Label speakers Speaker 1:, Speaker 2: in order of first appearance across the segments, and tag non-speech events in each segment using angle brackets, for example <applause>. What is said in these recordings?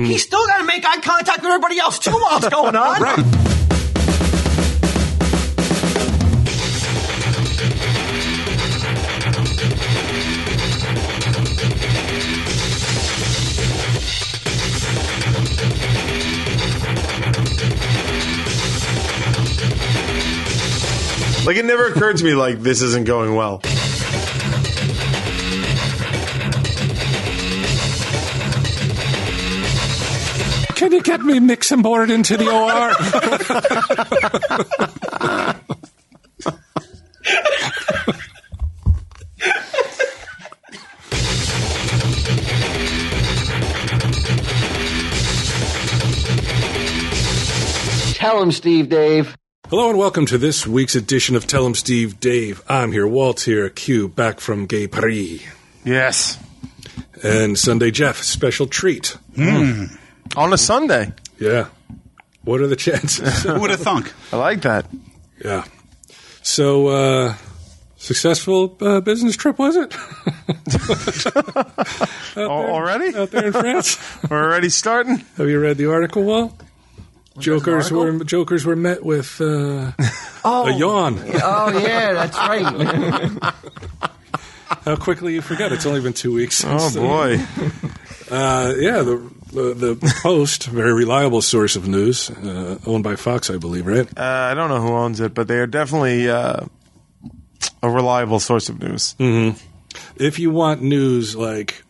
Speaker 1: He's still got to make eye contact with everybody else too while it's going on.
Speaker 2: Like it never occurred to me like this isn't going well.
Speaker 3: Can you get me mix and board into the OR?
Speaker 4: Tell him, Steve Dave.
Speaker 3: Hello and welcome to this week's edition of Tell 'em Steve Dave. I'm here, Walt here, Q back from Gay Paris.
Speaker 5: Yes.
Speaker 3: And Sunday Jeff, special treat.
Speaker 2: On a Sunday.
Speaker 3: Yeah. What are the <laughs> chances?
Speaker 5: Who would have thunk?
Speaker 2: I like that.
Speaker 3: yeah. So, uh, successful uh, business trip, was it? <laughs>
Speaker 2: Al- already?
Speaker 3: Out there
Speaker 2: <laughs>
Speaker 3: in France?
Speaker 2: We're already starting?
Speaker 3: Have you read the article, Walt? Jokers were jokers were
Speaker 2: <laughs>
Speaker 3: met with uh, a yawn.
Speaker 4: <laughs> Oh, yeah, that's right.
Speaker 3: How quickly you forget! It's only been two weeks. Since
Speaker 2: Oh
Speaker 3: the-
Speaker 2: boy.
Speaker 3: Uh, yeah, the the, the Post, very reliable source of news, uh, owned by Fox, I believe, right?
Speaker 2: Uh, I don't know who owns it, but they are definitely uh, a reliable source of news.
Speaker 3: If you want news, like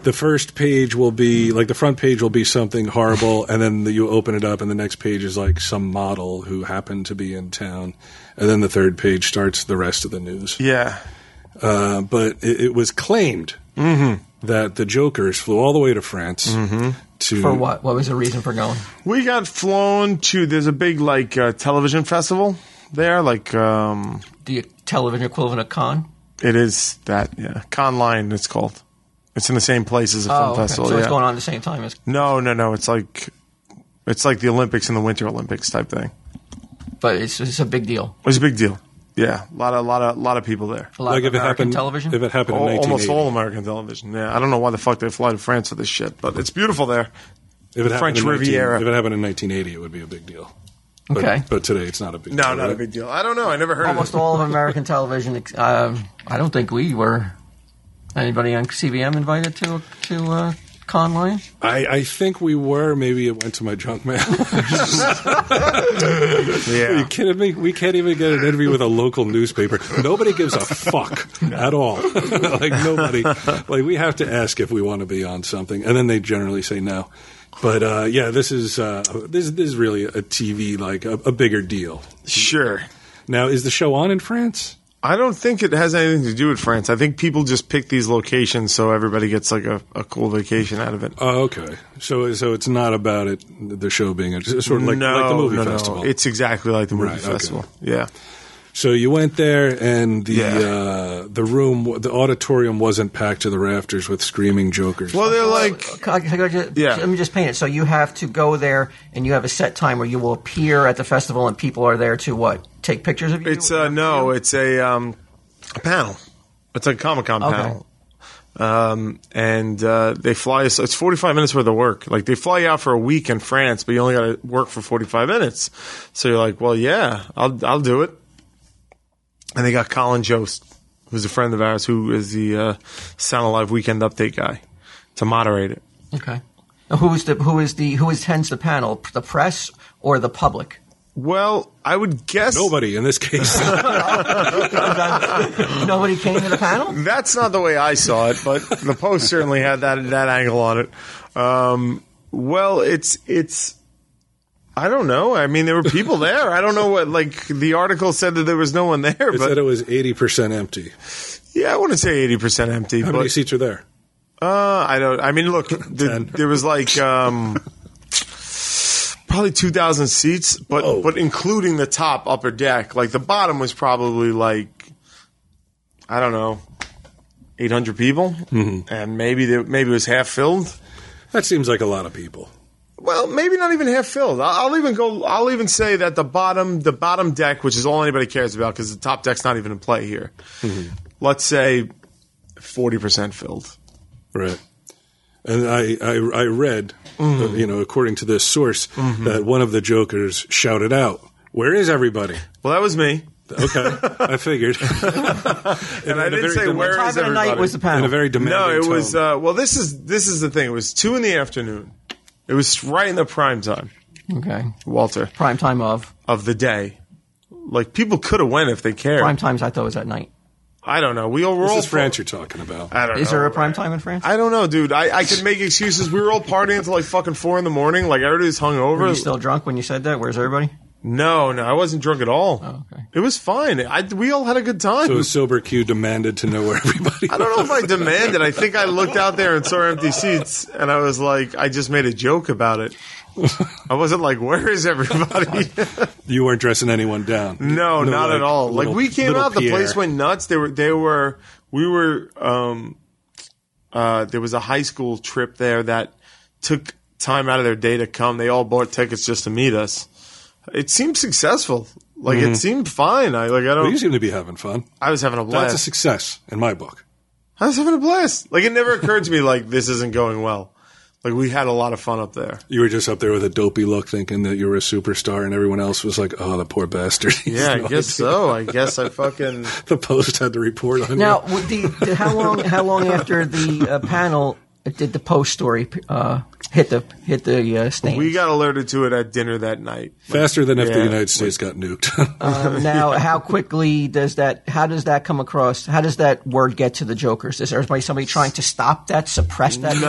Speaker 3: the first page will be like the front page will be something horrible, and then you open it up, and the next page is like some model who happened to be in town, and then the third page starts the rest of the news.
Speaker 2: Yeah.
Speaker 3: Uh, but it, it was claimed
Speaker 2: Mm-hmm.
Speaker 3: that the Jokers flew all the way to France to
Speaker 1: <laughs> For what? What was the reason for going?
Speaker 2: We got flown to, there's a big like uh, television festival there. Like, um,
Speaker 1: The television equivalent of con?
Speaker 2: it is that, yeah. Con Line, it's called. It's in the same place as a film
Speaker 1: Oh, okay.
Speaker 2: festival.
Speaker 1: so
Speaker 2: yeah.
Speaker 1: it's going on at the same time. As,
Speaker 2: No, no, no. It's like it's like the Olympics and the Winter Olympics type thing.
Speaker 1: but it's, it's a big deal.
Speaker 2: It's a big deal. Yeah, a lot of lot of lot of people there.
Speaker 1: A lot
Speaker 3: like
Speaker 1: of
Speaker 3: if it
Speaker 1: American
Speaker 3: happened
Speaker 1: television.
Speaker 3: If it happened in
Speaker 2: Al- almost
Speaker 3: 1980,
Speaker 2: all American television. Yeah, I don't know why the fuck they fly to France for this shit, but it's beautiful there.
Speaker 3: if it happened
Speaker 2: French
Speaker 3: in 19
Speaker 2: Riviera.
Speaker 3: If it happened in 1980, it would be a big deal. But,
Speaker 1: Okay.
Speaker 3: but today it's not a big.
Speaker 2: No,
Speaker 3: deal,
Speaker 2: not a
Speaker 3: right?
Speaker 2: big deal. I don't know. I never heard
Speaker 1: almost
Speaker 2: of it.
Speaker 1: all of American television. ex- Um, I don't think we were anybody on CBM invited to to uh, Conline.
Speaker 3: I, I think we were. Maybe it went to my junk mail. Are you
Speaker 2: Yeah.
Speaker 3: kidding me? We can't even get an interview with a local newspaper. Nobody gives a fuck at all. <laughs> like nobody. Like we have to ask if we want to be on something, and then they generally say no. But uh, yeah, this is uh, this this is really a TV like a, a bigger deal.
Speaker 2: Sure.
Speaker 3: Now, is the show on in France?
Speaker 2: I don't think it has anything to do with France. I think people just pick these locations so everybody gets like a, a cool vacation out of it.
Speaker 3: Oh, okay. So so it's not about it. The show being a, sort of like,
Speaker 2: no,
Speaker 3: like the movie
Speaker 2: no, no.
Speaker 3: festival.
Speaker 2: It's exactly like the movie
Speaker 3: Right, okay.
Speaker 2: festival. Yeah.
Speaker 3: So you went there, and the
Speaker 2: Yeah.
Speaker 3: uh, the room, the auditorium wasn't packed to the rafters with screaming jokers.
Speaker 2: Well, they're like
Speaker 1: Uh, Can I- can I ju-
Speaker 2: Yeah.
Speaker 1: Let me just paint it. So you have to go there, and you have a set time where you will appear at the festival, and people are there to what? Take pictures of you.
Speaker 2: It's uh, no, it's a um, a panel. It's a Comic Con
Speaker 1: Okay.
Speaker 2: panel. Um, and uh, they fly us. It's forty five minutes worth of work. Like they fly you out for a week in France, but you only got to work for forty five minutes. So you're like, well, yeah, I'll I'll do it. And they got Colin Jost, who's a friend of ours, who is the uh, Sound Alive Weekend Update guy, to moderate it.
Speaker 1: okay. Now, Who is the who is the who attends the panel? P- The press or the
Speaker 2: <laughs>
Speaker 1: public?
Speaker 2: Well, I would guess
Speaker 3: Nobody in this
Speaker 2: <laughs>
Speaker 3: case.
Speaker 1: Nobody came to the panel.
Speaker 2: That's not the way I saw it, but the post certainly had that that angle on it. Um, well, it's it's. I don't know. I mean, there were people there. I don't know what like the article said that there was no one there,
Speaker 3: it said
Speaker 2: but
Speaker 3: it was eighty percent empty.
Speaker 2: yeah, I wouldn't say eighty percent empty.
Speaker 3: How
Speaker 2: but
Speaker 3: many seats are there?
Speaker 2: uh, I don't. I mean,
Speaker 3: <laughs>
Speaker 2: look, the,
Speaker 3: Ten.
Speaker 2: there was like um, probably two thousand seats, but
Speaker 3: Whoa.
Speaker 2: but including the top upper deck. Like the bottom was probably like I don't know, eight hundred people,
Speaker 3: Mm-hmm.
Speaker 2: and maybe there, maybe it was half filled.
Speaker 3: That seems like a lot of people.
Speaker 2: Well, maybe not even half filled. I'll, I'll even go. I'll even say that the bottom, the bottom deck, which is all anybody cares about, because the top deck's not even in play
Speaker 3: Mm-hmm.
Speaker 2: here. Let's say forty percent filled.
Speaker 3: Right. And I, I, I read,
Speaker 2: Mm-hmm.
Speaker 3: uh, you know, according to this source, that one of the jokers shouted out, "Where is everybody?"
Speaker 2: Well, that was me,
Speaker 3: Okay, I figured.
Speaker 2: <laughs>
Speaker 3: <laughs>
Speaker 2: and I didn't say where
Speaker 1: What
Speaker 2: is
Speaker 1: time of the night
Speaker 2: everybody?
Speaker 1: was the panel?
Speaker 3: in a very demanding
Speaker 2: No, it
Speaker 3: tone.
Speaker 2: was. Uh, well, this is this is the thing. It was two in the afternoon. It was right in the prime time,
Speaker 1: okay.
Speaker 2: Walter,
Speaker 1: Prime time of.
Speaker 2: of the day. Like people could have went if they cared.
Speaker 1: Prime times I thought was at night.
Speaker 2: I don't know. We all were
Speaker 3: this
Speaker 2: all
Speaker 3: is France you're talking about.
Speaker 2: I don't
Speaker 1: Is
Speaker 2: know.
Speaker 1: there a prime time in France?
Speaker 2: I don't know, dude. I, I could make excuses. We were all partying until like fucking four in the morning. Like everybody's hung over.
Speaker 1: Were you still drunk when you said that? Where's everybody?
Speaker 2: no, no, I wasn't drunk at all.
Speaker 1: Oh, okay.
Speaker 2: It was fine. I, we all had a good time.
Speaker 3: So sober Q demanded to know
Speaker 2: <laughs>
Speaker 3: where everybody.
Speaker 2: I don't know if I demanded. I think I looked out there and saw empty seats, and I was like, I just made a joke about it. I wasn't like, where is
Speaker 3: <laughs>
Speaker 2: everybody?
Speaker 3: You weren't dressing anyone down.
Speaker 2: <laughs> no, not
Speaker 3: like
Speaker 2: at all.
Speaker 3: little-
Speaker 2: like we came
Speaker 3: little
Speaker 2: out, the
Speaker 3: Pierre.
Speaker 2: place went nuts. They were, they were, we were. um uh There was a high school trip there that took time out of their day to come. They all bought tickets just to meet us. It seemed successful. Like it seemed fine. I like I
Speaker 3: Mm-hmm. Well, you
Speaker 2: don't.
Speaker 3: seem to be having fun.
Speaker 2: I was having a
Speaker 3: That's
Speaker 2: blast.
Speaker 3: a success in my book.
Speaker 2: I was having a blast. Like it never occurred to me like this isn't going well. Like we had a lot of fun up there.
Speaker 3: You were just up there with a dopey look, thinking that you were a superstar, and everyone else was like, "Oh, the poor bastard." <laughs> He's
Speaker 2: Yeah, I <laughs>
Speaker 3: not-
Speaker 2: guess so. I guess I fucking
Speaker 3: The Post had to report on
Speaker 1: Now,
Speaker 3: you.
Speaker 1: w- the, the- how long? How long after the uh, panel did the post story uh, hit the hit the uh, stand?
Speaker 2: <laughs> we got alerted to it at dinner that night.
Speaker 3: Faster than if the
Speaker 2: Yeah.
Speaker 3: United States got nuked.
Speaker 1: Um,
Speaker 2: <laughs>
Speaker 1: now, how quickly does that? How does that come across? How does that word get to the jokers? Is there somebody, somebody trying to stop that, suppress that?
Speaker 2: No,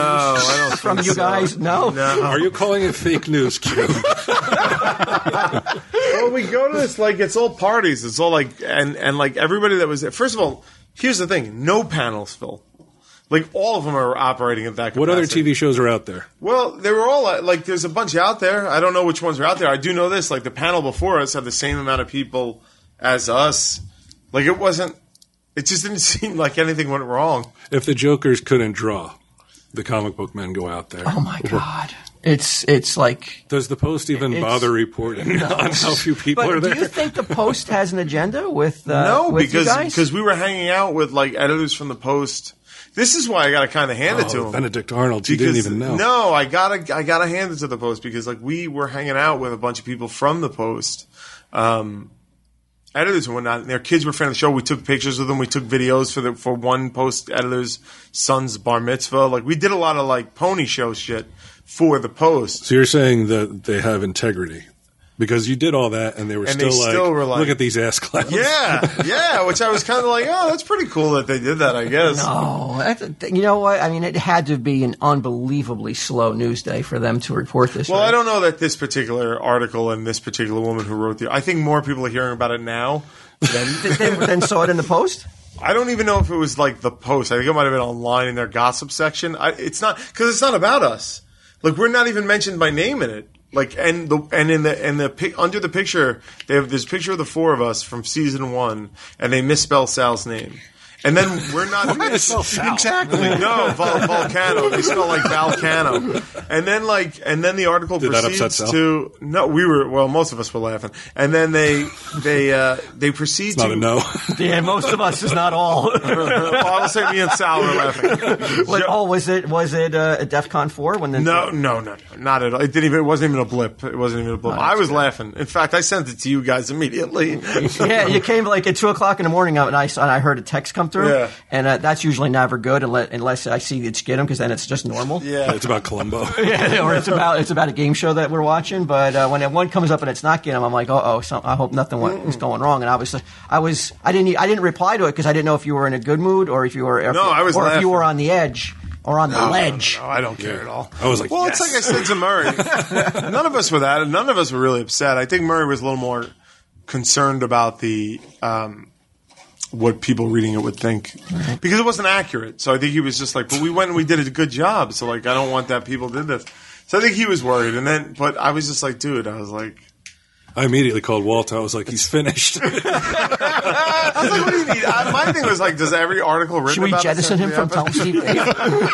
Speaker 1: <laughs>
Speaker 2: I don't
Speaker 1: from
Speaker 2: think
Speaker 1: you
Speaker 2: so.
Speaker 1: guys. No,
Speaker 2: No.
Speaker 3: <laughs> Are you calling it fake news, Q?
Speaker 2: Well, we go to this like it's all parties. It's all like and and like everybody that was there. First of all, here's the thing: no panels, Phil. Like all of them are operating at that. Capacity.
Speaker 3: what other TV shows are out there?
Speaker 2: Well, they were all uh, like, there's a bunch out there. I don't know which ones are out there. I do know this, like the panel before us had the same amount of people as us. Like it wasn't, it just didn't <laughs> seem like anything went wrong.
Speaker 3: If the Jokers couldn't draw, the comic book men go out there.
Speaker 1: Oh my god, it's it's like.
Speaker 3: Does the Post even
Speaker 1: It's-
Speaker 3: bother reporting <laughs> on how few people are
Speaker 1: But do
Speaker 3: there?
Speaker 1: you think the post has an agenda with uh,
Speaker 2: no,
Speaker 1: with you
Speaker 2: because
Speaker 1: guys?
Speaker 2: because we were hanging out with like editors from the Post. This is why I got to kind of hand it to
Speaker 3: Oh,
Speaker 2: him.
Speaker 3: Benedict Arnold, you
Speaker 2: because
Speaker 3: didn't even know.
Speaker 2: No, I gotta I gotta hand it to the post because like we were hanging out with a bunch of people from the post, um, editors and whatnot. And their kids were a fan of the show. We took pictures with them. We took videos for the for one post editor's son's bar mitzvah. Like we did a lot of like pony show shit for the post.
Speaker 3: <laughs> So you're saying that they have integrity because you did all that, and they were
Speaker 2: And
Speaker 3: still,
Speaker 2: they
Speaker 3: like,
Speaker 2: still were like-
Speaker 3: "Look at these ass clowns."
Speaker 2: Yeah, yeah. Which I was kind of like, oh, that's pretty cool that they did that. I guess.
Speaker 1: Oh, that's a, you know what? I mean, it had to be an unbelievably slow news day for them to report this.
Speaker 2: Well,
Speaker 1: right?
Speaker 2: I don't know that this particular article and this particular woman who wrote the. I think more people are hearing about it now than
Speaker 1: Then, then saw it in the post.
Speaker 2: I don't even know if it was like the post. I think it might have been online in their gossip section. I, it's not because it's not about us. Like we're not even mentioned by name in it. Like and the and in the and the pic, under the picture they have this picture of the four of us from season one, and they misspell Sal's name. And then we're not exactly no Vol- volcano. They spell like volcano. And then like and then the article
Speaker 3: Did that
Speaker 2: proceeds
Speaker 3: upset Sal?
Speaker 2: to no. We were well, most of us were laughing. And then they they uh, they proceed
Speaker 3: not
Speaker 2: to
Speaker 3: a no. <laughs>
Speaker 1: Yeah, most of us is not
Speaker 2: <laughs>
Speaker 1: all.
Speaker 2: well, I will say me and Sal were laughing.
Speaker 1: What, oh, was it was it uh, at DEF CON four when the
Speaker 2: No, no, no, no, not at all. It didn't even. It wasn't even a blip. It wasn't even a blip. I was laughing. In fact, I sent it to you guys immediately.
Speaker 1: yeah, you came like at two o'clock in the morning, uh, and I and I heard a text come through,
Speaker 2: Yeah.
Speaker 1: and uh, that's usually never good unless, unless I see it's Skidum because then it's just normal.
Speaker 2: yeah,
Speaker 3: it's about Columbo.
Speaker 1: Yeah, <laughs> or it's about it's about a game show that we're watching. But uh, when that one comes up and it's not Ginnam, I'm like, uh oh, so I hope nothing went,
Speaker 2: Mm.
Speaker 1: was going wrong. And I was I was I didn't e, I didn't reply to it because I didn't know if you were in a good mood or if you were if,
Speaker 2: No, I was
Speaker 1: or if you
Speaker 2: laughing.
Speaker 1: were on the edge or on the ledge.
Speaker 2: No, I don't care at all.
Speaker 3: I was like,
Speaker 2: well,
Speaker 3: yes.
Speaker 2: it's like I said to
Speaker 3: <laughs>
Speaker 2: Murray. none of us were that, and none of us were really upset. I think Murray was a little more concerned about the um, what people reading it would think because it wasn't accurate. So I think he was just like, "But we went and we did a good job." So like, I don't want that people did this. So I think he was worried, and then but I was just like, "Dude," I was like.
Speaker 3: I immediately called Walter. I was like, "He's finished." <laughs>
Speaker 2: I was like, what do you need? I, my thing was like, does every article written
Speaker 1: Should we
Speaker 2: about
Speaker 1: jettison
Speaker 2: us
Speaker 1: him
Speaker 2: have to
Speaker 1: from
Speaker 2: be up-
Speaker 1: Tom Steve? <laughs>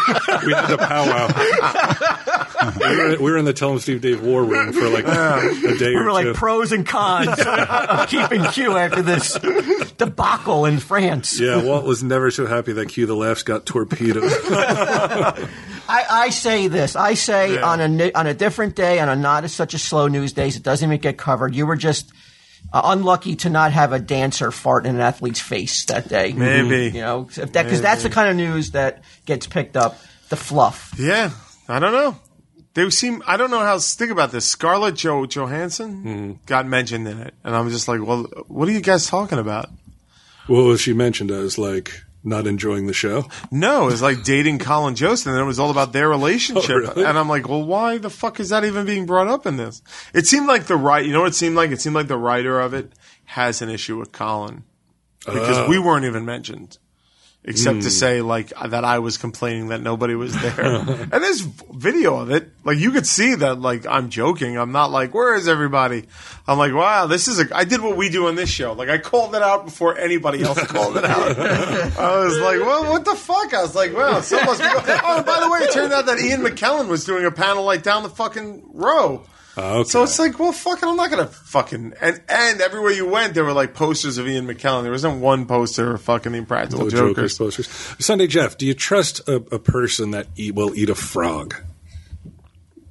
Speaker 1: Dave?
Speaker 3: we had a powwow. we, were, we were in the Tell 'em Steve Dave war room for like a day
Speaker 1: we
Speaker 3: or
Speaker 1: were
Speaker 3: two.
Speaker 1: like pros and cons <laughs> of keeping Q after
Speaker 2: <laughs>
Speaker 1: this debacle in France.
Speaker 3: yeah, Walt was never so happy that Q the Laughs got torpedoed.
Speaker 1: I, I say this. I say
Speaker 2: Yeah.
Speaker 1: on a ni- on a different day, on a not as such a slow news days, it doesn't even get covered. You were just uh, unlucky to not have a dancer fart in an athlete's face that day.
Speaker 2: Maybe.
Speaker 1: you know if that because that's the kind of news that gets picked up. The fluff.
Speaker 2: Yeah, I don't know. They seem. I don't know how. Think about this. Scarlett jo- Johansson
Speaker 3: Hmm.
Speaker 2: got mentioned in it, and I'm just like, well, what are you guys talking about?
Speaker 3: Well, she mentioned as like not enjoying the show.
Speaker 2: No, it's like dating Colin Jost, and then it was all about their relationship.
Speaker 3: <laughs> Oh, really?
Speaker 2: And I'm like, well, why the fuck is that even being brought up in this? It seemed like the right. You know what it seemed like? It seemed like the writer of it has an issue with Colin because
Speaker 3: Oh.
Speaker 2: we weren't even mentioned. Except
Speaker 3: Hmm.
Speaker 2: to say, like, that I was complaining that nobody was there.
Speaker 3: <laughs>
Speaker 2: and there's video of it. Like, you could see that, like, I'm joking. I'm not like, where is everybody? I'm like, wow, this is a, I did what we do on this show. Like, I called it out before anybody else called it
Speaker 3: <laughs>
Speaker 2: out. I was like, well, what the fuck? I was like, well, so must be. Oh, by the way, it turned out that Ian McKellen was doing a panel, like, down the fucking row.
Speaker 3: Ah, okay.
Speaker 2: So it's like, well, fucking, I'm not gonna fucking and and everywhere you went, there were like posters of Ian McKellen. There wasn't one poster of fucking the Impractical
Speaker 3: Oh,
Speaker 2: Jokers.
Speaker 3: Joker's posters. Sunday Jeff, do you trust a, a person that eat, will eat a frog?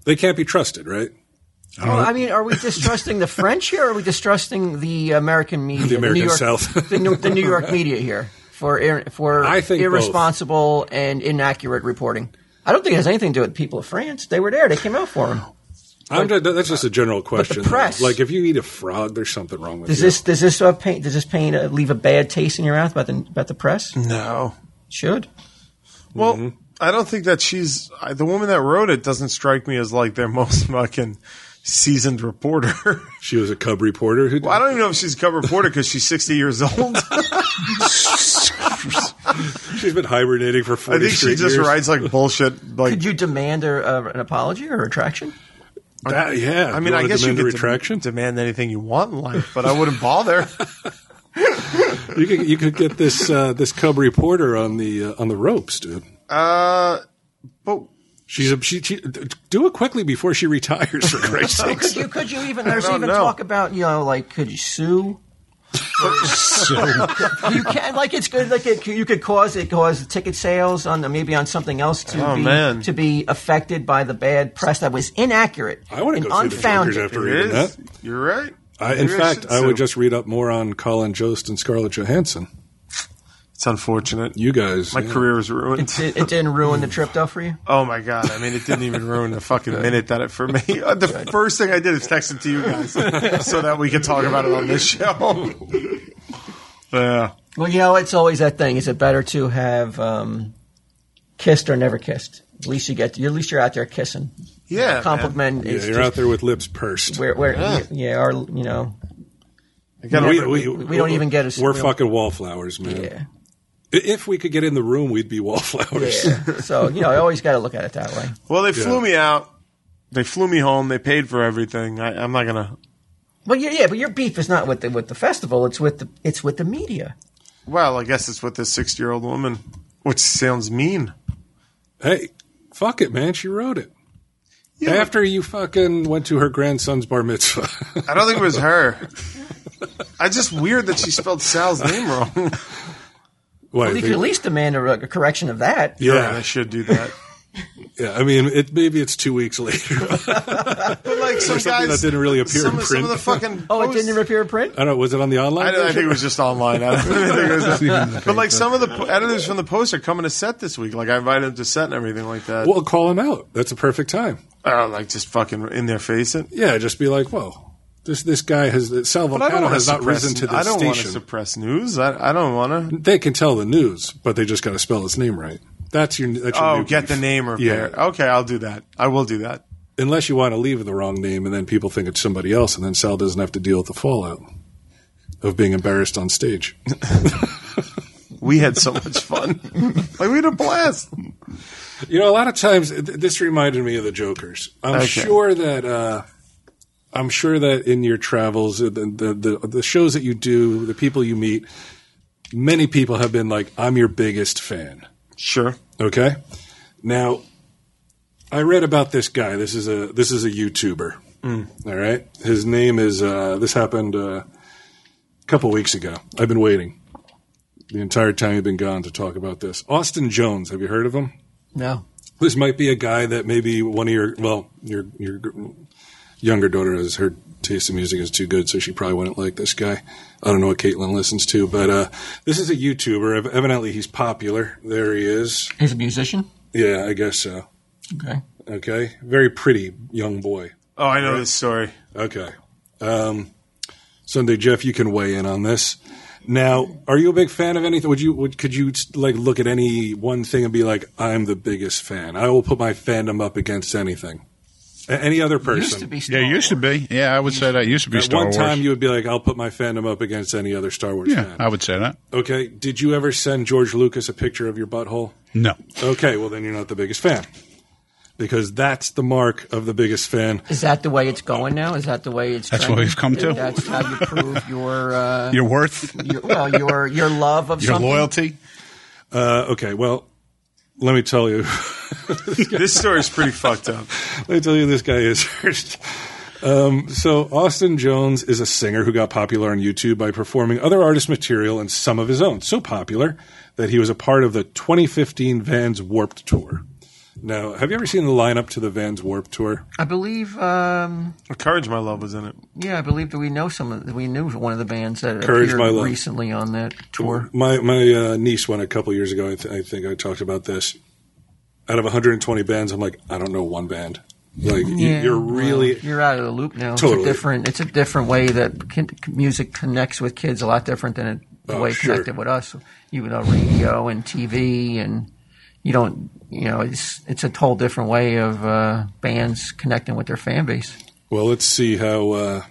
Speaker 3: They can't be trusted, right?
Speaker 1: Well, I mean, are we distrusting the French here? Or are we distrusting the American media,
Speaker 3: The American
Speaker 1: New York, <laughs>
Speaker 3: South.
Speaker 1: the, New, the New York media here for ir- for
Speaker 3: I think both.
Speaker 1: irresponsible and inaccurate reporting? I don't think it has anything to do with the people of France. They were there. They came out for him.
Speaker 3: I'm just, that's
Speaker 2: uh,
Speaker 3: just a general question. though.
Speaker 1: press-
Speaker 3: like, if you eat a frog, there's something wrong with
Speaker 1: Does
Speaker 3: you.
Speaker 1: this does this uh, paint does this paint uh, leave a bad taste in your mouth about the about the press?
Speaker 2: No,
Speaker 1: Should
Speaker 2: well,
Speaker 3: Mm-hmm.
Speaker 2: I don't think that she's I, the woman that wrote it. Doesn't strike me as like their <laughs> most fucking seasoned reporter. <laughs>
Speaker 3: she was a cub reporter who.
Speaker 2: I don't even know if she's a cover reporter because she's 60 years
Speaker 3: <laughs>
Speaker 2: old.
Speaker 3: <laughs> she's been hibernating for
Speaker 2: I
Speaker 3: 40
Speaker 2: think she
Speaker 3: straight
Speaker 2: just
Speaker 3: years.
Speaker 2: writes like bullshit. Like
Speaker 1: could you demand a, uh, an apology or retraction?
Speaker 3: That- yeah.
Speaker 2: I mean, I guess you
Speaker 3: demand
Speaker 2: could
Speaker 3: a
Speaker 2: dem-
Speaker 3: retraction.
Speaker 2: demand anything you want in life, but I wouldn't
Speaker 3: <laughs>
Speaker 2: bother.
Speaker 3: you could you could get this uh, this cub reporter on the uh, on the ropes, dude.
Speaker 2: uh, but
Speaker 3: She's a, she, she do it quickly before she
Speaker 2: <laughs>
Speaker 3: retires. For Christ's sake.
Speaker 1: Could you could you even there's
Speaker 2: don't
Speaker 1: even
Speaker 2: know.
Speaker 1: talk about you know like could you sue? you can like it's good like it, you could cause it cause ticket sales on maybe on something else to
Speaker 2: Oh,
Speaker 1: be
Speaker 2: man.
Speaker 1: to be affected by the bad press that was inaccurate
Speaker 3: I want to
Speaker 1: and
Speaker 3: go see the Jokers
Speaker 1: unfounded.
Speaker 3: after
Speaker 2: It
Speaker 3: reading
Speaker 2: is.
Speaker 3: that.
Speaker 2: You're right.
Speaker 3: I, in
Speaker 2: Maybe
Speaker 3: fact,
Speaker 2: should
Speaker 3: I would
Speaker 2: sue.
Speaker 3: just read up more on Colin Jost and Scarlett Johansson.
Speaker 2: It's unfortunate.
Speaker 3: You guys,
Speaker 2: My
Speaker 3: yeah.
Speaker 2: career is ruined.
Speaker 3: <laughs>
Speaker 1: it, it didn't ruin the trip though for you.
Speaker 2: oh my god! I mean, it didn't even ruin the fucking minute that it for me. <laughs> The first thing I did is text it to you
Speaker 3: <laughs>
Speaker 2: guys so that we could talk about it on this show. yeah.
Speaker 1: Well, you know, it's always that thing. Is it better to have um, kissed or never kissed? At least you get. At least you're out there kissing.
Speaker 2: Yeah. man.
Speaker 1: Compliment
Speaker 3: Yeah,
Speaker 1: is
Speaker 3: you're
Speaker 1: just
Speaker 3: out there with lips pursed.
Speaker 1: where, where yeah. or you know,
Speaker 2: I gotta-
Speaker 1: we don't even get a-
Speaker 3: We're
Speaker 1: we don't-
Speaker 3: fucking wallflowers, man.
Speaker 1: yeah,
Speaker 3: I- If we could get in the room, we'd be <laughs> wallflowers.
Speaker 1: yeah. so you know, I always got to look at it that way.
Speaker 2: well, they flew me out. They flew me home. They paid for everything. I, I'm not gonna.
Speaker 1: But yeah, yeah, but your beef is not with the with the festival. It's with the it's with the media.
Speaker 2: Well, I guess it's with this 60 year old woman, which sounds mean.
Speaker 3: Hey, fuck it, man. She wrote it.
Speaker 2: Yeah, but-
Speaker 3: After you fucking went to her grandson's bar mitzvah. <laughs>
Speaker 2: I don't think it was her. I just weird that she spelled Sal's name wrong.
Speaker 3: Why,
Speaker 1: You
Speaker 3: they-
Speaker 1: could at least demand a, re- a correction of that.
Speaker 3: yeah,
Speaker 2: I should do that.
Speaker 3: yeah. I mean, it, maybe it's two weeks <laughs> later.
Speaker 2: But like some
Speaker 3: something
Speaker 2: guys
Speaker 3: that didn't really appear
Speaker 2: some,
Speaker 3: in
Speaker 2: some of the
Speaker 3: print.
Speaker 2: fucking
Speaker 1: <laughs> Oh, it
Speaker 2: posts-
Speaker 1: didn't appear in print.
Speaker 3: I don't know. Was it on the online?
Speaker 2: I, don't- I
Speaker 3: version?
Speaker 2: think it was just online. I don't think
Speaker 3: <laughs>
Speaker 2: it was
Speaker 3: It's even in the
Speaker 2: <laughs> But like
Speaker 3: paper.
Speaker 2: some of the po- editors from the post are coming to set this week. Like I invited them to set and everything like that.
Speaker 3: Well, call him out. That's a perfect time.
Speaker 2: I don't like just fucking in their face it.
Speaker 3: Yeah, just be like, whoa, this this guy has Sal
Speaker 2: But I don't
Speaker 3: Volcano
Speaker 2: want to
Speaker 3: has not
Speaker 2: suppress.
Speaker 3: risen to
Speaker 2: I
Speaker 3: this
Speaker 2: don't want to
Speaker 3: station.
Speaker 2: suppress news. I, I don't want to.
Speaker 3: they can tell the news, but they just got to spell his name right. That's your. That's your
Speaker 2: Oh,
Speaker 3: new
Speaker 2: get
Speaker 3: beef.
Speaker 2: the name repaired.
Speaker 3: Yeah.
Speaker 2: Okay, I'll do that. I will do that.
Speaker 3: Unless you want to leave the wrong name, and then people think it's somebody else, and then Sal doesn't have to deal with the fallout of being embarrassed on
Speaker 2: <laughs>
Speaker 3: stage.
Speaker 2: We had so much <laughs> fun. like we had a blast.
Speaker 3: You know, a lot of times th- this reminded me of the Joker's. I'm
Speaker 2: Okay.
Speaker 3: sure that uh, I'm sure that in your travels, uh, the, the the the shows that you do, the people you meet, many people have been like, "I'm your biggest fan."
Speaker 2: Sure.
Speaker 3: Okay. Now, I read about this guy. This is a this is a YouTuber. All right. His name is. Uh, this happened uh, a couple weeks ago. I've been waiting the entire time you've been gone to talk about this. Austin Jones. Have you heard of him?
Speaker 1: No,
Speaker 3: this might be a guy that maybe one of your well your your younger daughter has her taste in music is too good so she probably wouldn't like this guy i don't know what caitlin listens to but uh, this is a youtuber Ev- evidently he's popular there he is
Speaker 1: He's a musician.
Speaker 3: yeah i guess so
Speaker 1: Okay.
Speaker 3: okay very pretty young boy
Speaker 2: Oh, I know this story.
Speaker 3: okay um, sunday jeff you can weigh in on this now are you a big fan of anything would you would, could you like look at any one thing and be like i'm the biggest fan i will put my fandom up against anything A- any other person
Speaker 1: Used to be.
Speaker 5: Yeah,
Speaker 1: Star
Speaker 5: it used to
Speaker 1: Wars.
Speaker 5: be. Yeah, I would say that. It used to be
Speaker 3: At
Speaker 5: Star
Speaker 3: one
Speaker 5: Wars.
Speaker 3: time, you would be like, "I'll put my fandom up against any other Star Wars
Speaker 5: yeah,
Speaker 3: fan."
Speaker 5: I would say that.
Speaker 3: okay. Did you ever send George Lucas a picture of your butthole?
Speaker 5: No.
Speaker 3: Okay. Well, then you're not the biggest fan, because that's the mark of the biggest fan.
Speaker 1: Is that the way it's going now? Is that the way it's?
Speaker 5: That's
Speaker 1: trending?
Speaker 5: what we've come to.
Speaker 1: That's how you prove your uh,
Speaker 5: Your worth,
Speaker 1: your, well, your your love
Speaker 3: <laughs>
Speaker 1: of
Speaker 5: your
Speaker 1: something.
Speaker 5: loyalty.
Speaker 3: Uh, okay. Well, let me tell you. <laughs>
Speaker 2: This story is pretty fucked up.
Speaker 3: let me tell you, this guy is <laughs> first. Um, so Austin Jones is a singer who got popular on YouTube by performing other artists' material and some of his own. So popular that he was a part of the 2015 Vans Warped Tour. Now, have you ever seen the lineup to the Vans Warped Tour?
Speaker 1: I believe. Um,
Speaker 2: Courage, my love, was in it.
Speaker 1: yeah, I believe that we know some. Of, we knew one of the bands that
Speaker 3: Courage,
Speaker 1: appeared
Speaker 3: My Love.
Speaker 1: recently on that tour.
Speaker 3: My my uh, niece went a couple years ago. I, th- I think I talked about this. Out of 120 bands, I'm like, I don't know one band. Like you-
Speaker 1: Yeah,
Speaker 3: you're
Speaker 1: well,
Speaker 3: really
Speaker 1: you're out of the loop now.
Speaker 3: Totally.
Speaker 1: It's a different. It's a different way that kin- music connects with kids. A lot different than it, the
Speaker 3: Oh,
Speaker 1: way it
Speaker 3: sure.
Speaker 1: connected with us. Even on radio and TV, and you don't. You know, it's it's a whole different way of uh, bands connecting with their fan base.
Speaker 3: Well, let's see how uh,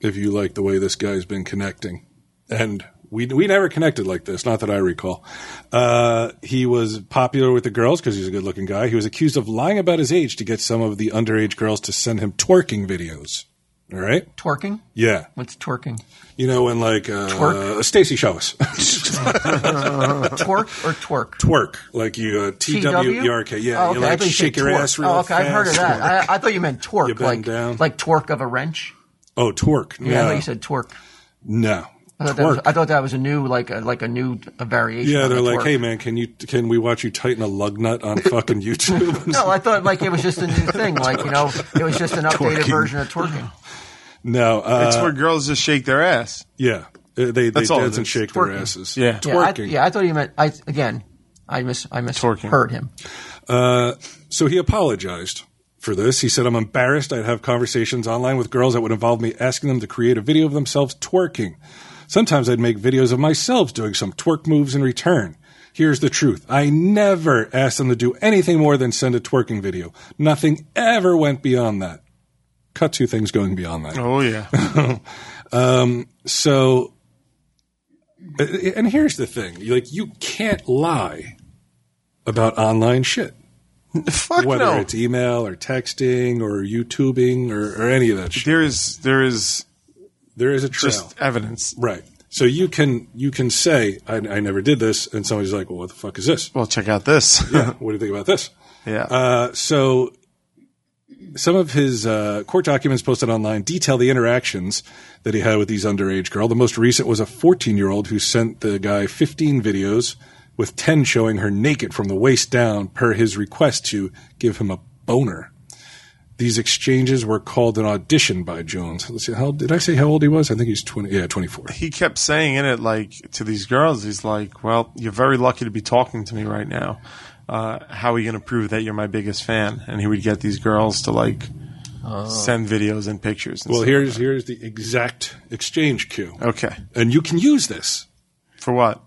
Speaker 3: if you like the way this guy's been connecting. And we we never connected like this, not that I recall. Uh, he was popular with the girls because he's a good-looking guy. He was accused of lying about his age to get some of the underage girls to send him twerking videos. All right?
Speaker 1: Twerking.
Speaker 3: Yeah.
Speaker 1: What's twerking?
Speaker 3: You know when like uh,
Speaker 1: Twerk?
Speaker 3: Stacy Shows
Speaker 1: Twerk or twerk?
Speaker 3: <laughs> twerk like you uh, T W E R K. Yeah,
Speaker 1: Oh,
Speaker 3: you
Speaker 1: okay. I
Speaker 3: like
Speaker 1: thought you
Speaker 3: shake
Speaker 1: said
Speaker 3: your
Speaker 1: twerk.
Speaker 3: ass real
Speaker 1: oh, okay,
Speaker 3: fast.
Speaker 1: I've heard of that. I, I thought you meant torque,
Speaker 3: You bend
Speaker 1: like
Speaker 3: down.
Speaker 1: like torque of a wrench.
Speaker 3: oh, twerk.
Speaker 1: Yeah, I
Speaker 3: no.
Speaker 1: thought you said torque.
Speaker 3: no.
Speaker 1: I thought, that was,
Speaker 3: Twerk.
Speaker 1: I thought that was a new, like a, like a new a variation.
Speaker 3: Yeah,
Speaker 1: of
Speaker 3: they're
Speaker 1: the
Speaker 3: like,
Speaker 1: torque.
Speaker 3: hey man, can you can we watch you tighten a lug nut
Speaker 2: <laughs>
Speaker 3: on fucking YouTube?
Speaker 1: No, I thought like it was
Speaker 3: <laughs>
Speaker 1: just a new thing. Like you know, it was just an updated
Speaker 5: Twerking.
Speaker 1: version of twerking.
Speaker 3: no, uh,
Speaker 2: It's where girls just shake their ass.
Speaker 3: yeah, Uh, they they
Speaker 2: That's all it
Speaker 3: dance and
Speaker 2: is.
Speaker 3: shake their
Speaker 1: Twerking.
Speaker 3: asses.
Speaker 2: Yeah.
Speaker 1: Yeah, I,
Speaker 3: twerking.
Speaker 1: yeah, I thought you meant. I again, I mis I
Speaker 2: Twerking.
Speaker 1: misheard him.
Speaker 3: Uh, so he apologized for this. He said, I'm embarrassed. I'd have conversations online with girls that would involve me asking them to create a video of themselves twerking. Sometimes I'd make videos of myself doing some twerk moves in return. Here's the truth. I never asked them to do anything more than send a twerking video. Nothing ever went beyond that. Cut two things going beyond that.
Speaker 2: Oh yeah.
Speaker 3: So, uh, and here's the thing: You- like you can't lie about online shit,
Speaker 2: <laughs> Fuck
Speaker 3: whether
Speaker 2: no.
Speaker 3: it's email or texting or YouTubing or, or any of that shit.
Speaker 2: There is there is
Speaker 3: There is a trail,
Speaker 2: just evidence.
Speaker 3: right? So you can you can say I, I never did this, and somebody's like, "Well, what the fuck is this?
Speaker 2: Well, check out this. <laughs>
Speaker 3: Yeah, what do you think about this?"
Speaker 2: yeah.
Speaker 3: Uh, so some of his uh, court documents posted online detail the interactions that he had with these underage girl. The most recent was a 14 year old who sent the guy 15 videos with 10 showing her naked from the waist down per his request to give him a boner. These exchanges were called an audition by Jones. Let's see, how did I say how old he was? I think he's 20. Yeah, 24.
Speaker 2: he kept saying in it like to these girls, he's like, "Well, you're very lucky to be talking to me right now. Uh, how are you going to prove that you're my biggest fan?" And he would get these girls to like send videos and pictures. And
Speaker 3: Oh. Well,
Speaker 2: stuff.
Speaker 3: here's here's the exact exchange cue,
Speaker 2: okay,
Speaker 3: and you can use this
Speaker 2: for what?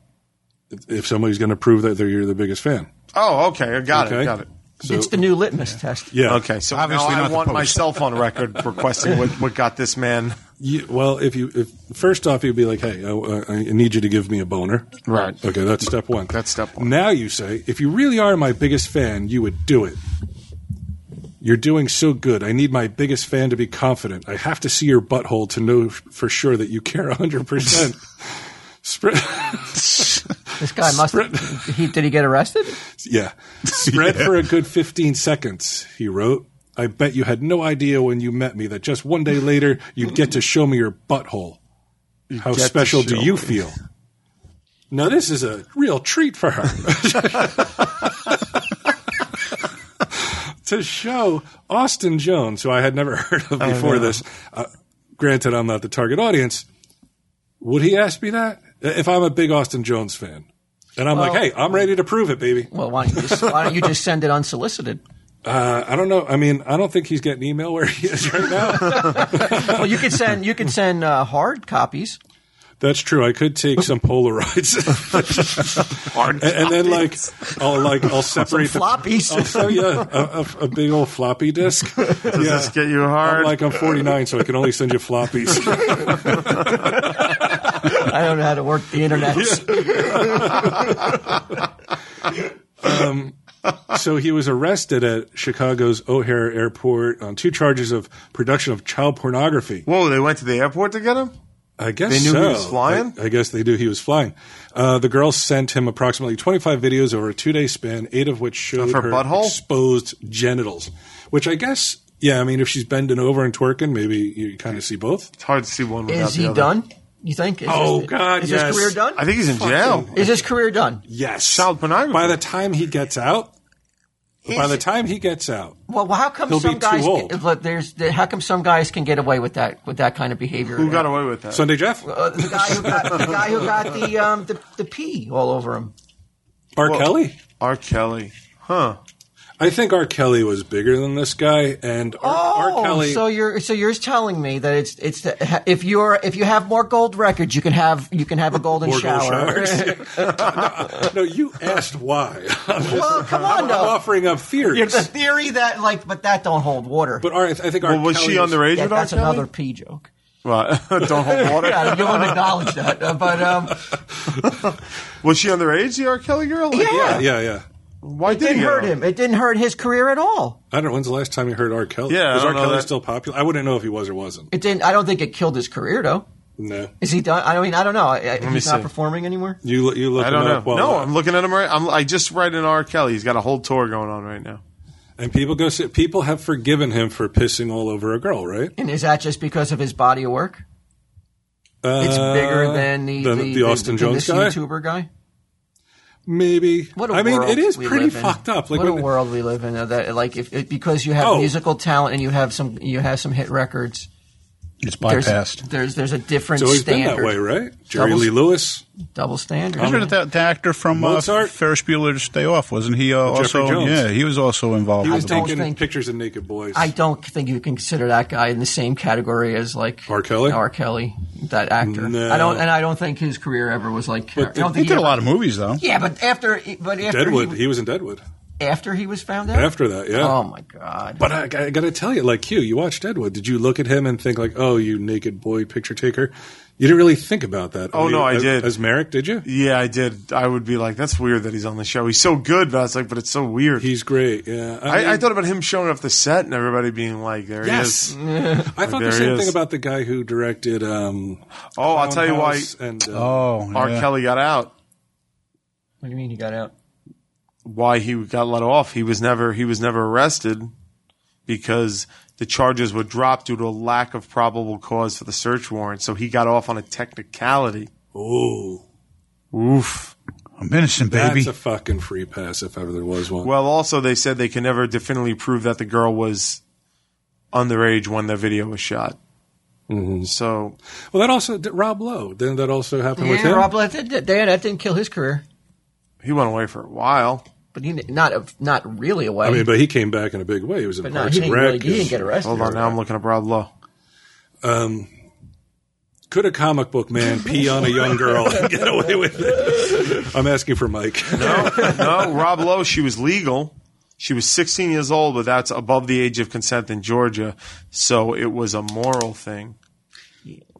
Speaker 3: if somebody's going to prove that they're you're the biggest fan.
Speaker 2: Oh, okay, I got
Speaker 3: Okay.
Speaker 2: it, got it.
Speaker 3: So
Speaker 1: it's the new litmus test.
Speaker 3: yeah,
Speaker 2: Okay, so
Speaker 5: Obviously
Speaker 2: now
Speaker 5: not
Speaker 2: I
Speaker 5: the
Speaker 2: want
Speaker 5: Pope.
Speaker 2: myself on <laughs> record requesting what, what got this <laughs> man
Speaker 3: You, well, if you if first off, you'd be like, "Hey, I, I I need you to give me a boner."
Speaker 2: Right.
Speaker 3: Okay, that's step one.
Speaker 2: That's step one.
Speaker 3: Now you say, "If you really are my biggest fan, you would do it." You're doing so good. I need my biggest fan to be confident. I have to see your butthole to know f- for sure that you care 100.
Speaker 2: <laughs>
Speaker 3: percent Spread, <laughs>
Speaker 1: This guy must. He, did he get arrested?
Speaker 2: <laughs>
Speaker 3: yeah, spread for a good 15 seconds. He wrote. I bet you had no idea when you met me that just one day later you'd get to show me your butthole. How
Speaker 2: get to
Speaker 3: special do
Speaker 2: show
Speaker 3: you
Speaker 2: me.
Speaker 3: feel? Now this is a real treat for her. <laughs> to show Austin Jones, who I had never <laughs> heard of before this. Uh, granted, I'm not the target audience. Would he ask me that if I'm a big Austin Jones fan? And I'm like, hey, I'm ready to prove it, baby.
Speaker 1: Well, why don't you just, why don't you just send it unsolicited?
Speaker 3: Uh, I don't know. I mean, I don't think he's getting email where he is right
Speaker 2: <laughs>
Speaker 3: now.
Speaker 1: Well, you could send you could send uh, hard copies.
Speaker 3: That's true. I could take
Speaker 2: <laughs>
Speaker 3: some Polaroids, and, and then like I'll like I'll separate the
Speaker 1: floppies.
Speaker 3: I'll- so yeah, a, a, a big old floppy disk.
Speaker 2: Does
Speaker 3: yeah.
Speaker 2: <laughs> this get you
Speaker 3: I'm
Speaker 2: hard?
Speaker 3: like I'm 49, so I can only send you floppies.
Speaker 2: <laughs>
Speaker 1: I don't know how to work the internet.
Speaker 3: so he was arrested at Chicago's O'Hare Airport on two charges of production of child pornography.
Speaker 2: Whoa, they went to the airport to get him?
Speaker 3: I guess
Speaker 2: They knew
Speaker 3: so.
Speaker 2: he was flying?
Speaker 3: I, I guess they knew he was flying. Uh, the girl sent him approximately 25 videos over a two-day span, eight of which showed
Speaker 2: Of her butthole?
Speaker 3: exposed genitals. Which I guess, yeah, I mean, if she's bending over and twerking, maybe you kind of see both.
Speaker 2: It's hard to see one without
Speaker 1: Is
Speaker 2: the
Speaker 1: he
Speaker 2: other.
Speaker 1: done? You think? Is
Speaker 3: Oh,
Speaker 1: his,
Speaker 3: God,
Speaker 1: Is
Speaker 3: yes.
Speaker 1: his career done?
Speaker 2: I think he's in jail.
Speaker 1: is his career done?
Speaker 3: Yes,
Speaker 2: Child pornography.
Speaker 3: By the time he gets out, by the time he gets out,
Speaker 1: Well, how come
Speaker 3: He'll be
Speaker 1: some
Speaker 3: too
Speaker 1: guys?
Speaker 3: old.
Speaker 1: Get, look, there's how come some guys can get away with that with that kind of behavior?
Speaker 2: Who got away with that?
Speaker 3: Sunday Jeff,
Speaker 1: Uh, the guy who got the guy who got
Speaker 3: <laughs>
Speaker 1: the um the, the pee all over him.
Speaker 3: R. Kelly.
Speaker 2: R. Kelly. Huh.
Speaker 3: I think R. Kelly was bigger than this guy, and R.
Speaker 1: Oh,
Speaker 3: R. Kelly.
Speaker 1: so you're so you're telling me that it's it's the, if you're if you have more gold records, you can have you can have a golden
Speaker 3: More gold
Speaker 1: shower.
Speaker 3: showers.
Speaker 2: <laughs>
Speaker 3: <laughs> no, no, you asked why. <laughs> I'm
Speaker 1: <laughs>
Speaker 3: just-
Speaker 1: well, come on,
Speaker 3: I'm
Speaker 1: though.
Speaker 3: offering up
Speaker 1: It's a
Speaker 3: theories.
Speaker 1: theory that like, but that don't hold water.
Speaker 3: But R, I think R.
Speaker 2: Well, was
Speaker 3: Kelly
Speaker 2: she on the
Speaker 1: yeah,
Speaker 2: rage with R.
Speaker 1: that's
Speaker 2: Kelly?
Speaker 1: another pee joke.
Speaker 2: Right. <laughs> Don't hold water.
Speaker 1: <laughs> Yeah, you won't acknowledge that, uh, but um,
Speaker 2: Was she underage, the R. Kelly girl? Like,
Speaker 1: Yeah.
Speaker 3: Yeah, yeah, yeah.
Speaker 2: Why
Speaker 1: it didn't
Speaker 2: he get
Speaker 1: hurt
Speaker 2: out?
Speaker 1: him. It didn't hurt his career at all.
Speaker 3: I don't know. When's the last time you heard R. Kelly?
Speaker 2: Yeah, I
Speaker 3: was
Speaker 2: don't
Speaker 3: R.
Speaker 2: know
Speaker 3: Kelly
Speaker 2: that.
Speaker 3: still popular? I wouldn't know if he was or wasn't.
Speaker 1: It didn't. I don't think it killed his career though.
Speaker 3: No,
Speaker 1: Is he done? I mean, I don't know. I- I- If
Speaker 2: me
Speaker 1: he's not
Speaker 2: see.
Speaker 1: performing anymore.
Speaker 3: you look. You look.
Speaker 2: I don't
Speaker 3: him
Speaker 2: know.
Speaker 3: up while-
Speaker 2: no, I'm looking at him right. I'm, I just read an R. Kelly. He's got a whole tour going on right now.
Speaker 3: and people go. Sit, people have forgiven him for pissing all over a girl, right?
Speaker 1: And is that just because of his body of work? It's
Speaker 3: Uh,
Speaker 1: bigger than the
Speaker 3: than the Austin
Speaker 1: than
Speaker 3: Jones
Speaker 1: this
Speaker 3: guy.
Speaker 1: YouTuber guy.
Speaker 3: Maybe.
Speaker 1: What a
Speaker 3: I mean,
Speaker 1: world
Speaker 3: it is
Speaker 1: we
Speaker 3: pretty
Speaker 1: live in.
Speaker 3: fucked up. Like
Speaker 1: what a
Speaker 3: when-
Speaker 1: world we live in. uh, That like if it, because you have
Speaker 3: Oh.
Speaker 1: musical talent and you have some you have some hit records.
Speaker 5: It's
Speaker 1: There's
Speaker 5: bypassed.
Speaker 1: there's there's a different
Speaker 3: It's always
Speaker 1: standard.
Speaker 3: been that way, right? Jerry
Speaker 1: Doubles-
Speaker 3: Lee Lewis.
Speaker 1: Double standard.
Speaker 5: Remember that, that actor from uh,
Speaker 3: Mozart?
Speaker 5: Ferris Bueller's Day Off? Wasn't he uh,
Speaker 3: Jeffrey
Speaker 5: also?
Speaker 3: Jones.
Speaker 5: Yeah, he was also involved.
Speaker 3: He was
Speaker 5: with the-
Speaker 1: don't
Speaker 3: taking
Speaker 1: think-
Speaker 3: pictures of naked boys.
Speaker 1: I don't think you can consider that guy in the same category as like
Speaker 3: R. Kelly?
Speaker 1: R. Kelly, that actor.
Speaker 3: No.
Speaker 1: I don't, and I don't think his career ever was like. I don't
Speaker 5: he
Speaker 1: think
Speaker 5: did a
Speaker 1: ever-
Speaker 5: lot of movies though.
Speaker 1: Yeah, but after, but after
Speaker 3: Deadwood.
Speaker 1: he,
Speaker 3: He was in Deadwood.
Speaker 1: after he was found out.
Speaker 3: After that, yeah.
Speaker 1: Oh my god!
Speaker 3: But I, I got to tell you, like you, you watched Deadwood. Did you look at him and think like, "Oh, you naked boy picture taker"? You didn't really think about that.
Speaker 2: Oh, no, I
Speaker 3: as-
Speaker 2: did.
Speaker 3: As Merrick, did you?
Speaker 2: Yeah, I did. I would be like, that's weird that he's on the show. He's so good, but I was like, but it's so weird.
Speaker 3: He's great. Yeah,
Speaker 2: I, I
Speaker 3: mean,
Speaker 2: thought about him showing up the set and everybody being like, there
Speaker 3: Yes,
Speaker 2: he is.
Speaker 3: I thought the
Speaker 2: there he
Speaker 3: same
Speaker 2: is.
Speaker 3: thing about the guy who directed. Um,
Speaker 2: Oh, I'll tell you why
Speaker 3: House And uh,
Speaker 5: Oh,
Speaker 2: R.
Speaker 5: yeah.
Speaker 2: Kelly got out.
Speaker 1: what do you mean he got out?
Speaker 2: Why he got let off. He was never he was never arrested because the charges were dropped due to a lack of probable cause for the search warrant. So he got off on a technicality.
Speaker 3: oh,
Speaker 2: Oof.
Speaker 5: I'm innocent,
Speaker 3: that's
Speaker 5: baby.
Speaker 3: a fucking free pass if ever there was one.
Speaker 2: Well, also they said they can never definitively prove that the girl was underage when the video was shot. So
Speaker 3: Mm-hmm. Well, that also did Rob Lowe. Didn't that also happen with
Speaker 1: Yeah,
Speaker 3: him?
Speaker 1: Rob, that, that, that didn't kill his career,
Speaker 2: he went away for a while.
Speaker 1: but he not not really away.
Speaker 3: I mean, but he came back in a big way. He was in
Speaker 1: but no,
Speaker 3: Parks
Speaker 1: he
Speaker 3: and
Speaker 1: didn't,
Speaker 3: Rec.
Speaker 1: really, he didn't
Speaker 3: He's-
Speaker 1: get arrested.
Speaker 2: Hold on, now I'm looking at Rob Lowe.
Speaker 3: um, could a comic book man pee on a young girl and get away with
Speaker 1: <laughs>
Speaker 3: it? I'm asking for Mike.
Speaker 2: no, Rob Lowe, she was legal. She was 16 years old, but that's above the age of consent in Georgia. So it was a moral thing.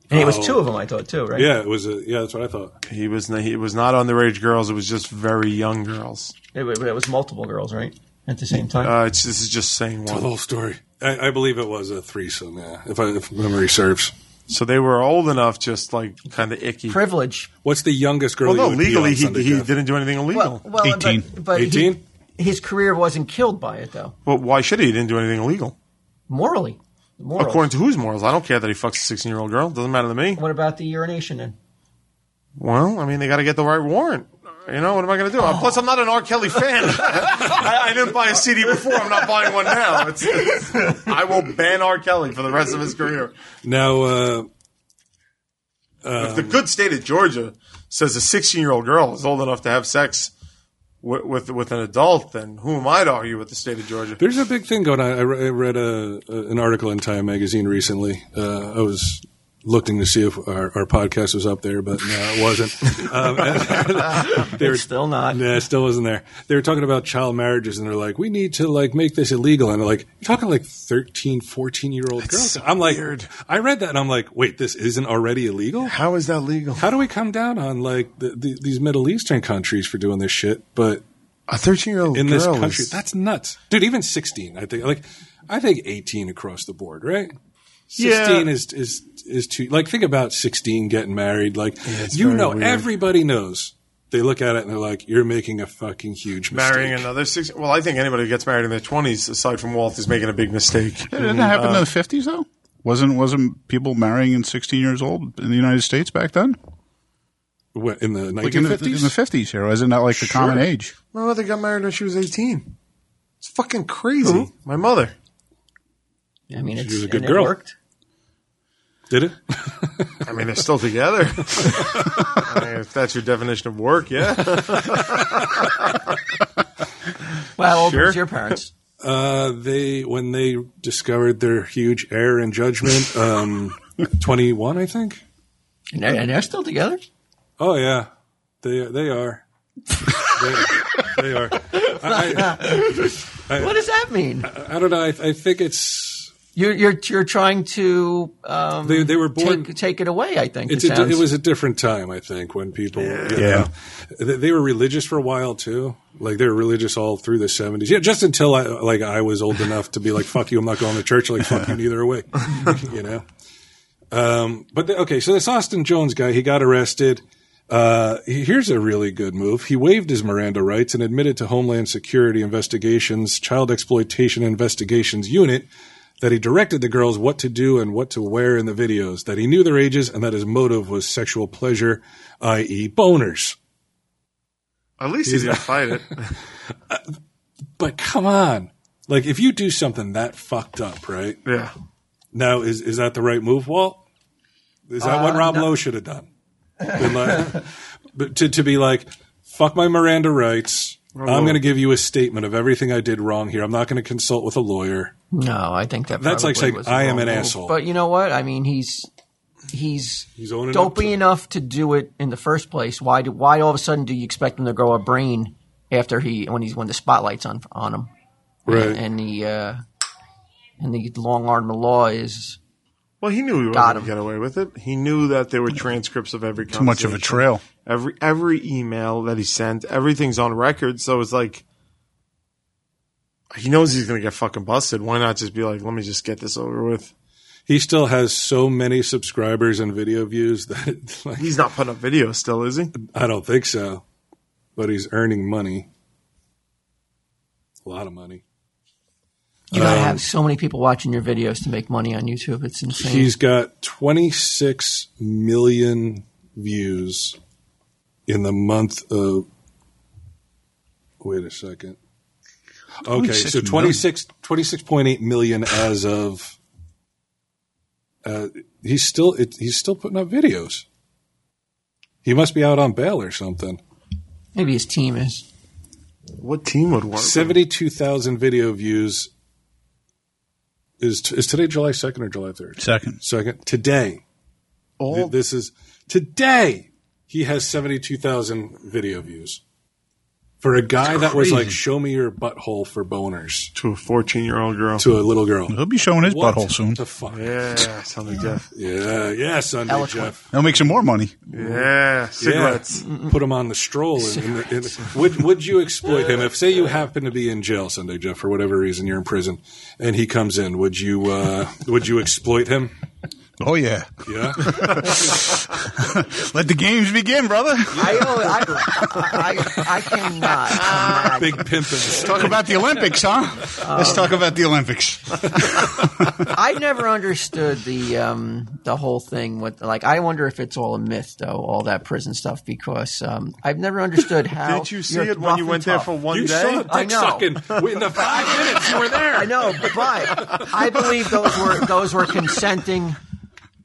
Speaker 1: and it was
Speaker 3: Oh.
Speaker 1: two of them, I thought too, right?
Speaker 3: Yeah, it was. A, yeah, that's what I thought.
Speaker 2: He was it was not underage girls. It was just very young girls.
Speaker 1: it, wa- it was multiple girls, right, at the same time.
Speaker 2: Uh, it's, this is just saying
Speaker 3: The
Speaker 2: one.
Speaker 3: whole story. I, I believe it was a threesome. Yeah, if, I, if memory serves.
Speaker 2: So they were old enough, just like kind of icky.
Speaker 1: Privilege.
Speaker 3: What's the youngest girl?
Speaker 2: Well, no,
Speaker 3: you would pee
Speaker 2: legally
Speaker 3: on
Speaker 2: he,
Speaker 3: Sunday,
Speaker 2: he
Speaker 3: Jeff?
Speaker 2: didn't do anything illegal.
Speaker 1: Well, well
Speaker 5: 18.
Speaker 1: But, but he-
Speaker 3: 18?
Speaker 1: his career wasn't killed by it, though.
Speaker 2: but why should he? He didn't do anything illegal.
Speaker 1: Morally, morals.
Speaker 2: According to whose morals? I don't care that he fucks a 16 year old girl. Doesn't matter to me.
Speaker 1: what about the urination? Then
Speaker 2: Well, I mean, they got to get the right warrant. You know what am I going to do? Plus, I'm not an R. Kelly <laughs> fan. I, I didn't buy a CD before. I'm not buying one now. It's, it's, I will ban R. Kelly for the rest of his career.
Speaker 3: Now, uh,
Speaker 2: If the good state of Georgia says a 16 year old girl is old enough to have sex with, with with an adult, then who am I to argue with the state of Georgia?
Speaker 3: There's a big thing going on. I re- I read a, a- an article in Time Magazine recently. Uh, I was looking to see if our, our podcast was up there, but no,
Speaker 2: <laughs>
Speaker 3: it wasn't. Um, and <laughs> they were-
Speaker 1: Still not.
Speaker 3: Nah, it still wasn't there. They were talking about child marriages, and they're like, we need to like make this illegal. And they're like, you're talking like 13, 14 year old girls. I'm like, I read that, and I'm like, wait, this isn't already illegal?
Speaker 2: How is that legal?
Speaker 3: How do we come down on like the, the, these Middle Eastern countries for doing this shit? But
Speaker 2: A 13 year old
Speaker 3: in this country. That's nuts, dude. Even sixteen, I think. Like, I think eighteen across the board, right?
Speaker 2: Yeah.
Speaker 3: Sixteen is is is too. Like, think about sixteen getting married. Like,
Speaker 2: it's
Speaker 3: you
Speaker 2: very
Speaker 3: know,
Speaker 2: weird.
Speaker 3: everybody knows. They look at it and they're like, "You're making a fucking huge mistake."
Speaker 2: Marrying another six. Well, I think anybody who gets married in their 20s, aside from Walt, is making a big mistake.
Speaker 5: Didn't that happen in
Speaker 3: uh,
Speaker 5: the fifties though? Wasn't wasn't people marrying in sixteen years old in the United States back then?
Speaker 3: What, in the
Speaker 5: Like
Speaker 3: nineteen
Speaker 5: in the in the
Speaker 3: fifties.
Speaker 5: fifties here, isn't that like the common age?
Speaker 2: <laughs> My mother got married when she was 18. It's fucking crazy.
Speaker 3: Uh-huh.
Speaker 2: My mother.
Speaker 1: I mean, it's
Speaker 3: was a good
Speaker 1: and it
Speaker 3: girl.
Speaker 1: worked.
Speaker 3: Did it?
Speaker 2: I mean, they're still together. <laughs> I mean, if that's your definition of work, yeah.
Speaker 1: Well, how old
Speaker 2: Sure.
Speaker 1: was your parents?
Speaker 3: Uh, they when they discovered their huge error in judgment, um, twenty one, I think.
Speaker 1: And they're, and they're still together.
Speaker 3: Oh yeah, they they are. they, they are. I,
Speaker 1: What does that mean?
Speaker 3: I, I don't know. I, I think it's
Speaker 1: You're you're, you're trying to um,
Speaker 3: they. They were born.
Speaker 1: take take it away. I think
Speaker 3: it's
Speaker 1: it
Speaker 3: a, di-
Speaker 1: sounds.
Speaker 3: it was a different time, I think, when people. Yeah. They, they were religious for a while too. Like they were religious all through the seventies. Yeah, just until I like I was old enough to be like, "Fuck you, I'm not going to church." Like, "Fuck you, neither way." you know. Um, but the, okay, so this Austin Jones guy, he got arrested. Uh, he- here's a really good move. He waived his Miranda rights and admitted to Homeland Security Investigations Child Exploitation Investigations Unit that he directed the girls what to do and what to wear in the videos, that he knew their ages, and that his motive was sexual pleasure, i.e., boners.
Speaker 2: At least he didn't fight it.
Speaker 3: But come on. Like, if you do something that fucked up, right?
Speaker 2: Yeah.
Speaker 3: Now, is, is that the right move, Walt? Is that what Rob Lowe should have done? Been like- <laughs> but to, to be like, fuck my Miranda rights. I'm
Speaker 2: Lowe.
Speaker 3: going to give you a statement of everything I did wrong here. I'm not going to consult with a lawyer.
Speaker 1: no, I think that
Speaker 3: That's like
Speaker 1: probably
Speaker 3: saying,
Speaker 1: was the
Speaker 3: "I am
Speaker 1: wrong
Speaker 3: an
Speaker 1: move."
Speaker 3: asshole.
Speaker 1: But you know what? I mean, he's he's
Speaker 3: He's owning up
Speaker 1: dopey
Speaker 3: to it.
Speaker 1: enough to do it in the first place. Why do why all of a sudden do you expect him to grow a brain after he when he's when the spotlight's on on him?
Speaker 3: Right.
Speaker 1: And the uh, and the long arm of the law is
Speaker 2: Well, he knew he wasn't
Speaker 1: Got
Speaker 2: going to
Speaker 1: him.
Speaker 2: get away with it. He knew that there were transcripts of every
Speaker 5: Too much of a
Speaker 2: conversation.
Speaker 5: trail.
Speaker 2: Every every email that he sent, everything's on record. So it's like he knows he's going to get fucking busted. Why not just be like, let me just get this over with?
Speaker 3: he still has so many subscribers and video views that <laughs> like,
Speaker 2: He's not putting up videos still, is he?
Speaker 3: I don't think so. But he's earning money. A lot of money.
Speaker 1: you gotta
Speaker 2: Um,
Speaker 1: have so many people watching your videos to make money on YouTube. It's insane.
Speaker 3: He's got 26 million views in the month of. Wait a second. Okay,
Speaker 5: 26
Speaker 3: so 26, 26.8 million as of. Uh, he's still it, he's still putting up videos. He must be out on bail or something.
Speaker 1: Maybe his team is.
Speaker 2: What team would work?
Speaker 3: Seventy-two thousand video views. Is t- is today July second or July third?
Speaker 5: Second.
Speaker 3: Second today. Th-
Speaker 2: All
Speaker 3: This is today. He has seventy-two thousand video views for a guy that was like, "Show me your butthole for boners"
Speaker 2: to a fourteen-year-old girl.
Speaker 3: to a little girl.
Speaker 5: He'll be showing his
Speaker 3: What
Speaker 5: butthole soon.
Speaker 3: The fuck? Yeah,
Speaker 2: yeah, something Jeff.
Speaker 3: yeah, Sunday
Speaker 1: Eloquent.
Speaker 3: Jeff.
Speaker 5: That'll make some more money.
Speaker 2: Yeah, cigarettes.
Speaker 3: Yeah. Put him on the stroll. And, and, and- would would you exploit him if, say, you happen to be in jail Sunday, Jeff, for whatever reason you're in prison, and he comes in? Would you uh, would you exploit him?
Speaker 5: Oh yeah, <laughs>
Speaker 3: Yeah.
Speaker 5: let the games begin, brother.
Speaker 1: I, I, I, I <laughs> cannot.
Speaker 3: Big pimpin'.
Speaker 5: Talk about the Olympics, huh? Let's talk about the Olympics.
Speaker 1: I never understood the um, the whole thing with like. I wonder if it's all a myth though, all that prison stuff, because um, I've never
Speaker 2: <laughs>
Speaker 1: understood how.
Speaker 2: Didn't you see
Speaker 1: you're
Speaker 2: it when
Speaker 1: rough
Speaker 2: you
Speaker 1: and
Speaker 2: went there
Speaker 1: tough.
Speaker 2: for one
Speaker 3: You
Speaker 2: day?
Speaker 5: eh?
Speaker 3: saw
Speaker 1: I
Speaker 3: dick
Speaker 1: know.
Speaker 3: sucking in the five
Speaker 2: <laughs>
Speaker 3: minutes you were there.
Speaker 1: I know, but I believe those were those were consenting.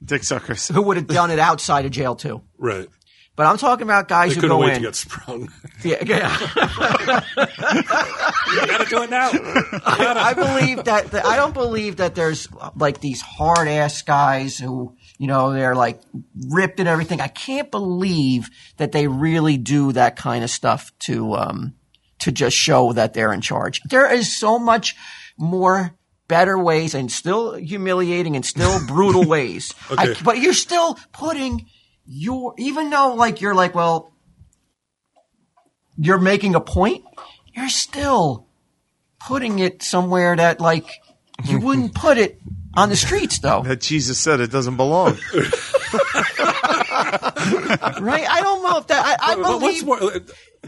Speaker 2: Dick suckers. <laughs>
Speaker 1: Who would have done it outside of jail too?
Speaker 3: Right.
Speaker 1: But I'm talking about guys
Speaker 3: They
Speaker 1: who
Speaker 3: couldn't
Speaker 1: go in.
Speaker 3: wait to get sprung.
Speaker 1: yeah, yeah.
Speaker 3: you gotta do it now.
Speaker 1: I believe that, that I don't believe that there's like these hard ass guys who you know they're like ripped and everything. I can't believe that they really do that kind of stuff to um to just show that they're in charge. There is so much more better ways and still humiliating and still brutal ways. I-
Speaker 3: Okay.
Speaker 1: but you're still putting your even though like you're like well you're making a point, you're still putting it somewhere that like you
Speaker 3: <laughs>
Speaker 1: wouldn't put it on the streets though
Speaker 2: That Jesus said it doesn't <laughs> belong.
Speaker 1: right i don't know if that i, I
Speaker 3: But what's
Speaker 1: believe
Speaker 3: more, uh,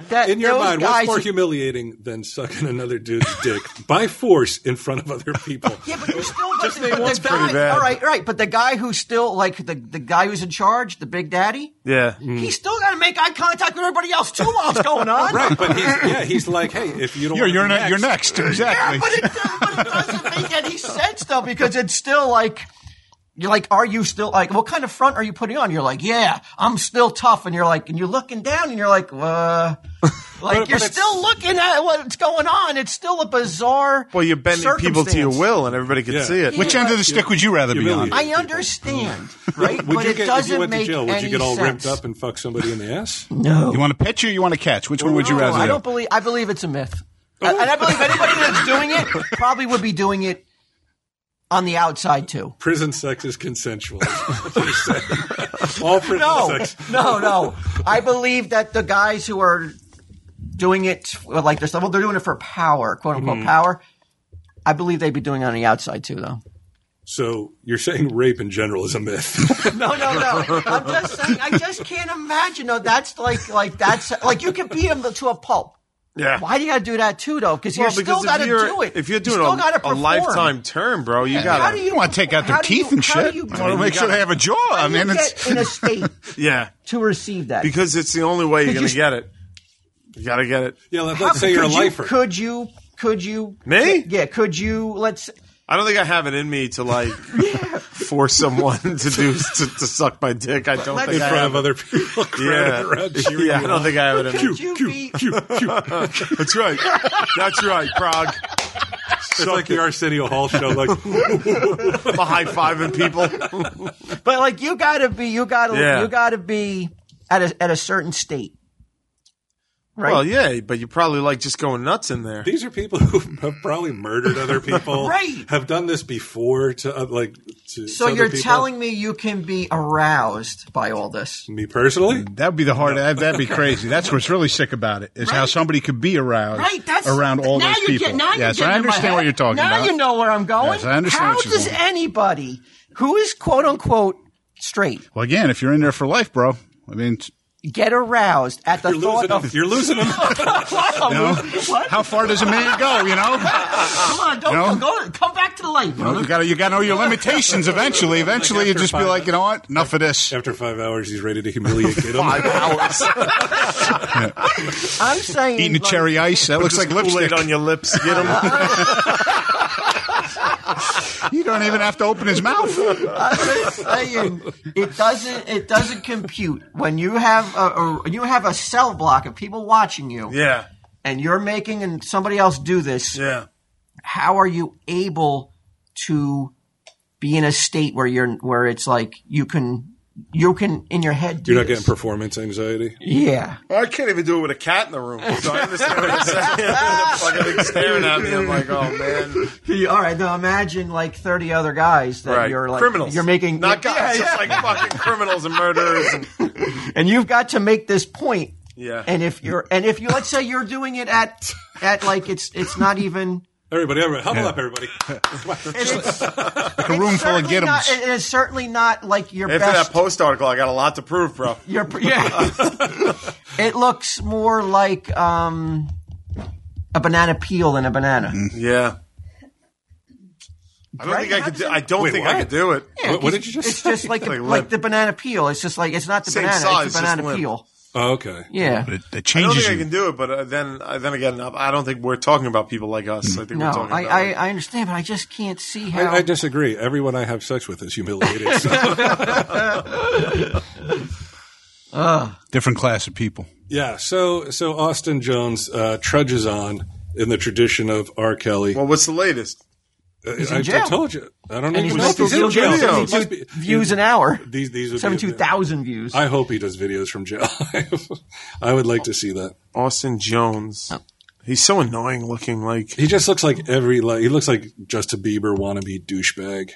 Speaker 1: that
Speaker 3: in your
Speaker 1: those
Speaker 3: mind,
Speaker 1: guys
Speaker 3: what's more humiliating than sucking another dude's dick by force in front of other people?
Speaker 1: yeah, but you're
Speaker 3: <laughs>
Speaker 1: still but the,
Speaker 2: name
Speaker 1: but
Speaker 2: one's
Speaker 1: the
Speaker 2: pretty
Speaker 1: guy,
Speaker 2: bad.
Speaker 1: all right, right. But the guy who's still like the, the guy who's in charge, the big daddy,
Speaker 2: Yeah.
Speaker 1: he's still got to make eye contact with everybody else too while it's going on.
Speaker 3: Right, but he's, yeah, he's like, hey, if you don't,
Speaker 5: You're
Speaker 3: wanna
Speaker 5: you're,
Speaker 3: be
Speaker 5: ne- you're next,
Speaker 1: Yeah,
Speaker 5: exactly.
Speaker 1: but it, but it doesn't make any sense though because it's still like you're like, are you still like, what kind of front are you putting on? You're like, yeah, I'm still tough, and you're like, and you're looking down, and you're like,
Speaker 3: <laughs>
Speaker 1: uh, like
Speaker 3: but
Speaker 1: you're
Speaker 3: it's-
Speaker 1: still looking at what's going on. It's still a bizarre.
Speaker 2: Well, you're bending people to your
Speaker 1: circumstance.
Speaker 2: will, and everybody can
Speaker 3: Yeah.
Speaker 2: see it.
Speaker 5: Which end of the stick would you rather be on?
Speaker 1: I
Speaker 3: <laughs>
Speaker 1: understand, right?
Speaker 3: Would
Speaker 1: but
Speaker 3: you
Speaker 1: it
Speaker 3: get, if
Speaker 1: doesn't
Speaker 3: you went
Speaker 1: make
Speaker 3: to jail, would
Speaker 1: any
Speaker 3: you get all
Speaker 1: sense.
Speaker 3: ripped up and fuck somebody in the ass? <laughs>
Speaker 1: No,
Speaker 5: You want to pitch or you want to catch? Which one would you
Speaker 1: No,
Speaker 5: rather?
Speaker 1: I
Speaker 5: do?
Speaker 1: don't believe. I believe it's a myth, and and I believe anybody that's doing
Speaker 3: <laughs>
Speaker 1: it probably would be doing it on the outside too.
Speaker 3: Prison sex is consensual. is
Speaker 1: <laughs>
Speaker 3: what you're saying. all prison
Speaker 1: No,
Speaker 3: sex.
Speaker 1: <laughs> no, no. I believe that the guys who are doing it, well, like they're, well, they're doing it for power, quote unquote
Speaker 2: Mm-hmm.
Speaker 1: power. I believe they'd be doing it on the outside too, though.
Speaker 3: So you're saying rape in general is
Speaker 1: <laughs>
Speaker 3: a myth.
Speaker 1: No, no, no. I'm just saying. I just can't imagine. though. that's like, like that's like you can beat them to a pulp.
Speaker 2: Yeah.
Speaker 1: Why do you gotta do that too, though? Because you're
Speaker 2: Well,
Speaker 1: still
Speaker 2: because
Speaker 1: gotta
Speaker 2: if you're,
Speaker 1: do it.
Speaker 2: if you're
Speaker 1: You
Speaker 2: doing
Speaker 1: still gotta
Speaker 2: a, a
Speaker 1: perform.
Speaker 2: lifetime term, bro, you gotta.
Speaker 1: How do
Speaker 5: You don't want to take out their
Speaker 1: how do you-
Speaker 5: teeth and
Speaker 1: how do
Speaker 5: shit.
Speaker 1: you-
Speaker 5: You want to make sure they have a jaw. I
Speaker 1: You
Speaker 5: mean, it's
Speaker 1: get in a
Speaker 2: <laughs>
Speaker 1: state
Speaker 2: yeah,
Speaker 1: to receive that.
Speaker 2: because it's the only way you're
Speaker 1: Could you
Speaker 2: gonna get it. You gotta get it.
Speaker 3: yeah, let,
Speaker 1: How-
Speaker 3: us say you're a
Speaker 1: could you-
Speaker 3: lifer.
Speaker 1: Could you? Could you?
Speaker 2: Me?
Speaker 1: Yeah. Could you? Let's.
Speaker 2: I don't think I have it in me
Speaker 1: <laughs>
Speaker 2: to like force someone to do to, to suck my dick. I don't
Speaker 1: Let's-
Speaker 2: think
Speaker 3: in
Speaker 2: I
Speaker 3: front
Speaker 2: have
Speaker 3: of
Speaker 2: it.
Speaker 3: other people <laughs> crowding
Speaker 2: Yeah,
Speaker 3: around cheering
Speaker 2: yeah. I
Speaker 3: you
Speaker 2: don't
Speaker 3: on.
Speaker 2: think I have it in me.
Speaker 1: Could you
Speaker 3: Pew,
Speaker 1: be?
Speaker 3: pew, pew.
Speaker 2: That's right. That's right, Prague.
Speaker 3: It's like the Arsenio Hall show. <laughs> Like,
Speaker 2: I'm high fiving people.
Speaker 1: <laughs> But like, you gotta be. You gotta.
Speaker 2: Yeah.
Speaker 1: You gotta be at a at a certain state. Right.
Speaker 2: Well, yeah, but you probably like just going nuts in there.
Speaker 3: these are people who have probably murdered other people.
Speaker 1: Right.
Speaker 3: Have done this before to uh, like. To,
Speaker 1: so
Speaker 3: to other
Speaker 1: you're
Speaker 3: people.
Speaker 1: telling me you can be aroused by all this?
Speaker 3: me personally?
Speaker 5: That'd be the hard. That, that'd be crazy. That's what's really sick about it is how somebody could be aroused
Speaker 1: Right, that's
Speaker 5: around all
Speaker 1: now
Speaker 5: those
Speaker 1: you're
Speaker 5: people.
Speaker 1: Getting, now you're
Speaker 5: yes,
Speaker 1: getting
Speaker 5: I
Speaker 1: in my
Speaker 5: understand
Speaker 1: head.
Speaker 5: what you're talking
Speaker 1: now
Speaker 5: about.
Speaker 1: you know where I'm going.
Speaker 5: Yes, I understand
Speaker 1: How
Speaker 5: what you're
Speaker 1: does
Speaker 5: going.
Speaker 1: anybody who is quote unquote straight
Speaker 5: Well, again, if you're in there for life, bro. I mean, t-
Speaker 1: get aroused at the
Speaker 3: You're
Speaker 1: thought
Speaker 3: losing,
Speaker 1: of
Speaker 3: you're losing them.
Speaker 5: you know,
Speaker 1: <laughs> what?
Speaker 5: how far does a man go? You know,
Speaker 1: Come on, don't
Speaker 5: No.
Speaker 1: go. Come back to the light.
Speaker 5: you got to you got to know your limitations. Eventually, eventually, you
Speaker 3: after
Speaker 5: just be
Speaker 3: five-
Speaker 5: like, you know what? Enough of this.
Speaker 3: After five hours, he's ready to <laughs> humiliate them.
Speaker 2: Five hours.
Speaker 1: I'm saying
Speaker 5: Eating a
Speaker 1: like,
Speaker 5: cherry ice that looks like lipstick.
Speaker 2: Kool-Aid on your lips. Get
Speaker 1: <laughs>
Speaker 2: them.
Speaker 5: <laughs> You don't even have to
Speaker 3: <laughs>
Speaker 5: open his mouth.
Speaker 1: I'm just saying it doesn't it doesn't compute when you have a, a you have a cell block of people watching you
Speaker 2: yeah,
Speaker 1: and you're making and somebody else do this.
Speaker 2: yeah.
Speaker 1: How are you able to be in a state where you're where it's like you can you can in your head do
Speaker 3: You're not
Speaker 1: this?
Speaker 3: getting performance anxiety.
Speaker 1: yeah.
Speaker 2: I can't even do it with a cat in the room. So I understand what you're saying.
Speaker 1: <laughs>
Speaker 2: They're fucking staring at me. I'm like, oh man,
Speaker 1: Yeah, All right, now imagine like thirty other guys that
Speaker 2: right?
Speaker 1: you're like
Speaker 2: criminals.
Speaker 1: You're making
Speaker 2: not
Speaker 1: yeah,
Speaker 2: guys.
Speaker 1: yeah.
Speaker 2: It's like fucking criminals and murderers.
Speaker 1: <laughs>
Speaker 2: And,
Speaker 1: and you've got to make this point.
Speaker 2: Yeah.
Speaker 1: And if you're and if you let's say you're doing it at at like it's it's not even
Speaker 3: Everybody, everybody, huddle
Speaker 1: <laughs>
Speaker 3: up, everybody.
Speaker 1: It's,
Speaker 5: Like a room full of get
Speaker 1: not, it- it's certainly not like your
Speaker 2: After
Speaker 1: best.
Speaker 2: that post article, I got a lot to prove, bro.
Speaker 1: your, yeah.
Speaker 3: <laughs>
Speaker 1: it looks more like um, a banana peel than a banana.
Speaker 5: Mm-hmm.
Speaker 2: Yeah. I don't
Speaker 1: Right?
Speaker 2: think I could. Do, I don't
Speaker 3: Wait,
Speaker 2: think
Speaker 3: what?
Speaker 2: I could do it.
Speaker 3: what, what did you just
Speaker 1: It's
Speaker 3: say?
Speaker 1: just like the,
Speaker 2: Like
Speaker 1: like,
Speaker 2: limp.
Speaker 1: the banana peel. It's just like it's not the
Speaker 2: Same
Speaker 1: banana.
Speaker 2: size,
Speaker 1: it's the banana
Speaker 2: just limp.
Speaker 1: peel.
Speaker 3: Oh, okay.
Speaker 1: Yeah.
Speaker 5: It, it
Speaker 2: I don't
Speaker 5: changes
Speaker 2: think I
Speaker 5: you.
Speaker 2: can do it. But uh, then, uh, then again, I I don't think we're talking about people like us. I think
Speaker 1: No,
Speaker 2: we're talking
Speaker 1: I,
Speaker 2: about.
Speaker 1: I, I understand, but I just can't see how.
Speaker 3: I, I disagree. Everyone I have sex with is humiliated.
Speaker 1: <laughs>
Speaker 3: So.
Speaker 5: Different class of people.
Speaker 3: yeah. So so Austin Jones uh, trudges on in the tradition of R. Kelly.
Speaker 2: well, what's the latest?
Speaker 3: he's
Speaker 1: in
Speaker 3: I,
Speaker 1: jail.
Speaker 3: I told you. I don't
Speaker 1: and
Speaker 3: know.
Speaker 1: he's
Speaker 3: He must
Speaker 1: still
Speaker 3: be
Speaker 1: doing
Speaker 3: in jail.
Speaker 2: jail.
Speaker 3: He must be-
Speaker 1: 72 views an
Speaker 3: <laughs>
Speaker 1: hour.
Speaker 3: These these would be-
Speaker 1: 72,000 views.
Speaker 3: I hope he does videos from jail. <laughs> I would like to see that.
Speaker 2: Austin Jones.
Speaker 1: Oh.
Speaker 2: He's so annoying looking. Like
Speaker 3: He just looks like every like, he looks like Justin Bieber wannabe douchebag.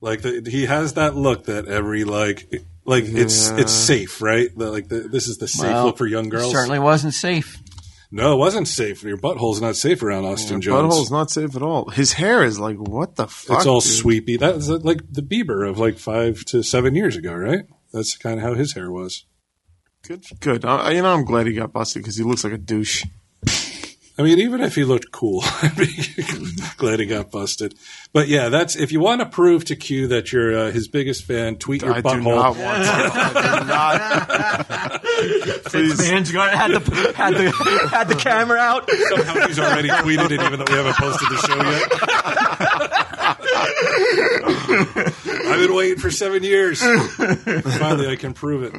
Speaker 3: Like the, he has that look that every like like it's it's safe, right? The, like the, this is the safe
Speaker 1: Well,
Speaker 3: look for young girls.
Speaker 1: Certainly wasn't safe.
Speaker 3: No, it wasn't safe. Your butthole's not safe around Austin Jones.
Speaker 2: butthole's not safe at all. His hair is like what the fuck.
Speaker 3: it's all
Speaker 2: dude?
Speaker 3: sweepy. That's like the Bieber of like five to seven years ago, right? That's kind of how his hair was.
Speaker 2: Good. Good. I, you know, I'm glad he got busted because he looks like a douche.
Speaker 3: I mean, even if he looked cool, <laughs> I'd be glad he got busted. But yeah, that's if you want to prove to Q that you're uh, his biggest fan, tweet your
Speaker 2: I do not
Speaker 3: butthole.
Speaker 2: want to. I do not. Please.
Speaker 1: Man's going to had the, had the,
Speaker 3: <laughs>
Speaker 1: had the camera out.
Speaker 3: Somehow he's already tweeted it, even though we haven't posted the show yet. I've been waiting for seven years. Finally, I can prove it.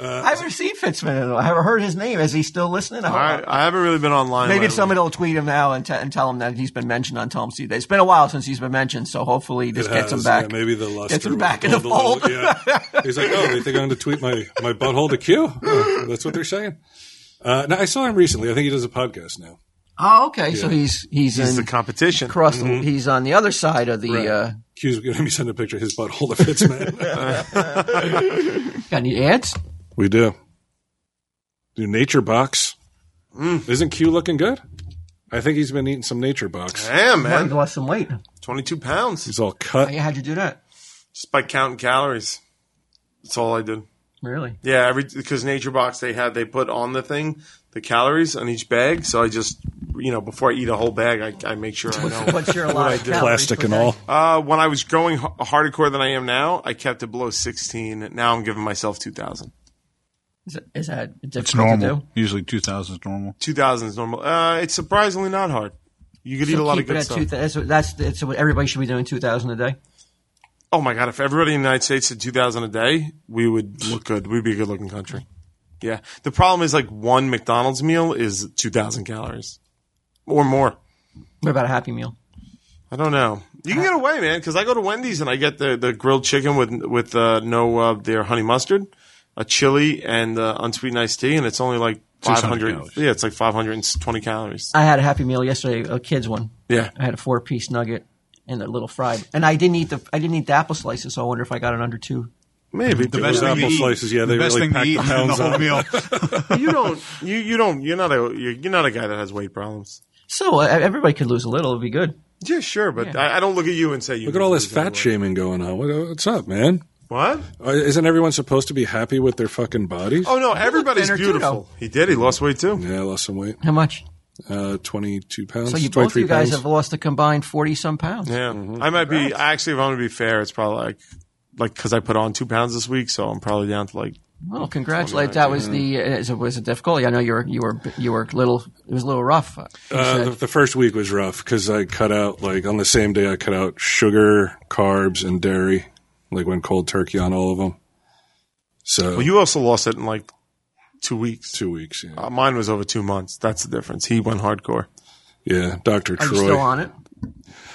Speaker 1: I haven't seen Fitzman at all. I haven't heard his name. Is he still listening? I hope
Speaker 2: I,
Speaker 1: not.
Speaker 2: I haven't really been online.
Speaker 1: Maybe
Speaker 2: lately.
Speaker 1: somebody will tweet him now and, t- and tell him that he's been mentioned on Tom C. It's been a while since he's been mentioned, so hopefully this
Speaker 3: It
Speaker 1: gets him
Speaker 3: has,
Speaker 1: back.
Speaker 3: yeah, maybe the luster
Speaker 1: Gets him
Speaker 3: was
Speaker 1: back in the
Speaker 3: dulled a
Speaker 1: fold.
Speaker 3: little, yeah. He's like, oh, they think I'm going to tweet my, my butthole to Q. Oh, that's what they're saying. Uh, now, I saw him recently. I think he does a podcast now.
Speaker 1: Oh, okay. So he's he's,
Speaker 2: It's
Speaker 1: in
Speaker 2: the competition.
Speaker 1: across. the- He's on the other side of the. Uh,
Speaker 3: Q's going to be sending a picture of his butthole to
Speaker 1: <laughs>
Speaker 3: Fitzman.
Speaker 1: got any ads?
Speaker 3: we do. Do Nature Box.
Speaker 1: Mm.
Speaker 3: Isn't Q looking good? I think he's been eating some Nature Box.
Speaker 2: Damn, man.
Speaker 1: I've lost some weight.
Speaker 2: 22 pounds
Speaker 3: He's all cut.
Speaker 1: Oh, Yeah, how'd you do that?
Speaker 2: just by counting calories. That's all I did.
Speaker 1: Really?
Speaker 2: Yeah, every because Nature Box they had they put on the thing the calories on each bag. So I just you know before I eat a whole bag, I, I make sure I
Speaker 1: <laughs>
Speaker 2: know.
Speaker 1: What's your allotted calories
Speaker 3: Plastic
Speaker 1: per
Speaker 3: and
Speaker 1: day?
Speaker 3: all.
Speaker 2: uh, when I was growing h- hardcore than I am now, I kept it below 16. Now I'm giving myself 2,000.
Speaker 1: Is, it, is that difficult
Speaker 5: It's
Speaker 1: to
Speaker 5: normal.
Speaker 1: do?
Speaker 5: Usually 2,000 is normal.
Speaker 2: 2,000 is normal. Uh, it's surprisingly not hard. You could eat a lot of
Speaker 1: Keep it
Speaker 2: good
Speaker 1: at
Speaker 2: stuff.
Speaker 1: 2000 that's, what- that's, that's what everybody should be doing. Two thousand a day.
Speaker 2: oh my god! If everybody in the United States did 2,000 a day, we would look good. We'd be a good looking country. Yeah. The problem is like one McDonald's meal is 2,000 calories or more.
Speaker 1: What about a Happy Meal?
Speaker 2: I don't know. You can get away, man, because I go to Wendy's and I get the, the grilled chicken with with uh, no uh, their honey mustard, a chili, and uh, unsweetened iced tea, and it's only like five
Speaker 5: 600
Speaker 2: hundred.
Speaker 5: calories.
Speaker 2: Yeah, it's like five hundred and twenty calories.
Speaker 1: I had a Happy Meal yesterday, a kids one.
Speaker 2: Yeah,
Speaker 1: I had a four piece nugget and a little fried, and I didn't eat the I didn't eat the apple slices. So I wonder if I got it under two.
Speaker 2: maybe the
Speaker 5: best thing
Speaker 3: apple
Speaker 5: to eat-
Speaker 3: slices, yeah, they
Speaker 5: the best
Speaker 3: really
Speaker 5: thing to
Speaker 3: pack
Speaker 5: eat
Speaker 3: the
Speaker 5: in
Speaker 3: pounds
Speaker 5: whole
Speaker 3: up. <laughs>
Speaker 5: meal.
Speaker 2: you don't you you don't you're not a you're, you're not a guy that has weight problems.
Speaker 1: So uh, everybody could lose a little; it'd be good.
Speaker 2: Yeah, sure, but I, I don't look at you and say you
Speaker 3: Look at all this
Speaker 2: lose any
Speaker 3: fat
Speaker 2: weight.
Speaker 3: shaming going on. What, what's up, man?
Speaker 2: What?
Speaker 3: Uh, Isn't everyone supposed to be happy with their fucking bodies?
Speaker 2: Oh no, everybody's
Speaker 1: thinner too,
Speaker 2: beautiful. he did. He lost weight too.
Speaker 3: Yeah, I lost some weight.
Speaker 1: How much?
Speaker 3: Uh, 22 pounds.
Speaker 1: So you both
Speaker 3: 23
Speaker 1: you guys
Speaker 3: pounds.
Speaker 1: have lost a combined forty some pounds.
Speaker 2: Yeah,
Speaker 3: Mm-hmm.
Speaker 2: I might be actually. If I'm gonna be fair, it's probably like like because I put on two pounds this week, so I'm probably down to like
Speaker 1: Well, congratulate. That was the uh,
Speaker 3: Mm-hmm.
Speaker 1: is it was it difficult? I know you were you were you were little. It was a little rough. You
Speaker 3: Uh, the,
Speaker 1: said.
Speaker 3: the first week was rough because I cut out like on the same day I cut out sugar, carbs, and dairy. Like went cold turkey on all of them. So
Speaker 2: Well, you also lost it in like two weeks.
Speaker 3: two weeks. Yeah,
Speaker 2: Uh, mine was over two months. That's the difference. He went hardcore.
Speaker 3: yeah Doctor
Speaker 1: Are you
Speaker 3: Troy.
Speaker 1: still on it?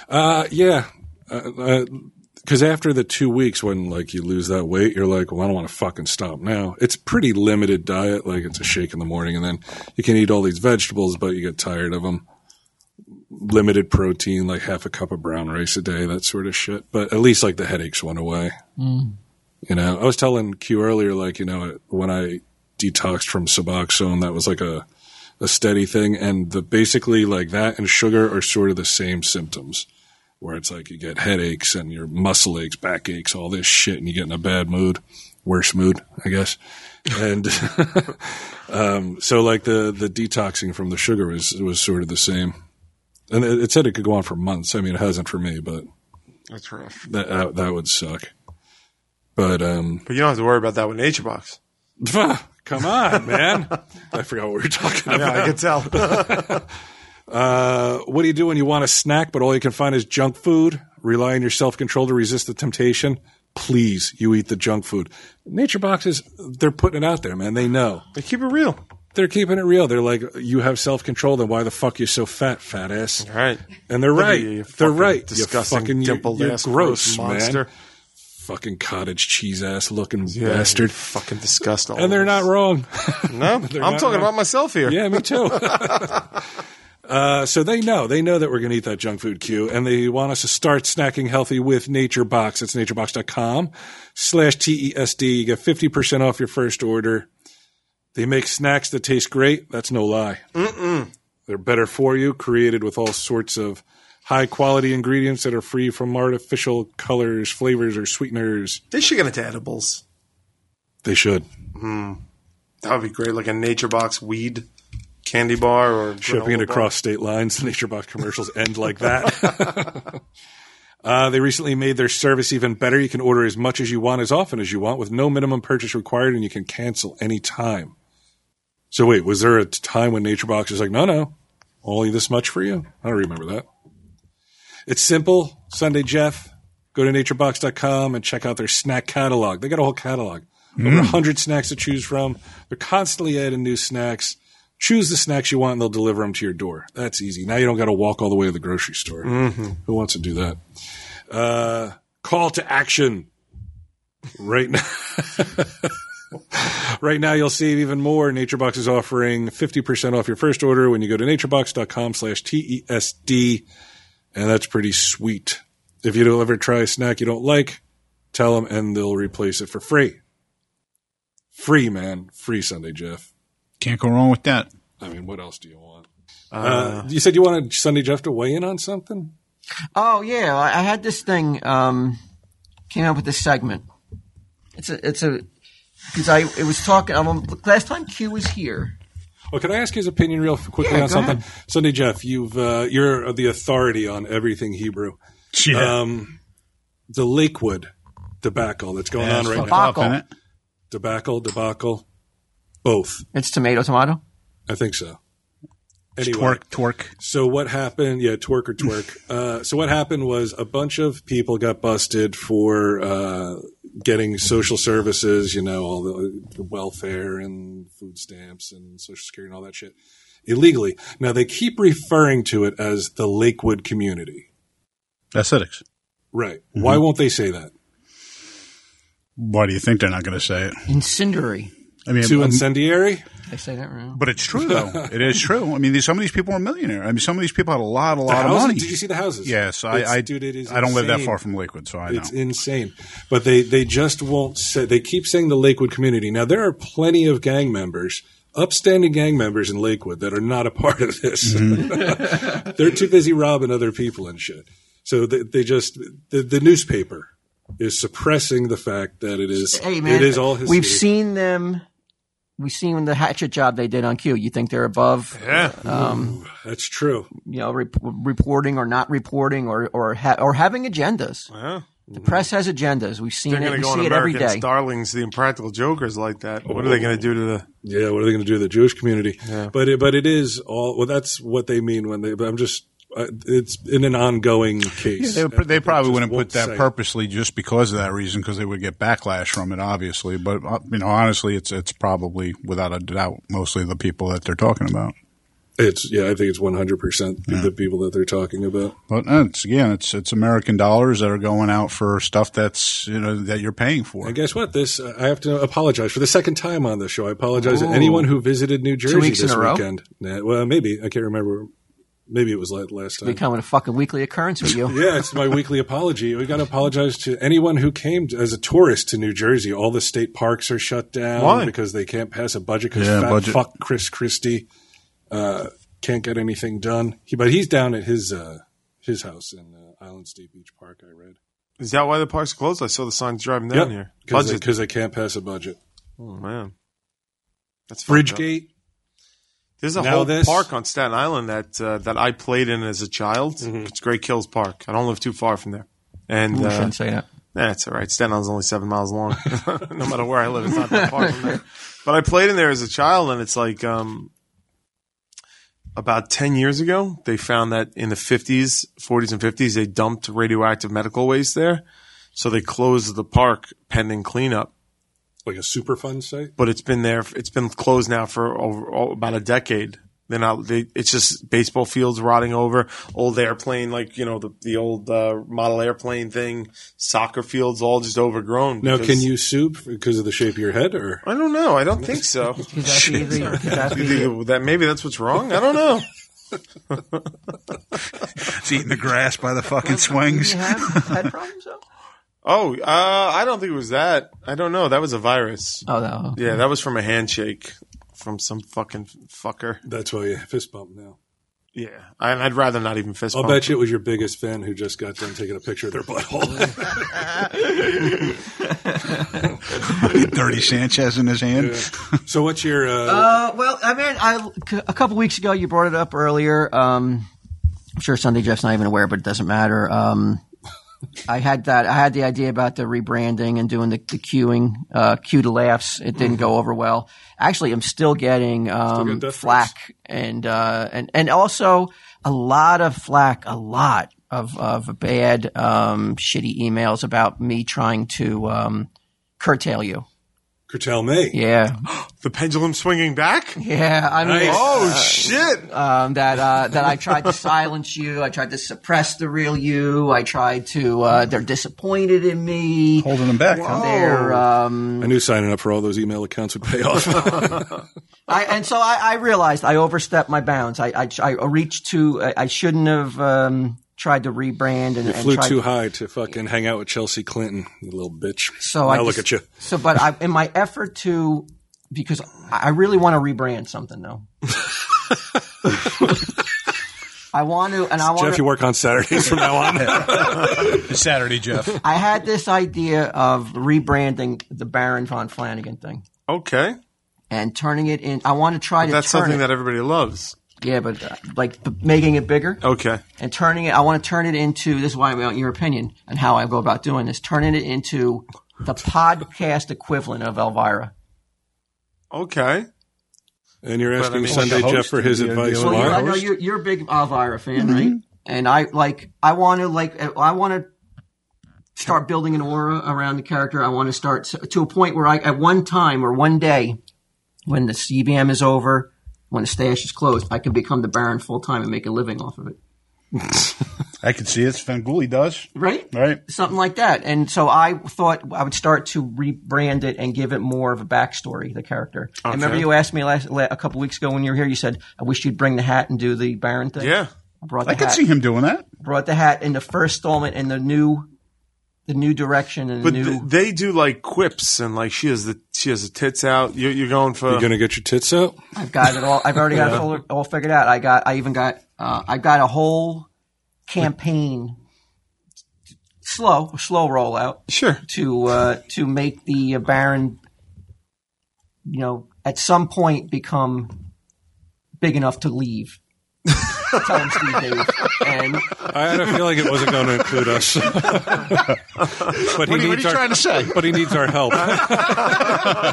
Speaker 3: Uh, yeah, because after the two weeks when like you lose that weight, you're like, well, I don't want to fucking stop now. It's pretty limited diet. Like it's a shake in the morning, and then you can eat all these vegetables, but you get tired of them. Limited protein, like half a cup of brown rice a day, that sort of shit. But at least like the headaches went away. You know, I was telling Q earlier, like you know, when I detoxed from Suboxone, that was like a a steady thing, and the basically like that and sugar are sort of the same symptoms. Where it's like you get headaches and your muscle aches, back aches, all this shit, and you get in a bad mood, worse mood, I guess. And <laughs> um, so, like the the detoxing from the sugar is was sort of the same, and it, it said it could go on for months. I mean, it hasn't for me, but
Speaker 2: That's rough.
Speaker 3: that that, that would suck. But um, <laughs>
Speaker 2: But you don't have to worry about that with Nature Box.
Speaker 3: Come on, man. I forgot what we were talking
Speaker 2: Yeah,
Speaker 3: about.
Speaker 2: I can
Speaker 3: <laughs>
Speaker 2: tell.
Speaker 3: Uh, what do you do when you want a snack, but all you can find is junk food? Rely on your self control to resist the temptation. Please, you eat the junk food. Nature boxes, they're putting it out there, man. They know.
Speaker 2: they keep it real.
Speaker 3: They're keeping it real. They're like, you have self control, then why the fuck you so fat, fat ass?
Speaker 2: All right.
Speaker 3: And they're
Speaker 2: Look at
Speaker 3: right.
Speaker 2: you, you
Speaker 3: they're
Speaker 2: fucking
Speaker 3: right.
Speaker 2: Disgusting,
Speaker 3: you fucking you're-
Speaker 2: dimpled
Speaker 3: you're,
Speaker 2: ass,
Speaker 3: gross,
Speaker 2: monster.
Speaker 3: man. Fucking cottage cheese ass looking
Speaker 2: Yeah, you
Speaker 3: bastard.
Speaker 2: Fucking disgust. all
Speaker 3: And they're
Speaker 2: of us.
Speaker 3: not wrong. <laughs>
Speaker 2: No, I'm
Speaker 3: not
Speaker 2: talking
Speaker 3: wrong.
Speaker 2: about myself here.
Speaker 3: <laughs> Yeah, me too. Uh, so they know they know that we're going to eat that junk food queue, and they want us to start snacking healthy with Nature Box. It's naturebox.com slash tesd. You get fifty percent off your first order. They make snacks that taste great. That's no lie. Mm-mm. They're better for you. Created with all sorts of high quality ingredients that are free from artificial colors, flavors, or sweeteners.
Speaker 2: They should get into edibles.
Speaker 3: They should.
Speaker 2: That would be great, like a Nature Box weed candy bar or
Speaker 3: shipping it
Speaker 2: granola bar.
Speaker 3: across state lines. <laughs> Nature Box commercials end like that. <laughs> uh, they recently made their service even better. You can order as much as you want, as often as you want, with no minimum purchase required, and you can cancel any time. So wait, was there a t- time when Nature Box was like, no, no, only this much for you? I don't remember that. It's simple. Sunday Jeff, go to naturebox.com and check out their snack catalog. They got a whole catalog. Over 100 snacks to choose from. They're constantly adding new snacks. Choose the snacks you want and they'll deliver them to your door. That's easy. Now you don't got to walk all the way to the grocery store. Who wants to do that? Uh, call to action right now. <laughs> right now you'll save even more. NatureBox is offering 50% off your first order when you go to naturebox.com slash TESD and that's pretty sweet. If you don't ever try a snack you don't like, tell them and they'll replace it for free. Free, man. Free Sunday, Jeff.
Speaker 5: Can't go wrong with that.
Speaker 3: I mean, what else do you want? Uh, you said you wanted Sunday Jeff to weigh in on something?
Speaker 1: Oh yeah, I I had this thing. Um, came up with this segment. It's a it's a because I it was talking. Um, last time Q was here.
Speaker 3: Well, can I ask his opinion real quickly
Speaker 1: Yeah,
Speaker 3: on
Speaker 1: go
Speaker 3: something? Sunday Jeff, you've, uh, you're the authority on everything Hebrew.
Speaker 5: Yeah.
Speaker 3: Um, the Lakewood debacle that's going on right now.
Speaker 1: fucked.
Speaker 5: Up, innit?
Speaker 3: Debacle, debacle, both.
Speaker 1: It's tomato tomato.
Speaker 3: I think so. Anyway.
Speaker 5: Twerk, twerk.
Speaker 3: So what happened? Yeah, twerk or
Speaker 5: <laughs>
Speaker 3: twerk. uh, so what happened was a bunch of people got busted for uh, getting social services, you know, all the, the welfare and food stamps and social security and all that shit illegally. Now they keep referring to it as the Lakewood community.
Speaker 5: Aesthetics.
Speaker 3: Right.
Speaker 5: Mm-hmm.
Speaker 3: Why won't they say that?
Speaker 5: Why do you think they're not going to say it?
Speaker 1: Incendiary.
Speaker 5: I mean,
Speaker 3: Too
Speaker 5: um,
Speaker 3: incendiary?
Speaker 1: Did I say that wrong?
Speaker 5: but it's true
Speaker 3: <laughs>
Speaker 5: though. it is true. I mean, these, some of these people are millionaire. I mean, some of these people had a lot, a
Speaker 3: The
Speaker 5: lot of
Speaker 3: houses-
Speaker 5: money.
Speaker 3: Did you see the houses?
Speaker 5: Yes, I,
Speaker 3: It's-
Speaker 5: I,
Speaker 3: dude, it is
Speaker 5: I don't live that
Speaker 3: insane.
Speaker 5: far from Lakewood, so I know.
Speaker 3: It's insane. But they, they just won't say, they keep saying the Lakewood community. Now, there are plenty of gang members, upstanding gang members in Lakewood that are not a part of this.
Speaker 5: Mm-hmm.
Speaker 3: <laughs> They're too busy robbing other people and shit. So they, they just, the, the newspaper is suppressing the fact that it is,
Speaker 1: Hey man,
Speaker 3: it is all history.
Speaker 1: We've seen them. We've seen the hatchet job they did on Q. You think they're above,
Speaker 2: Yeah.
Speaker 3: That's true.
Speaker 1: you know, rep- reporting or not reporting or or ha- or having agendas.
Speaker 2: yeah.
Speaker 1: The press has agendas. We've seen
Speaker 2: They're
Speaker 1: it.
Speaker 2: going to
Speaker 1: We
Speaker 2: go on
Speaker 1: see it every
Speaker 2: Americans,
Speaker 1: day.
Speaker 2: Darlings, the Impractical Jokers like that. What are they going to do to the.
Speaker 3: Yeah, what are they going to do to the Jewish community? But it, but it is all well. That's what they mean when they. But I'm just. Uh, it's in an ongoing case.
Speaker 5: They, they probably
Speaker 3: just
Speaker 5: wouldn't
Speaker 3: won't
Speaker 5: put
Speaker 3: say.
Speaker 5: that purposely just because of that reason, because they would get backlash from it, obviously. But uh, you know, honestly, it's it's probably without a doubt mostly the people that they're talking about.
Speaker 3: It's yeah, I think it's 100 percent the people that they're talking about.
Speaker 5: But uh, it's again, it's it's American dollars that are going out for stuff that's you know that you're paying for.
Speaker 3: And guess what? This uh, I have to apologize for the second time on this show. I apologize to anyone who visited New Jersey
Speaker 1: Oh. weeks in
Speaker 3: this
Speaker 1: a row?
Speaker 3: weekend. Nah, well, maybe I can't remember. Maybe it was la- last time.
Speaker 1: Becoming a fucking weekly occurrence with <laughs> you.
Speaker 3: yeah, it's my weekly apology. We got to apologize to anyone who came to, as a tourist to New Jersey. All the state parks are shut down
Speaker 2: Why?
Speaker 3: because they can't pass a budget because
Speaker 5: Yeah,
Speaker 3: fat
Speaker 5: budget.
Speaker 3: fuck Chris Christie Uh, can't get anything done. He, but he's down at his uh, his house in uh, Island State Beach Park. I read
Speaker 2: Is that why the park's closed? I saw the signs driving down here.
Speaker 3: because
Speaker 2: Budget.
Speaker 3: they, can't pass a budget.
Speaker 2: oh man, that's fucked up.
Speaker 3: Bridgegate.
Speaker 2: There's a
Speaker 3: Now
Speaker 2: whole
Speaker 3: this-
Speaker 2: park on Staten Island that uh, that I played in as a child.
Speaker 3: Mm-hmm.
Speaker 2: It's Great Kills Park. I don't live too far from there, and
Speaker 1: Ooh,
Speaker 2: uh,
Speaker 1: shouldn't say that.
Speaker 2: that's all right. Staten Island's only seven miles long. <laughs> no matter where I live, it's not that far from there. But I played in there as a child, and it's like um, about ten years ago they found that in the fifties, forties, and fifties they dumped radioactive medical waste there, so they closed the park pending cleanup
Speaker 3: Like a Superfund site.
Speaker 2: but it's been there. It's been closed now for over, oh, about a decade. They're not. They, it's just baseball fields rotting over, old airplane like you know the the old uh, model airplane thing, soccer fields all just overgrown.
Speaker 3: Now,
Speaker 2: because-
Speaker 3: can you sue because of the shape of your head, or
Speaker 2: I don't know. I don't think so.
Speaker 1: Could that be the- <laughs> could that
Speaker 2: You
Speaker 1: be-
Speaker 2: think that maybe that's what's wrong. I don't know.
Speaker 5: It's eating the grass by the fucking swings. <laughs>
Speaker 1: you have head problems though?
Speaker 2: Oh, uh, I don't think it was that. I don't know. That was a virus.
Speaker 1: Oh no.
Speaker 2: Yeah, that was from a handshake from some fucking fucker.
Speaker 3: that's why you fist bump now?
Speaker 2: Yeah, and I'd rather not even fist.
Speaker 3: I'll
Speaker 2: bump.
Speaker 3: bet you it was your biggest fan who just got done taking a picture of their <laughs> butthole.
Speaker 5: Dirty Sanchez in his hand.
Speaker 3: so, what's your? Uh,
Speaker 1: Uh, well, I mean, I, c- a couple weeks ago you brought it up earlier. Um, I'm sure Sunday Jeff's not even aware, but it doesn't matter. Um, I had that. I had the idea about the rebranding and doing the, the queuing, uh, cue to laughs. It didn't go over well. Actually, I'm still getting um,
Speaker 3: death
Speaker 1: flack and uh, and and also a lot of flack, a lot of of bad, um, shitty emails about me trying to um, curtail you.
Speaker 3: Curtail me.
Speaker 1: Yeah,
Speaker 2: the pendulum swinging back.
Speaker 1: yeah. I mean,
Speaker 3: Nice.
Speaker 2: Oh shit!
Speaker 1: um, that uh, that I
Speaker 3: <laughs>
Speaker 1: tried to silence you. I tried to suppress the real you. I tried to. Uh, they're disappointed in me.
Speaker 3: Oh.
Speaker 5: Holding him back. huh?
Speaker 1: They're, um,
Speaker 3: I knew signing up for all those email
Speaker 1: <laughs>
Speaker 3: accounts would pay off.
Speaker 1: I, and so I, I realized I overstepped my bounds. I I, I reached too. I, I shouldn't have um, tried to rebrand and, and
Speaker 3: Flew
Speaker 1: tried
Speaker 3: too high to fucking hang out with Chelsea Clinton, you little bitch.
Speaker 1: So
Speaker 3: now
Speaker 1: I
Speaker 3: look
Speaker 1: just-
Speaker 3: at you.
Speaker 1: So, but I, in my effort to, because I I really want to rebrand something though. I want to, and I want
Speaker 3: Jeff,
Speaker 1: to,
Speaker 3: you work on Saturdays from now on.
Speaker 1: <laughs>
Speaker 5: It's Saturday, Jeff.
Speaker 1: I had this idea of rebranding the Baron von Flanagan thing.
Speaker 2: Okay.
Speaker 1: and turning it in. I want to try to
Speaker 2: That's
Speaker 1: turn
Speaker 2: something
Speaker 1: it.
Speaker 2: that everybody loves.
Speaker 1: yeah, but uh, like b- making it bigger
Speaker 2: Okay.
Speaker 1: and turning it. I want to turn it into. This is why I want your opinion and how I go about doing this. Turning it into the podcast equivalent of Elvira.
Speaker 2: Okay.
Speaker 3: And you're
Speaker 2: I
Speaker 3: asking
Speaker 2: mean-
Speaker 3: Sunday
Speaker 5: Like a
Speaker 3: Jeff for his
Speaker 5: host would be
Speaker 3: advice.
Speaker 5: ideal.
Speaker 1: Well,
Speaker 3: Why?
Speaker 1: you- I know you're you're a big Elvira fan, right?
Speaker 2: Mm-hmm.
Speaker 1: And I like. I want to like. I want to start building an aura around the character. I want to start s- to a point where I, at one time or one day, when the CBM is over, when the stash is closed, I can become the Baron full time and make a living off of it.
Speaker 5: I can see it. Svengoolie does.
Speaker 1: Right?
Speaker 5: Right.
Speaker 1: something like that. And so I thought I would start to rebrand it and give it more of a backstory, the character. I remember you asked me last la- a couple weeks ago when you were here. You said I wish you'd bring the hat and do the Baron thing.
Speaker 2: Yeah.
Speaker 1: I brought the
Speaker 5: I could
Speaker 1: hat.
Speaker 5: see him doing that.
Speaker 1: Brought the hat in the first installment and the new, the new direction and the
Speaker 2: But
Speaker 1: new.
Speaker 2: th- they do like quips and like she has the she has the tits out. You're, you're going for
Speaker 3: You're going to get your tits out?
Speaker 1: I've got it all. I've already got it all, all figured out. I got. I even got. Uh, I got a whole campaign. Slow, slow rollout.
Speaker 2: sure.
Speaker 1: to uh, to make the uh, Baron, you know, at some point become big enough to leave. Tell him Steve Dave. And
Speaker 3: I had a feeling it wasn't going to include
Speaker 5: <laughs>
Speaker 3: us. but he
Speaker 5: What are you- what are
Speaker 3: needs
Speaker 5: you
Speaker 3: our,
Speaker 5: trying to say?
Speaker 3: But he needs our
Speaker 5: <laughs>
Speaker 3: help.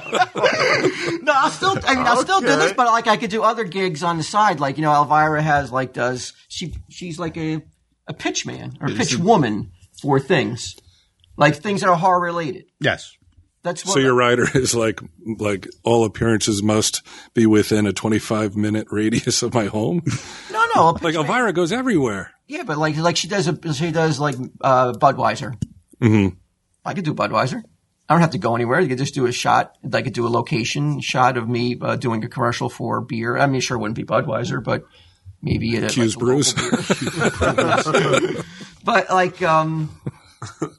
Speaker 1: no, I'll still. I mean, I'll still do this,
Speaker 2: Okay.
Speaker 1: but like I could do other gigs on the side. Like you know, Elvira has like does she? She's like a a pitch man or pitch woman for things, like things that are horror related.
Speaker 5: Yes.
Speaker 1: That's what
Speaker 3: So your rider is like, like all appearances must be within a 25 minute radius of my home.
Speaker 1: no, no. a pitch
Speaker 3: Like
Speaker 1: man-
Speaker 3: Elvira goes everywhere.
Speaker 1: Yeah, but like like she does a, she does like uh, Budweiser. Mm-hmm. I could do Budweiser. I don't have to go anywhere. You could just do a shot. I could do a location shot of me uh, doing a commercial for beer. I mean, sure, it wouldn't be Budweiser, but maybe it
Speaker 3: Hughes Brews.
Speaker 1: <laughs> But like um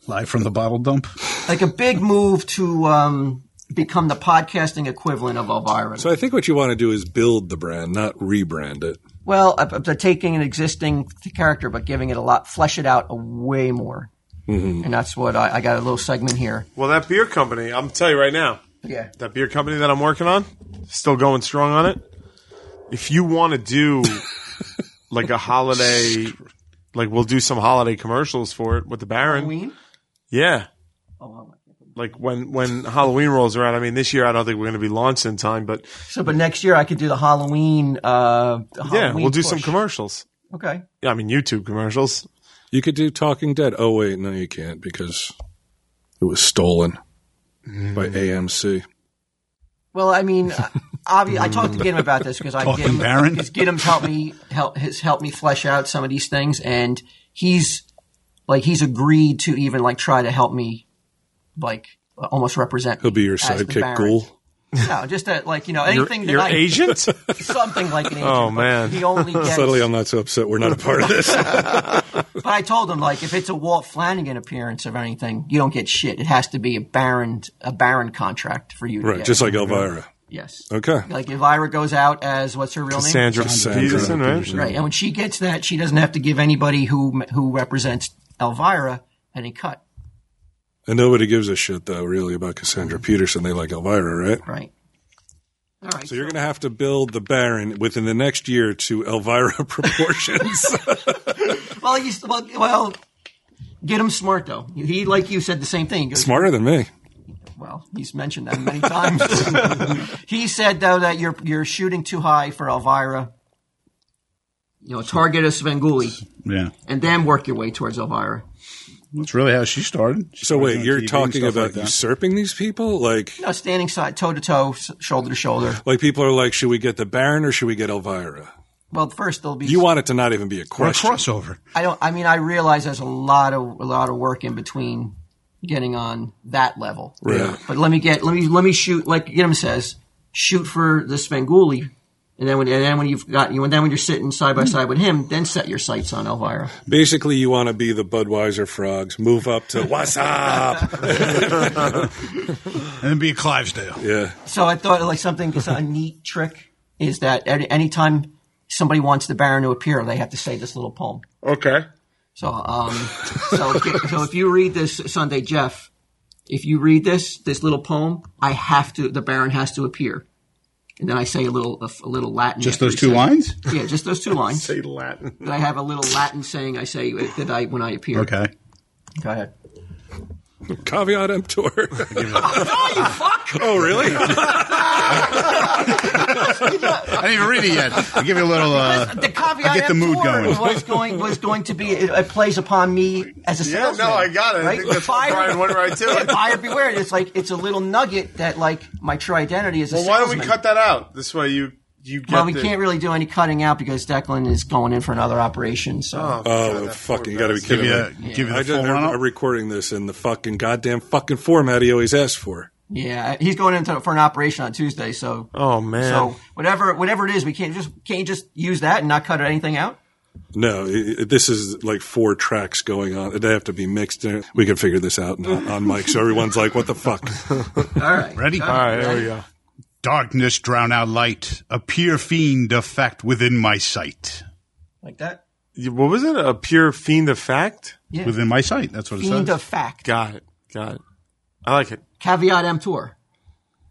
Speaker 5: Live from the bottle dump.
Speaker 1: like a big move to um become the podcasting equivalent of Elvira.
Speaker 3: So <laughs> I think what you want to do is build the brand, not rebrand it.
Speaker 1: well, uh, they're taking an existing character but giving it a lot, flesh it out a way more. And that's what I, I got a little segment here.
Speaker 2: Well, that beer company, I'm telling you right now,
Speaker 1: Yeah.
Speaker 2: that beer company that I'm working on, still going strong on it. If you want to do like a holiday, like we'll do some holiday commercials for it with the Baron.
Speaker 1: Halloween?
Speaker 2: Yeah.
Speaker 1: Oh, wow.
Speaker 2: Like when, when Halloween rolls around, I mean, this year I don't think we're going to be launched in time, but
Speaker 1: So, but next year I could do the Halloween. Uh, the
Speaker 2: yeah,
Speaker 1: Halloween
Speaker 2: we'll do
Speaker 1: push.
Speaker 2: some commercials.
Speaker 1: Okay.
Speaker 2: Yeah, I mean, YouTube commercials.
Speaker 3: You could do Talking Dead. Oh wait, no, you can't because it was stolen
Speaker 5: Mm.
Speaker 3: by AMC.
Speaker 1: Well, I mean, uh, obvi- I talked to Gidim about this because I
Speaker 5: Talking
Speaker 1: Gidim,
Speaker 5: Baron?
Speaker 1: because Gidim helped me help has helped me flesh out some of these things, and he's like he's agreed to even like try to help me, like almost represent.
Speaker 3: He'll be your
Speaker 1: as the Baron.
Speaker 3: sidekick ghoul.
Speaker 1: No, just that like you know anything that
Speaker 2: your
Speaker 1: I-
Speaker 2: agent?
Speaker 1: something like an agent.
Speaker 2: Oh,
Speaker 1: but
Speaker 2: man.
Speaker 1: he
Speaker 2: <laughs>
Speaker 1: only gets.
Speaker 3: Suddenly, I'm not so upset. We're not a part of
Speaker 5: <laughs>
Speaker 3: this.
Speaker 1: but I told him like if it's a Walt Flanagan appearance of anything, you don't get shit. It has to be a Baron a Baron contract for you. To
Speaker 3: right,
Speaker 1: get.
Speaker 3: just like Elvira.
Speaker 1: yes.
Speaker 3: Okay.
Speaker 1: Like Elvira goes out as what's her real name?
Speaker 2: Sandra
Speaker 3: Cassandra
Speaker 2: Peterson, right?
Speaker 3: Peterson.
Speaker 1: Right, and when she gets that, she doesn't have to give anybody who who represents Elvira any cut.
Speaker 3: And nobody gives a shit though, really, about Cassandra Peterson. They like Elvira, right?
Speaker 1: Right. All right.
Speaker 3: So you're going to have to build the Baron within the next year to Elvira <laughs> proportions.
Speaker 1: well, you, well, well, get him smart though. He, like you said, the same thing. He goes,
Speaker 3: Smarter than me.
Speaker 1: Well, he's mentioned that many times. <laughs> he said though that you're you're shooting too high for Elvira. You know, target a Svengoolie
Speaker 5: Yeah.
Speaker 1: and then work your way towards Elvira.
Speaker 5: That's really how she started. She
Speaker 3: So
Speaker 5: started
Speaker 3: wait,
Speaker 5: on
Speaker 3: you're
Speaker 5: TV and
Speaker 3: talking
Speaker 5: stuff
Speaker 3: about
Speaker 5: like that.
Speaker 3: usurping these people? Like,
Speaker 1: No, standing side, toe to toe, shoulder to shoulder.
Speaker 3: like people are like, should we get the Baron or should we get Elvira?
Speaker 1: Well, first there'll be
Speaker 3: You want it to not even be a
Speaker 5: Or a
Speaker 3: question.
Speaker 5: crossover.
Speaker 1: I don't. I mean, I realize there's a lot of a lot of work in between getting on that level.
Speaker 3: Yeah.
Speaker 1: But let me get let me let me shoot like Gidim says, shoot for the Svengoolie, and then when and then when you've got you and then when you're sitting side by side with him, then set your sights on Elvira.
Speaker 3: Basically, you want to be the Budweiser frogs. Move up <laughs> to what's up?
Speaker 5: And then be a Clivesdale.
Speaker 3: Yeah.
Speaker 1: So I thought like something a neat trick is that any anytime somebody wants the Baron to appear, they have to say this little poem.
Speaker 2: Okay.
Speaker 1: So, um, so, so if you read this Sunday, Jeff, if you read this this little poem, I have to. The Baron has to appear, and then I say a little a, f- a little Latin.
Speaker 5: Just
Speaker 1: after
Speaker 5: those
Speaker 1: he
Speaker 5: two
Speaker 1: says-
Speaker 5: lines?
Speaker 1: Yeah, just those two lines.
Speaker 2: <laughs> Say Latin.
Speaker 1: Then I have a little Latin saying I say that I when I appear.
Speaker 5: Okay.
Speaker 1: Go ahead.
Speaker 3: Caveat emptor.
Speaker 1: Oh, you fuck!
Speaker 3: <laughs> oh, really?
Speaker 5: I didn't even read it yet. <laughs> I'll give you a little. Uh,
Speaker 1: The caveat
Speaker 5: I get the mood
Speaker 1: emptor
Speaker 5: going.
Speaker 1: was going was going to be it, it plays upon me as a
Speaker 2: Yeah,
Speaker 1: salesman.
Speaker 2: no, I got it. I
Speaker 1: Right?
Speaker 2: think that's
Speaker 1: Buyer-
Speaker 2: what Brian went right to.
Speaker 1: <laughs> Yeah,
Speaker 2: it.
Speaker 1: buyer beware. It's like it's a little nugget that like my true identity is. A
Speaker 2: Well, why don't we
Speaker 1: salesman.
Speaker 2: cut that out? This way you you get.
Speaker 1: Well, we
Speaker 2: the-
Speaker 1: can't really do any cutting out because Declan is going in for another operation. So
Speaker 3: Oh, fucking! You got to be
Speaker 5: give
Speaker 3: kidding
Speaker 5: you,
Speaker 3: me.
Speaker 5: a, give you
Speaker 3: I
Speaker 5: the
Speaker 3: just
Speaker 5: full
Speaker 3: I'm,
Speaker 5: run up.
Speaker 3: recording this in the fucking goddamn fucking format he always asked for.
Speaker 1: yeah, he's going into for an operation on Tuesday. So
Speaker 2: Oh man.
Speaker 1: so whatever whatever it is, we can't just can't you just use that and not cut anything out.
Speaker 3: No, i i- this is like four tracks going on. They have to be mixed. In. We can figure this out on, on mic. So everyone's like, "What the
Speaker 5: <laughs>
Speaker 3: fuck?"
Speaker 1: All right,
Speaker 2: <laughs>
Speaker 5: Ready?
Speaker 2: All right, there we go.
Speaker 5: Darkness drown out light. A pure fiend effect within my sight.
Speaker 1: like that.
Speaker 2: You- What was it? A pure fiend of fact.
Speaker 1: Yeah.
Speaker 5: Within my sight. That's what it
Speaker 1: Fiend
Speaker 5: says.
Speaker 1: of fact.
Speaker 2: Got it. Got it. I like it.
Speaker 1: Caveat emptor.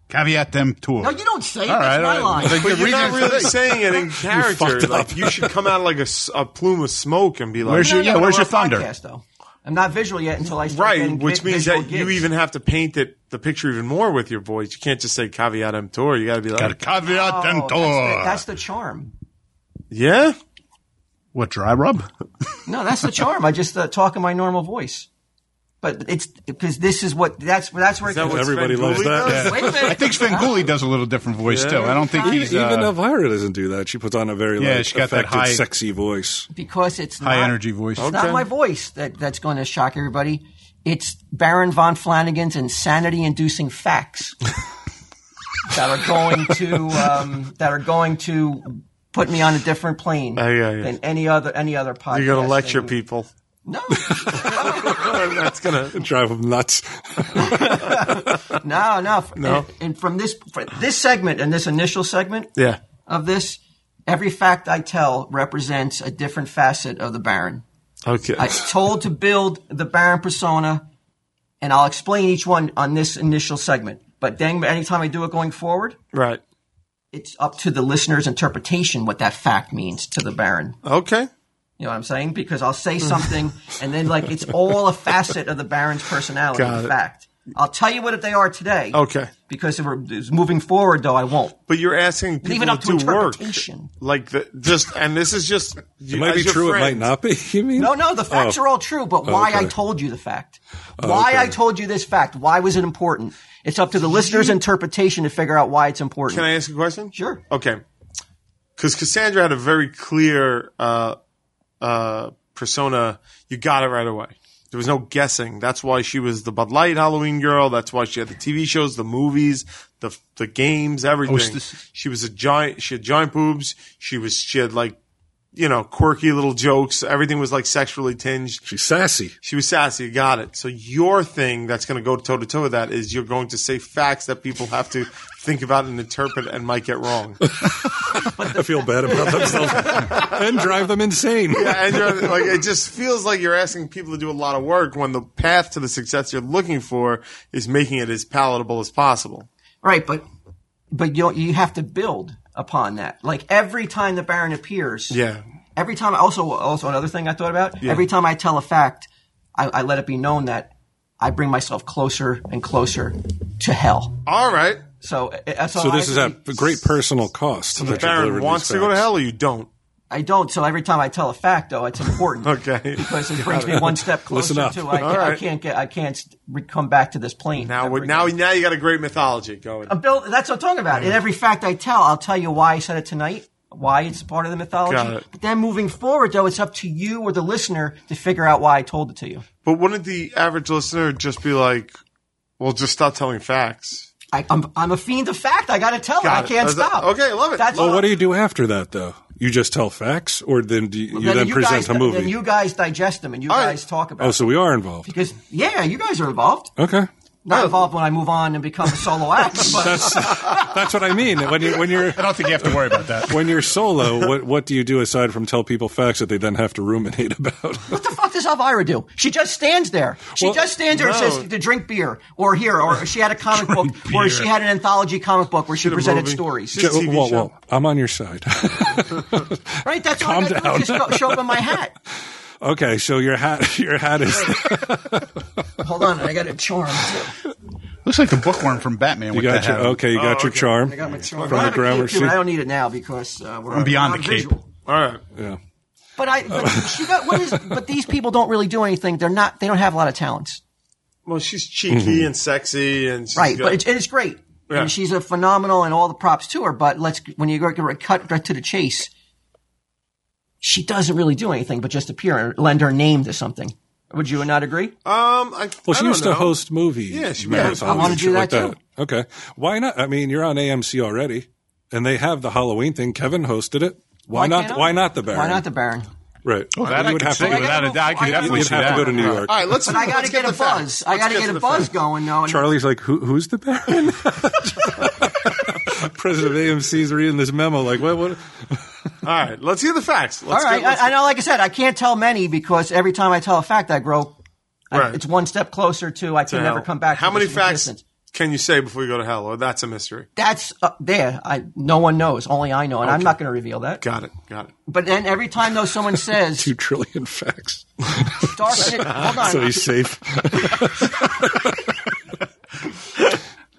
Speaker 5: Caveat them tour.
Speaker 1: No, you don't say it.
Speaker 5: All
Speaker 1: That's
Speaker 5: right,
Speaker 1: my
Speaker 5: all right.
Speaker 1: line.
Speaker 5: Well,
Speaker 2: But
Speaker 5: You're
Speaker 2: you're not
Speaker 5: reading it
Speaker 2: really <laughs>
Speaker 5: today.
Speaker 2: saying it in character.
Speaker 3: fucked
Speaker 2: like
Speaker 3: up.
Speaker 2: you should come out like a, s- a plume of smoke and be like,
Speaker 5: Where's
Speaker 1: No,
Speaker 5: your-
Speaker 1: no,
Speaker 5: yeah,
Speaker 1: no,
Speaker 5: where's
Speaker 1: we're
Speaker 5: your
Speaker 1: on
Speaker 5: thunder?
Speaker 1: podcast, though. I'm not visual yet until I start
Speaker 2: right?
Speaker 1: getting
Speaker 2: Which
Speaker 1: vi-
Speaker 2: means
Speaker 1: visual
Speaker 2: that you
Speaker 1: gigs.
Speaker 2: even have to paint it the picture even more with your voice. You can't just say caveat emptor. You got to be like,
Speaker 5: Got a <laughs> caveat
Speaker 1: Oh,
Speaker 5: them
Speaker 1: that's,
Speaker 5: tour.
Speaker 1: the, that's the charm.
Speaker 2: yeah.
Speaker 5: what, dry rub?
Speaker 1: No, that's the charm. I just uh, talk in my normal voice. But it's because this is what that's that's where it
Speaker 2: Is that
Speaker 1: goes.
Speaker 2: what
Speaker 3: Everybody
Speaker 2: Sven
Speaker 3: loves
Speaker 2: Gulli
Speaker 3: that.
Speaker 2: does?
Speaker 1: Oh, Wait a minute.
Speaker 5: I think Svengoolie does a little different voice, too. I don't think he's.
Speaker 3: Even
Speaker 5: Uh,
Speaker 3: Elvira doesn't do that. She puts on a very
Speaker 5: Yeah,
Speaker 3: like,
Speaker 5: she got that
Speaker 3: affected,
Speaker 5: high-
Speaker 3: sexy voice.
Speaker 1: because it's
Speaker 5: high
Speaker 1: not,
Speaker 5: energy voice.
Speaker 1: It's not
Speaker 2: Okay.
Speaker 1: my voice that, that's going to shock everybody. It's Baron von Flanagan's insanity-inducing
Speaker 5: <laughs>
Speaker 1: facts that are going to um, that are going to put me on a different plane
Speaker 2: Oh, yeah, yeah.
Speaker 1: than any other any other podcast.
Speaker 2: You're gonna lecture
Speaker 1: thing.
Speaker 2: people.
Speaker 1: No,
Speaker 2: That's gonna.
Speaker 3: <laughs> Drive them nuts.
Speaker 1: no, no,
Speaker 2: No.
Speaker 1: And, and from this for this segment and this initial segment
Speaker 2: Yeah.
Speaker 1: of this, every fact I tell represents a different facet of the Baron.
Speaker 2: Okay.
Speaker 1: I told to build the Baron persona, and I'll explain each one on this initial segment. But then, anytime I do it going forward,
Speaker 2: right.
Speaker 1: it's up to the listener's interpretation what that fact means to the Baron.
Speaker 2: Okay.
Speaker 1: You know what I'm saying? Because I'll
Speaker 2: Mm.
Speaker 1: say something, and then like it's all a facet of the Baron's personality.
Speaker 2: Got
Speaker 1: in
Speaker 2: it. Oh.
Speaker 1: fact, I'll tell you what they are today.
Speaker 2: Okay.
Speaker 1: Because if we're it's moving forward, though, I won't.
Speaker 2: But you're asking people
Speaker 1: Leave it up
Speaker 2: to
Speaker 1: to
Speaker 2: do work.
Speaker 1: interpretation.
Speaker 2: Like the just and this is just
Speaker 3: It might be true. It might not be. You mean?
Speaker 1: No, no, the facts are all true, but why I
Speaker 3: Oh. okay. Oh,
Speaker 1: told you the fact. Why I
Speaker 3: okay.
Speaker 1: told you this fact. Why was it important? It's up to the listener's interpretation to figure out why it's important.
Speaker 2: Can I ask a question?
Speaker 1: Sure.
Speaker 2: Okay. Because Cassandra had a very clear uh, uh, persona. You got it right away. There was no guessing. That's why she was the Bud Light Halloween girl. That's why she had the TV shows, the movies, the the games,
Speaker 3: Oh,
Speaker 2: everything.
Speaker 6: this-
Speaker 2: she was a giant. She had giant boobs. She was. She had like, you know, quirky little jokes. Everything was like sexually tinged.
Speaker 3: She's sassy.
Speaker 2: She was sassy. You got it. So your thing that's going to go toe to toe with that is you're going to say facts that people have to think about and interpret and might get <laughs> wrong.
Speaker 3: I feel bad about themselves and drive them insane.
Speaker 2: and you're, like it just feels like you're asking people to do a lot of work when the path to the success you're looking for is making it as palatable as possible.
Speaker 1: Right, but but you you have to build upon that. Like every time the Baron appears,
Speaker 2: Yeah.
Speaker 1: Every time, also, also another thing I thought about. Every time I tell a fact, I, I let it be known that I bring myself closer and closer to hell.
Speaker 2: All right.
Speaker 1: So uh, that's
Speaker 3: So
Speaker 1: all
Speaker 3: this
Speaker 1: I-
Speaker 3: is at great personal cost. So
Speaker 2: The Baron wants to go to hell or you don't.
Speaker 1: I don't. So every time I tell a fact, though, it's
Speaker 3: <laughs>
Speaker 1: important. <laughs>
Speaker 2: Okay.
Speaker 1: Because it brings me one step closer
Speaker 3: Listen up.
Speaker 1: to I,
Speaker 2: All
Speaker 1: I
Speaker 2: right.
Speaker 1: can't get I can't st- re- come back to this plane.
Speaker 2: <laughs> Now,
Speaker 1: ever
Speaker 2: we- now,
Speaker 1: again.
Speaker 2: now you got a great mythology going.
Speaker 1: I'm built- that's what I'm talking about. In every fact I tell, I'll tell you why I said it tonight, why it's part of the
Speaker 2: Got
Speaker 1: mythology.
Speaker 2: it.
Speaker 1: But then moving forward, though, it's up to you or the listener to figure out why I told it to you.
Speaker 2: But wouldn't the average listener just be like, well, just stop telling facts?
Speaker 1: I, I'm, I'm a fiend of fact. I got to tell
Speaker 2: Got
Speaker 1: it. I
Speaker 2: it.
Speaker 1: can't
Speaker 2: That's-
Speaker 1: stop.
Speaker 2: okay, love it.
Speaker 1: That's
Speaker 3: Well,
Speaker 1: all-
Speaker 3: what do you do after that, though? You just tell facts, or then do you, you then,
Speaker 1: you
Speaker 3: present
Speaker 1: guys,
Speaker 3: a movie?
Speaker 1: Then you guys digest them and you
Speaker 2: right.
Speaker 1: guys talk about
Speaker 3: oh,
Speaker 1: it.
Speaker 3: so we are involved.
Speaker 1: Because, yeah, you guys are involved.
Speaker 3: Okay,
Speaker 2: Oh.
Speaker 1: Not involved when I move on and become a solo
Speaker 2: <laughs>
Speaker 1: act. But
Speaker 3: that's that's what I mean. When you when you're
Speaker 5: I don't think you have to worry
Speaker 3: <laughs>
Speaker 5: about that.
Speaker 3: when you're solo, what what do you do aside from tell people facts that they then have to
Speaker 1: <laughs>
Speaker 3: ruminate about?
Speaker 1: what the fuck does Elvira do? She just stands there. She
Speaker 3: Well,
Speaker 1: just stands there
Speaker 2: no.
Speaker 1: and says to drink beer or here or she had a comic book or she had an anthology comic book where she presented
Speaker 2: movie.
Speaker 1: stories.
Speaker 2: Just- TV
Speaker 3: whoa,
Speaker 2: show.
Speaker 3: whoa! I'm on your side. <laughs>
Speaker 1: right? That's all
Speaker 3: Calm
Speaker 1: I got
Speaker 3: down.
Speaker 1: to do. Just go, show up in my
Speaker 3: <laughs>
Speaker 1: hat.
Speaker 3: okay, so your hat <laughs> your hat is.
Speaker 1: Hold on. I got a charm. too.
Speaker 5: Looks like the bookworm from Batman.
Speaker 3: You
Speaker 5: with
Speaker 3: got
Speaker 5: that
Speaker 3: your
Speaker 5: hat on.
Speaker 3: okay. You got your charm
Speaker 1: Oh, I got my charm.
Speaker 3: from
Speaker 1: I
Speaker 3: the
Speaker 1: have a
Speaker 3: grammar
Speaker 1: cape, too, but I
Speaker 3: sheet.
Speaker 1: don't need it now because uh, we're
Speaker 5: I'm beyond the
Speaker 1: I'm
Speaker 5: cape.
Speaker 1: visual.
Speaker 2: All right.
Speaker 3: Yeah.
Speaker 1: But I, but she got what is? But these people don't really do anything. They're not. They don't have a lot of talents,
Speaker 2: Well, she's cheeky
Speaker 5: Mm-hmm.
Speaker 2: and sexy, and she's
Speaker 1: right?
Speaker 2: got-
Speaker 1: But it's, and it's great.
Speaker 2: Yeah.
Speaker 1: And she's a phenomenal, and all the props to her. But let's when you go go- cut right to the chase, she doesn't really do anything but just appear and lend her name to something. Would you not agree?
Speaker 2: um, I,
Speaker 3: Well, she
Speaker 2: I
Speaker 3: used
Speaker 2: don't
Speaker 3: to
Speaker 2: know.
Speaker 3: host movies.
Speaker 2: Yeah, she-
Speaker 3: marathons
Speaker 2: yeah, I
Speaker 1: wanna
Speaker 3: and
Speaker 1: do
Speaker 3: shit like
Speaker 1: that, too.
Speaker 3: Okay, why not? I mean, you're on AMC already, and they have the Halloween thing. Kevin hosted it. Why,
Speaker 1: can't
Speaker 3: not?
Speaker 1: I?
Speaker 3: Why not the Baron?
Speaker 1: Why not the Baron?
Speaker 3: Right.
Speaker 5: Oh, that I
Speaker 3: would
Speaker 5: can
Speaker 3: have
Speaker 5: see
Speaker 3: to.
Speaker 5: without a doubt. I
Speaker 1: I
Speaker 5: can
Speaker 1: gotta
Speaker 5: definitely
Speaker 1: go-
Speaker 3: You'd
Speaker 5: see
Speaker 3: have to
Speaker 5: that.
Speaker 3: go to New York.
Speaker 2: All right, let's.
Speaker 1: But I got
Speaker 2: let's
Speaker 1: to get, a
Speaker 2: the facts.
Speaker 1: buzz. I
Speaker 2: Let's
Speaker 1: got to
Speaker 2: get
Speaker 1: get
Speaker 2: to
Speaker 1: a
Speaker 2: the
Speaker 1: buzz
Speaker 2: facts.
Speaker 1: going. No, and-
Speaker 3: Charlie's like, Who, who's the <laughs> Baron? President of AMC's reading this memo. Like, what? what?
Speaker 2: All right, let's hear the facts. Let's
Speaker 1: all right.
Speaker 2: Get, let's
Speaker 1: I, I know. Like I said, I can't tell many because every time I tell a fact, I grow. I-
Speaker 2: Right.
Speaker 1: it's one step closer to I can
Speaker 2: get-
Speaker 1: never come back.
Speaker 2: How
Speaker 1: to
Speaker 2: many
Speaker 1: this
Speaker 2: facts
Speaker 1: existence.
Speaker 2: can you say before you go to hell? Or that's a mystery.
Speaker 1: that's uh, there. I no one knows. Only I know, and I'm not going to reveal that.
Speaker 2: Got it. Got it.
Speaker 1: But then every time though someone says
Speaker 3: <laughs> Two trillion facts.
Speaker 1: dark shit, hold on.
Speaker 3: So he's safe.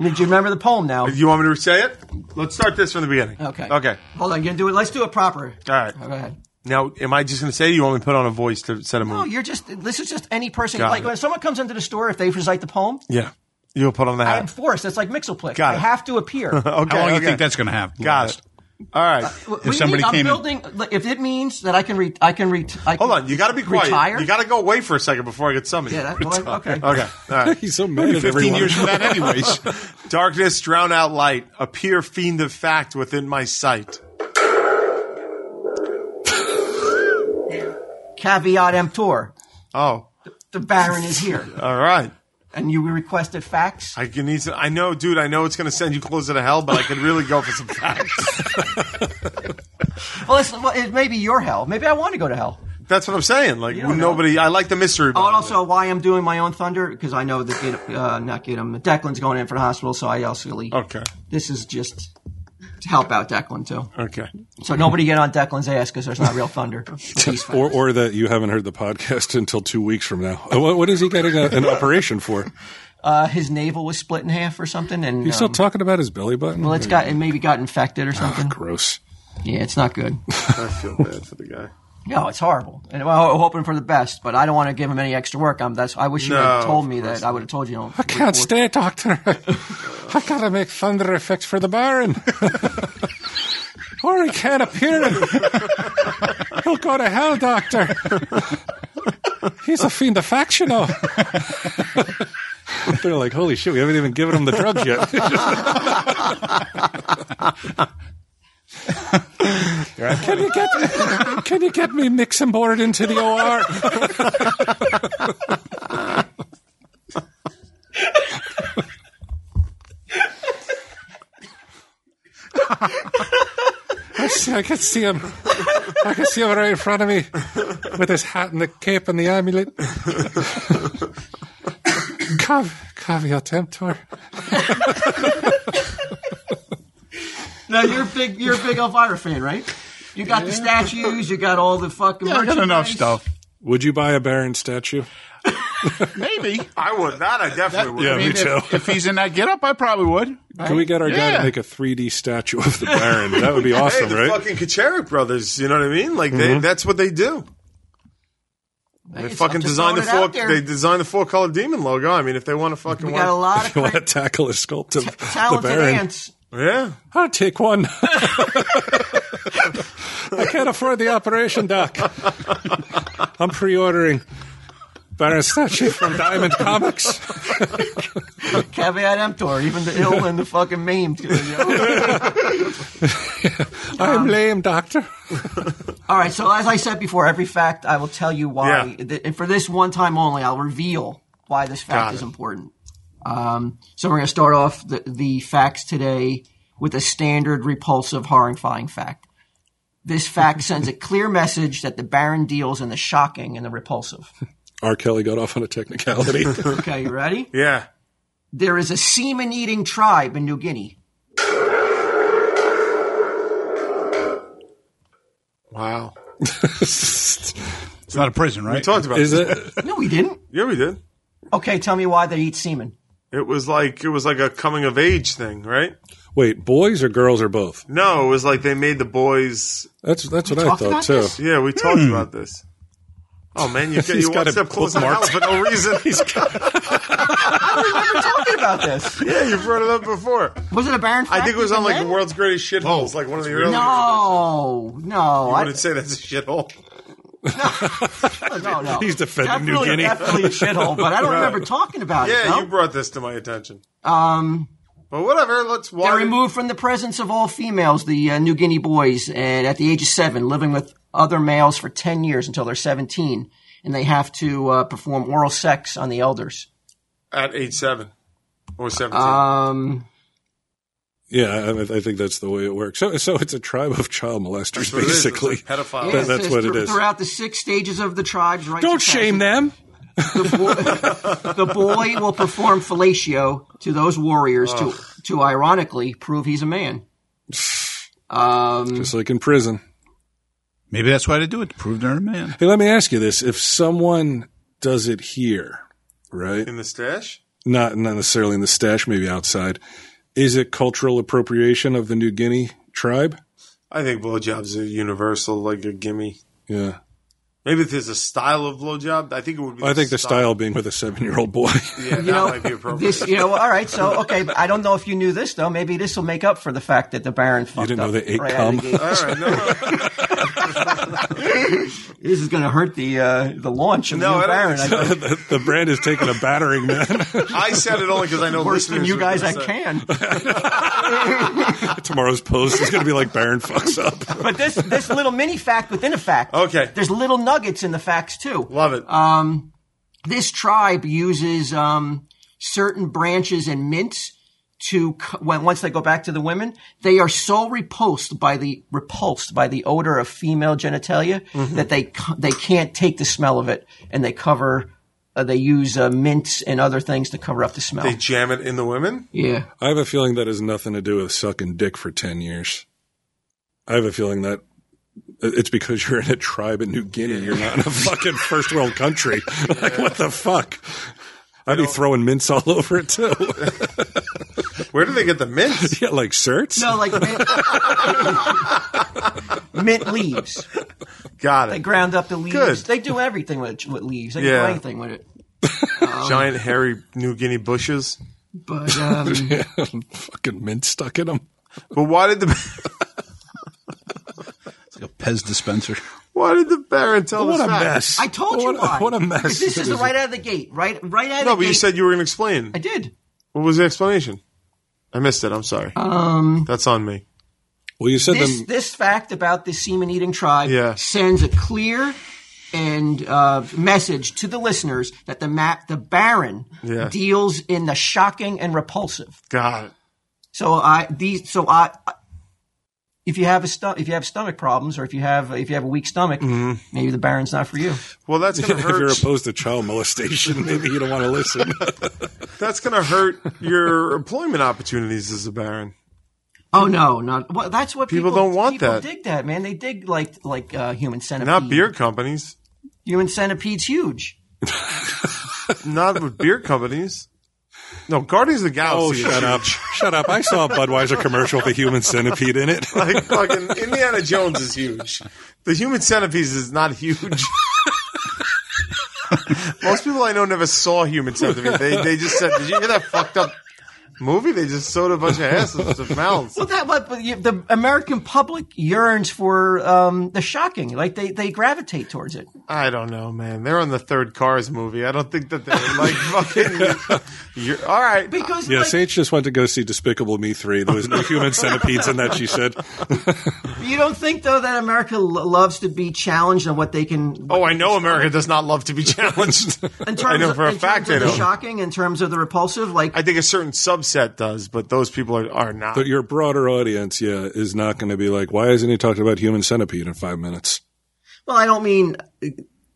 Speaker 1: Did you remember the poem now?
Speaker 2: You want me to say it? Let's start this from the beginning.
Speaker 1: Okay.
Speaker 2: Okay.
Speaker 1: Hold on. You gonna do it? Let's do it proper.
Speaker 2: All right.
Speaker 1: Go ahead.
Speaker 2: Now, am I just going to say? it, or You want me to put on a voice to set a
Speaker 1: No,
Speaker 2: movie?
Speaker 1: you're just. This is just any person.
Speaker 2: Got
Speaker 1: like
Speaker 2: it.
Speaker 1: when someone comes into the store, if they recite the poem,
Speaker 2: yeah. You'll put on the
Speaker 1: I'm
Speaker 2: hat.
Speaker 1: forced. That's like Mixoplex.
Speaker 2: Got
Speaker 1: I
Speaker 2: it.
Speaker 1: have to
Speaker 2: <laughs>
Speaker 1: appear.
Speaker 2: Okay.
Speaker 5: How long do
Speaker 2: okay.
Speaker 5: you think that's going to have?
Speaker 2: Got
Speaker 5: last?
Speaker 2: it. All right.
Speaker 1: We need-
Speaker 5: somebody
Speaker 1: I'm
Speaker 5: came in-
Speaker 1: building. If it means that I can read, I can read. I can
Speaker 2: Hold on. You got to be quiet.
Speaker 1: Retire.
Speaker 2: You got to go away for a second before I get summoned.
Speaker 1: Yeah. That, well, okay.
Speaker 2: Okay. All right.
Speaker 3: <laughs> he's so mad at
Speaker 5: 15
Speaker 3: everyone.
Speaker 5: years from that,
Speaker 3: <laughs>
Speaker 5: anyways.
Speaker 2: Darkness, drown out light. Appear fiend of fact within my sight.
Speaker 1: Caveat emptor.
Speaker 2: Oh,
Speaker 1: The Baron is
Speaker 2: <laughs>
Speaker 1: here,
Speaker 2: all right.
Speaker 1: and you requested facts.
Speaker 2: I can need. Some, I know, dude. I know it's going to send you closer to hell, but I could really go for some
Speaker 3: <laughs>
Speaker 2: facts.
Speaker 1: Well, it's, well, it may be your hell. Maybe I want to go to hell.
Speaker 2: That's what I'm saying. Like
Speaker 1: don't know.
Speaker 2: nobody. I like the mystery.
Speaker 1: Oh, and
Speaker 2: behind it.
Speaker 1: also why I'm doing my own thunder because I know that Gid- uh, not Gidim, Declan's going in for the hospital, so I also really
Speaker 2: Okay.
Speaker 1: This is just to help out Declan too.
Speaker 2: Okay.
Speaker 1: So nobody get on Declan's ass because there's not real thunder. Please,
Speaker 3: <laughs> Or, or that you haven't heard the podcast until two weeks from now. Uh, What, what is he getting a, an operation
Speaker 1: <laughs>
Speaker 3: for?
Speaker 1: uh, his navel was split in half or something, and
Speaker 3: He's still
Speaker 1: um,
Speaker 3: talking about his belly button.
Speaker 1: well, it's got it maybe got infected or something.
Speaker 3: gross.
Speaker 1: yeah, it's not good.
Speaker 2: I feel bad for the guy.
Speaker 1: No, it's horrible. And I'm hoping for the best, but I don't want to give him any extra work. I'm, that's I wish you
Speaker 2: No,
Speaker 1: had told
Speaker 2: of
Speaker 1: me that. I would have told you. you know,
Speaker 3: I can't
Speaker 1: before-
Speaker 3: stay, Doctor. <laughs> I gotta make thunder effects for the Baron. <laughs> or he can't appear. <laughs> He'll go to hell, Doctor. <laughs> He's a fiend of faction, though. <laughs> They're like, holy shit, we haven't even given him the drugs yet. <laughs> can you get can you get me mixing board into the OR? I, see, I can see him. I can see him right in front of me with his hat and the cape and the amulet. Cav- caveat emptor.
Speaker 1: Now you're a big. You're a big Elvira fan, right? You got the statues. You got all the fucking.
Speaker 5: I got enough
Speaker 1: merchandise.
Speaker 5: stuff.
Speaker 3: Would you buy a Baron statue?
Speaker 5: <laughs> Maybe.
Speaker 2: I would. That I definitely
Speaker 3: yeah.
Speaker 2: would.
Speaker 3: me
Speaker 5: if,
Speaker 3: too.
Speaker 5: if he's in that getup, I probably would.
Speaker 3: Can we get our guy to
Speaker 5: Yeah.
Speaker 3: make a 3D statue of the Baron? That would be
Speaker 2: Hey,
Speaker 3: awesome,
Speaker 2: the
Speaker 3: right? Mm-hmm.
Speaker 2: fucking Kacharik brothers. You know what I mean? Like they. That's what they do. They
Speaker 1: It's-
Speaker 2: fucking
Speaker 1: I'm just
Speaker 2: designed the
Speaker 1: throwing it
Speaker 2: four.
Speaker 1: out there.
Speaker 2: They designed the four color demon logo. I mean, if they want to fucking.
Speaker 1: We got a lot of
Speaker 3: <laughs> you want to
Speaker 1: great
Speaker 3: tackle a sculpt of the
Speaker 1: talented
Speaker 3: Baron?
Speaker 1: ants.
Speaker 2: Yeah.
Speaker 3: I'll take one. <laughs> I can't afford the operation, Doc. I'm pre-ordering Baron statue from Diamond Comics.
Speaker 1: Caveat emptor. Even the ill and the fucking maimed. you know?
Speaker 3: I'm lame, Doctor.
Speaker 1: All right. So as I said before, every fact I will tell you why.
Speaker 2: Yeah.
Speaker 1: th- And for this one time only, I'll reveal why this fact
Speaker 2: Got
Speaker 1: is
Speaker 2: it.
Speaker 1: important. Um, so we're going to start off the, the facts today with a standard repulsive, horrifying fact. This
Speaker 2: <laughs>
Speaker 1: fact sends a clear message that the Baron deals in the shocking and the repulsive.
Speaker 3: R. Kelly got off on a <laughs> technicality.
Speaker 1: Okay, you ready?
Speaker 2: Yeah.
Speaker 1: There is a semen eating tribe in New Guinea.
Speaker 2: Wow.
Speaker 5: It's not a prison,
Speaker 2: We
Speaker 5: right?
Speaker 2: talked about
Speaker 3: Is
Speaker 2: this.
Speaker 3: it?
Speaker 1: No, we didn't.
Speaker 2: Yeah, we did.
Speaker 1: Okay, tell me why they eat semen.
Speaker 2: It was like it was like a coming of age thing, right?
Speaker 3: Wait, boys or girls or both?
Speaker 2: No, it was like they made the boys.
Speaker 3: That's that's what I
Speaker 1: talked
Speaker 3: thought
Speaker 1: about
Speaker 3: too.
Speaker 1: this?
Speaker 2: Yeah, we talked about this. Oh man,
Speaker 3: <laughs>
Speaker 2: you get
Speaker 3: Hmm. He's
Speaker 2: you
Speaker 3: got
Speaker 2: one
Speaker 3: it
Speaker 2: step closer to hell for
Speaker 3: <laughs>
Speaker 2: no reason.
Speaker 1: We were talking about this.
Speaker 2: <laughs> yeah, you brought it up before.
Speaker 1: Was it a Baron fact?
Speaker 2: I think it was
Speaker 1: you
Speaker 2: on like
Speaker 1: read?
Speaker 2: the world's greatest
Speaker 3: Oh,
Speaker 2: shitholes, like one of the early.
Speaker 1: No, no, I,
Speaker 2: I wouldn't say that's a shithole.
Speaker 3: <laughs>
Speaker 1: no, no.
Speaker 3: He's defending New
Speaker 1: Definitely-
Speaker 3: Guinea.
Speaker 1: Definitely a shithole, but I don't remember talking about it.
Speaker 2: Yeah,
Speaker 1: no?
Speaker 2: you brought this to my attention.
Speaker 1: um,
Speaker 2: But whatever, let's
Speaker 1: they're
Speaker 2: why
Speaker 1: removed from the presence of all females, the uh, New Guinea boys, and at the age of seven, living with other males for ten years until they're seventeen, and they have to uh, perform oral sex on the elders.
Speaker 2: at age seven or seventeen.
Speaker 1: Um,
Speaker 3: Yeah, I, mean, I think that's the way it works. So, so it's a tribe of child molesters,
Speaker 2: That's what it is. It's
Speaker 3: basically.
Speaker 2: like pedophile.
Speaker 1: yeah, it
Speaker 3: that's
Speaker 1: says
Speaker 3: what
Speaker 1: thr-
Speaker 3: it is.
Speaker 1: Throughout the six stages of the tribe's right.
Speaker 3: Don't shame them.
Speaker 1: the boy will perform fellatio to those warriors to to ironically prove he's a man. Um,
Speaker 3: Just like in prison.
Speaker 5: Maybe that's why they do it to prove they're a man.
Speaker 3: Hey, let me ask you this: If someone does it here, right?
Speaker 2: in the stash.
Speaker 3: Not not necessarily in the stash, maybe outside. Is it cultural appropriation of the New Guinea tribe?
Speaker 2: I think blowjobs are universal, like a gimme.
Speaker 3: Yeah,
Speaker 2: Maybe if there's a style of blowjob, I think it would be.
Speaker 3: I think the style being with a seven-year-old boy. <laughs>
Speaker 2: Yeah, that
Speaker 1: know,
Speaker 2: might be appropriate.
Speaker 1: this, you know, all right. So, okay, but I don't know if you knew this though. Maybe this will make up for the fact that the Baron fucked
Speaker 3: didn't know
Speaker 1: up
Speaker 3: they ate
Speaker 1: right out of
Speaker 3: cum?
Speaker 1: the gate.
Speaker 2: All right, no, no.
Speaker 1: <laughs> this is going to hurt the uh, the launch of
Speaker 2: No,
Speaker 1: the new
Speaker 2: I don't
Speaker 1: Baron.
Speaker 2: think
Speaker 1: I-
Speaker 2: <laughs>
Speaker 3: <laughs> the, the brand is taking a battering, man. <laughs>
Speaker 2: I said it only because I know
Speaker 1: Worse than
Speaker 2: listeners
Speaker 1: you
Speaker 2: are
Speaker 1: guys, I
Speaker 2: gonna say-
Speaker 1: can.
Speaker 3: Tomorrow's post is going to be like Baron fucks up.
Speaker 1: But this this little mini fact within a fact.
Speaker 2: Okay.
Speaker 1: There's little nuggets in the facts too.
Speaker 2: Love it.
Speaker 1: Uh, this tribe uses um, certain branches and mints to c- when once they go back to the women, they are so repulsed by the repulsed by the odor of female genitalia
Speaker 2: Mm-hmm.
Speaker 1: that they c- they can't take the smell of it, and they cover. Uh, they use uh, mints and other things to cover up the smell.
Speaker 2: they jam it in the women.
Speaker 1: yeah,
Speaker 3: <laughs> I have a feeling that has nothing to do with sucking dick for 10 years. I have a feeling that it's because you're in a tribe in New Guinea. You're not in a fucking first world <laughs> country. Like, what the fuck? I'd be throwing mints all over it <laughs> too.
Speaker 2: Where do they get the mints?
Speaker 3: yeah, like shirts.
Speaker 1: no, like
Speaker 2: <laughs>
Speaker 1: mint, mint leaves.
Speaker 2: Got
Speaker 1: They
Speaker 2: it.
Speaker 1: ground up the leaves.
Speaker 2: Good.
Speaker 1: They do everything with, it, with leaves. They
Speaker 2: Yeah.
Speaker 1: do anything with it.
Speaker 2: Giant hairy New Guinea bushes.
Speaker 1: But um,
Speaker 3: <laughs> fucking mint stuck in them.
Speaker 2: But why did the <laughs>
Speaker 5: It's like a Pez dispenser.
Speaker 2: why did the Baron tell
Speaker 3: What
Speaker 2: us
Speaker 3: a
Speaker 2: that?
Speaker 3: mess.
Speaker 1: I told you
Speaker 3: what,
Speaker 1: why.
Speaker 3: What a mess.
Speaker 1: Because This is right out of the gate. Right, right out.
Speaker 2: No,
Speaker 1: of the
Speaker 2: but you
Speaker 1: gate.
Speaker 2: said you were going to explain.
Speaker 1: I did.
Speaker 2: What was the explanation? I missed it. I'm sorry.
Speaker 1: Um,
Speaker 2: That's on me.
Speaker 3: Well, you said
Speaker 1: This
Speaker 3: them.
Speaker 1: this fact about the semen eating tribe
Speaker 2: Yeah.
Speaker 1: sends a clear and uh, message to the listeners that the map the Baron
Speaker 2: Yeah.
Speaker 1: deals in the shocking and repulsive.
Speaker 2: Got it.
Speaker 1: So I these so I. If you have a sto- if you have stomach problems or if you have if you have a weak stomach,
Speaker 2: Mm-hmm.
Speaker 1: maybe the Baron's not for you.
Speaker 2: Well, that's going to
Speaker 3: <laughs> If you're
Speaker 2: hurt.
Speaker 3: opposed to child molestation, <laughs> maybe you don't want to listen.
Speaker 2: that's going to hurt your employment opportunities as a Baron.
Speaker 1: Oh no, not well, that's what
Speaker 2: People
Speaker 1: people,
Speaker 2: don't want
Speaker 1: people
Speaker 2: that.
Speaker 1: Dig that man. They dig like like uh, human centipede.
Speaker 2: Not beer companies.
Speaker 1: Human centipede's huge.
Speaker 2: Not with beer companies. No, Guardians of the Galaxy.
Speaker 3: Oh,
Speaker 2: is
Speaker 3: shut up. <laughs> Shut up. I saw a Budweiser commercial with a human centipede in it. <laughs>
Speaker 2: Like fucking Indiana Jones is huge. The human centipede is not huge. Most people I know never saw human centipede. They they just said, "Did you hear that fucked up movie?" They just sewed a bunch of asses to mouths.
Speaker 1: Well, that but but you- the American public yearns for um, the shocking. Like they, they gravitate towards it.
Speaker 2: I don't know, man. They're on the third Cars movie. I don't think that they're like fucking. You're, all right.
Speaker 1: Because
Speaker 3: Yeah,
Speaker 1: like,
Speaker 3: Sage just went to go see Despicable Me 3. There was no human centipedes in that, she said.
Speaker 1: you don't think though that America lo- loves to be challenged on what they can.
Speaker 2: Oh, I know America does not love to be challenged.
Speaker 1: in terms
Speaker 2: I know
Speaker 1: of,
Speaker 2: for a
Speaker 1: in terms
Speaker 2: fact
Speaker 1: of
Speaker 2: they
Speaker 1: the
Speaker 2: don't.
Speaker 1: shocking, in terms of the repulsive, like
Speaker 2: I think a certain subset does, but those people are, are not.
Speaker 3: But your broader audience, yeah, is not going to be like, why isn't he talking about human centipede in five minutes?
Speaker 1: Well, I don't mean.